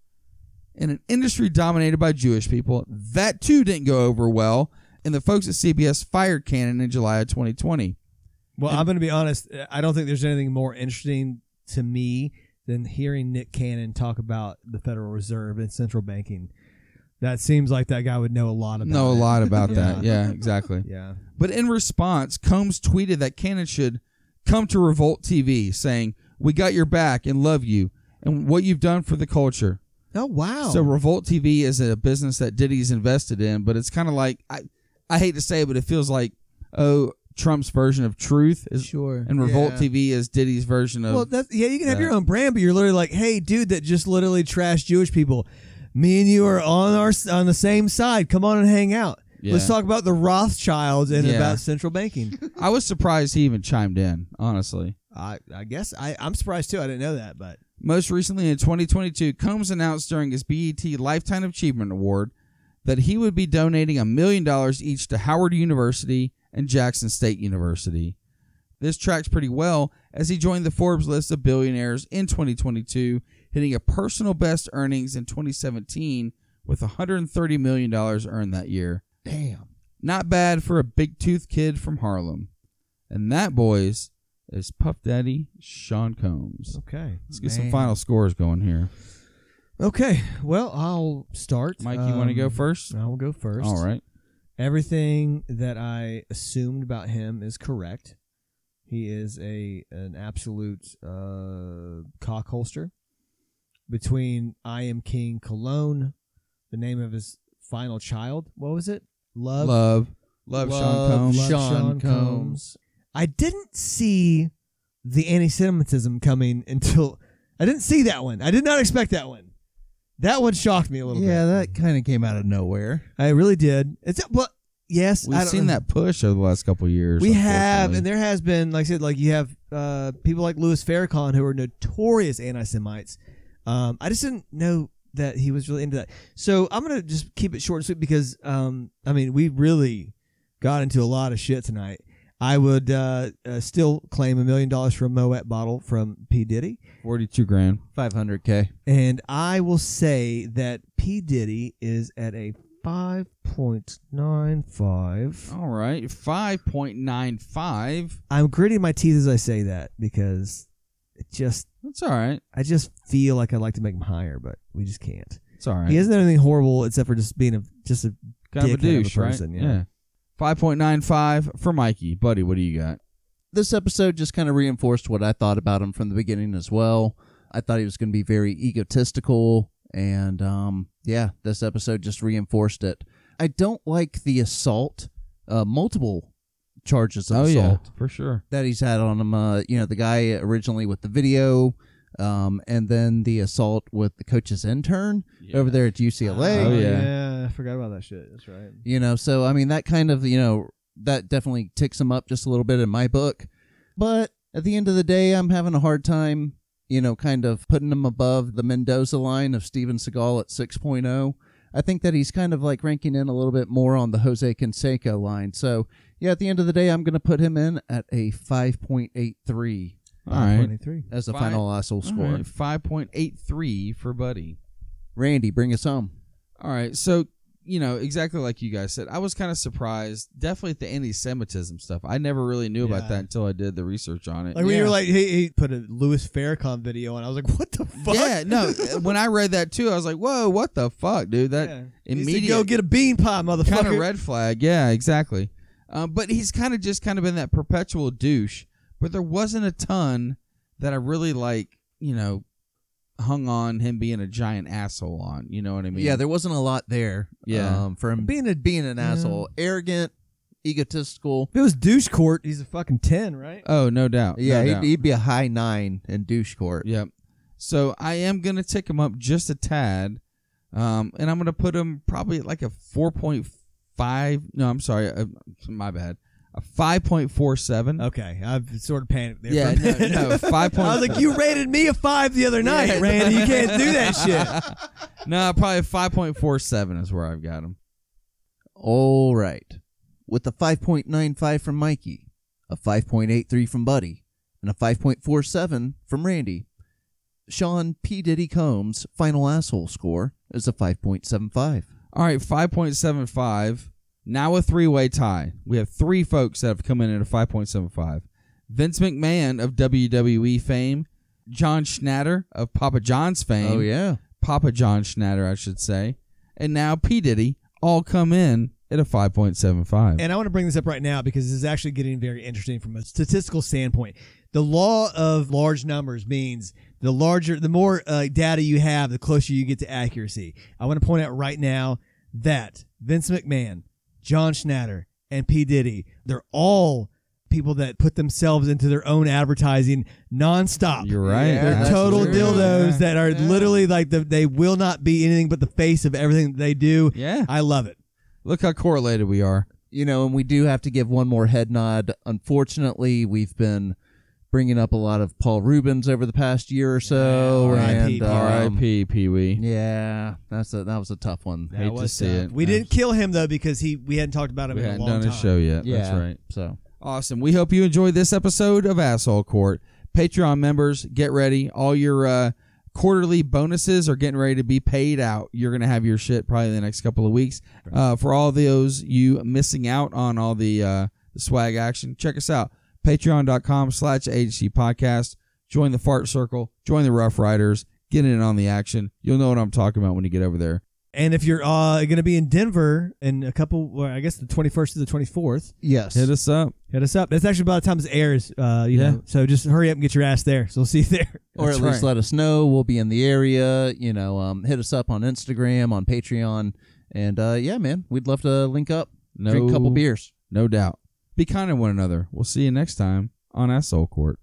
Speaker 2: in an industry dominated by Jewish people. That too didn't go over well, and the folks at CBS fired Cannon in July of 2020.
Speaker 3: Well, I'm going to be honest. I don't think there's anything more interesting to me than hearing Nick Cannon talk about the Federal Reserve and central banking. That seems like that guy would know a lot about.
Speaker 2: Know a
Speaker 3: it.
Speaker 2: lot about
Speaker 3: Yeah.
Speaker 2: that. Yeah, exactly.
Speaker 3: Yeah.
Speaker 2: But in response, Combs tweeted that Cannon should come to Revolt TV saying, We got your back and love you and what you've done for the culture.
Speaker 3: Oh wow.
Speaker 2: So Revolt TV is a business that Diddy's invested in, but it's kind of like I, I hate to say it, but it feels like oh Trump's version of truth is,
Speaker 3: sure.
Speaker 2: and Revolt
Speaker 5: Yeah.
Speaker 2: TV is Diddy's version of
Speaker 3: Well, that's yeah. You can have
Speaker 2: that.
Speaker 3: your own brand, but you're literally like, hey, dude, that just literally trashed Jewish people. Me and you are on our on the same side. Come on and hang out.
Speaker 2: Yeah.
Speaker 3: Let's talk about the Rothschilds and
Speaker 2: Yeah.
Speaker 3: about central banking.
Speaker 2: I was surprised he even chimed in, honestly.
Speaker 3: I I guess I I'm surprised too. I didn't know that, but
Speaker 2: Most recently in 2022, Combs announced during his BET Lifetime Achievement Award that he would be donating a million dollars each to Howard University and Jackson State University. This tracks pretty well as he joined the Forbes list of billionaires in 2022, hitting a personal best earnings in 2017 with $130 million earned that year.
Speaker 5: Damn.
Speaker 2: Not bad for a big tooth kid from Harlem. And that, boys, is Puff Daddy Sean Combs.
Speaker 3: Okay.
Speaker 2: Let's get some
Speaker 3: Man.
Speaker 2: final scores going here.
Speaker 3: Okay. Well, I'll start.
Speaker 2: Mike, you want to go
Speaker 3: Um,
Speaker 2: first?
Speaker 3: I will go first.
Speaker 2: All right.
Speaker 3: Everything that I assumed about him is correct. He is a an absolute uh, cock holster. Between I am King Cologne, the name of his final child, what was it? Love.
Speaker 2: Love. Love, Sean Combs.
Speaker 3: Love
Speaker 5: Sean
Speaker 3: Sean
Speaker 5: Combs.
Speaker 3: Combs. I didn't see the anti-Semitism coming until I didn't see that one. I did not expect that one. That one shocked me a little
Speaker 5: Yeah,
Speaker 3: bit.
Speaker 5: that kind of came out of nowhere.
Speaker 3: I really did. It's well, yes, I
Speaker 2: We've
Speaker 3: don't
Speaker 2: seen
Speaker 3: know.
Speaker 2: that push over the last couple of years.
Speaker 3: We have, and
Speaker 2: unfortunately.
Speaker 3: there has been, like I said, like you have uh, people like Louis Farrakhan who are notorious anti-Semites. Um, I just didn't know that he was really into that. So I'm gonna just keep it short and sweet because, um, I mean, we really got into a lot of shit tonight. I would uh, uh, still claim a million dollars for a Moet bottle from P Diddy,
Speaker 2: 42 grand.
Speaker 5: 500K.
Speaker 3: and I will say that P Diddy is at a five point nine five.
Speaker 2: All right. 5.95.
Speaker 3: I'm gritting my teeth as I say that because it just
Speaker 2: That's all right.
Speaker 3: I just feel like I'd like to make him higher, but we just can't.
Speaker 2: It's all right.
Speaker 3: He hasn't done anything horrible except for just being a just a
Speaker 2: kind of a
Speaker 3: dickhead of a
Speaker 2: douche,
Speaker 3: person,
Speaker 2: right?
Speaker 3: yeah.
Speaker 2: 5.95 for Mikey. Buddy, what do you got?
Speaker 5: This episode just kind of reinforced what I thought about him from the beginning as well. I thought he was going to be very egotistical. And um, yeah, this episode just reinforced it. I don't like the assault, uh, multiple charges
Speaker 3: Oh,
Speaker 2: Oh,
Speaker 5: of assault.
Speaker 2: for sure.
Speaker 5: that he's had on him. Uh, you know, the guy originally with the video, um, and then the assault with the coach's intern over there at UCLA.
Speaker 2: Oh, yeah.
Speaker 3: I forgot about that shit. That's right.
Speaker 5: You know, so I mean, that kind of you know that definitely ticks him up just a little bit in my book. But at the end of the day, I'm having a hard time, you know, kind of putting him above the Mendoza line of Steven Seagal at 6.0. I think that he's kind of like ranking in a little bit more on the Jose Canseco line. So, yeah, at the end of the day, I'm going to put him in at a 5.83
Speaker 2: All right.
Speaker 3: Twenty three.
Speaker 5: as the
Speaker 2: Fine.
Speaker 5: final asshole score.
Speaker 2: All right, 5.83 for Buddy.
Speaker 5: Randy, bring us home.
Speaker 2: All right. So, you know, exactly like you guys said, I was kind of surprised, definitely at the anti Semitism stuff. I never really knew about
Speaker 3: Yeah.
Speaker 2: that until I did the research on it.
Speaker 3: Like when you were like, he, he put a Louis Farrakhan video on. I was like, what the fuck?
Speaker 2: yeah, no. when I read that too, I was like, "Whoa, what the fuck, dude?" That
Speaker 3: Yeah. He said,
Speaker 2: immediate
Speaker 3: go get a bean pie,
Speaker 2: kind of
Speaker 3: motherfucker.
Speaker 2: red flag. Yeah, exactly. Um, but he's kind of just kind of been that perpetual douche. But there wasn't a ton that I really like. You know, hung on him being a giant asshole on. You know what I mean?
Speaker 5: Yeah, there wasn't a lot there.
Speaker 2: Yeah.
Speaker 5: um, for him
Speaker 3: Being a
Speaker 5: being an asshole, arrogant, egotistical.
Speaker 3: If it was douche court, he's a fucking ten, right?
Speaker 2: oh, no doubt.
Speaker 5: Yeah,
Speaker 2: no
Speaker 5: he'd,
Speaker 2: doubt.
Speaker 5: he'd be a high nine in douche court.
Speaker 2: Yep. So I am gonna tick him up just a tad, um, and I'm gonna put him probably at like a four point five. No, I'm sorry, uh, my bad. A five point four seven.
Speaker 3: Okay, I've sort of panicked there.
Speaker 2: Yeah,
Speaker 3: for a
Speaker 2: no,
Speaker 3: minute.
Speaker 2: no, five point.
Speaker 3: I was like, you rated me a five the other night, Randy. You can't do that shit.
Speaker 2: no, probably five point four seven is where I've got him.
Speaker 5: All right, with a five point nine five from Mikey, a five point eight three from Buddy, and a five point four seven from Randy. Sean P Diddy Combs' final asshole score is a five point seven five.
Speaker 2: All right, five point seven five. Now a three way tie. We have three folks that have come in at a five point seven five. Vince McMahon of WWE fame, John Schnatter of Papa John's fame.
Speaker 5: Oh yeah,
Speaker 2: Papa John Schnatter, I should say, and now P. Diddy all come in at a 5.75.
Speaker 3: And I want to bring this up right now because this is actually getting very interesting from a statistical standpoint. The law of large numbers means the larger, the more uh, data you have, the closer you get to accuracy. I want to point out right now that Vince McMahon, John Schnatter, and P. Diddy, they're all people that put themselves into their own advertising nonstop.
Speaker 2: You're right.
Speaker 5: Yeah,
Speaker 3: They're
Speaker 5: that's
Speaker 3: total
Speaker 5: true.
Speaker 3: dildos
Speaker 5: Yeah.
Speaker 3: that are
Speaker 5: Yeah.
Speaker 3: literally like the, they will not be anything but the face of everything that they do.
Speaker 2: Yeah.
Speaker 3: I love it.
Speaker 2: Look how correlated we are.
Speaker 5: you know, and we do have to give one more head nod. Unfortunately, we've been bringing up a lot of Paul Rubens over the past year or so.
Speaker 6: Yeah, R.I.P.
Speaker 5: and, um,
Speaker 2: R.I.P. Pee Wee.
Speaker 5: Yeah, that's a, that was a tough one.
Speaker 2: Hate to see it.
Speaker 3: We didn't kill him though because he we hadn't talked about him
Speaker 2: We
Speaker 3: in a
Speaker 2: hadn't
Speaker 3: long
Speaker 2: done
Speaker 3: time.
Speaker 2: his show yet.
Speaker 5: Yeah.
Speaker 2: That's right.
Speaker 5: So
Speaker 2: Awesome. We hope you enjoyed this episode of Asshole Court. Patreon members, get ready. All your uh, quarterly bonuses are getting ready to be paid out. You're going to have your shit probably in the next couple of weeks. Uh, for all those you missing out on all the, uh, the swag action, check us out. Patreon.com slash HC Podcast. Join the Fart Circle. Join the Rough Riders. Get in on the action. You'll know what I'm talking about when you get over there.
Speaker 3: And if you're uh, going to be in Denver in a couple, well, I guess the 21st to the 24th,
Speaker 5: yes,
Speaker 2: Hit us up.
Speaker 3: hit us up. That's actually by the time this airs. Uh, you
Speaker 2: Yeah.
Speaker 3: know, so just hurry up and get your ass there. So we'll see you there.
Speaker 5: or at
Speaker 2: That's
Speaker 5: least
Speaker 2: right.
Speaker 5: let us know. We'll be in the area. You know, um, hit us up on Instagram, on Patreon, and uh, yeah, man, we'd love to link up,
Speaker 2: No,
Speaker 5: drink a couple beers.
Speaker 2: No doubt. Be kind to one another. We'll see you next time on Asshole Court.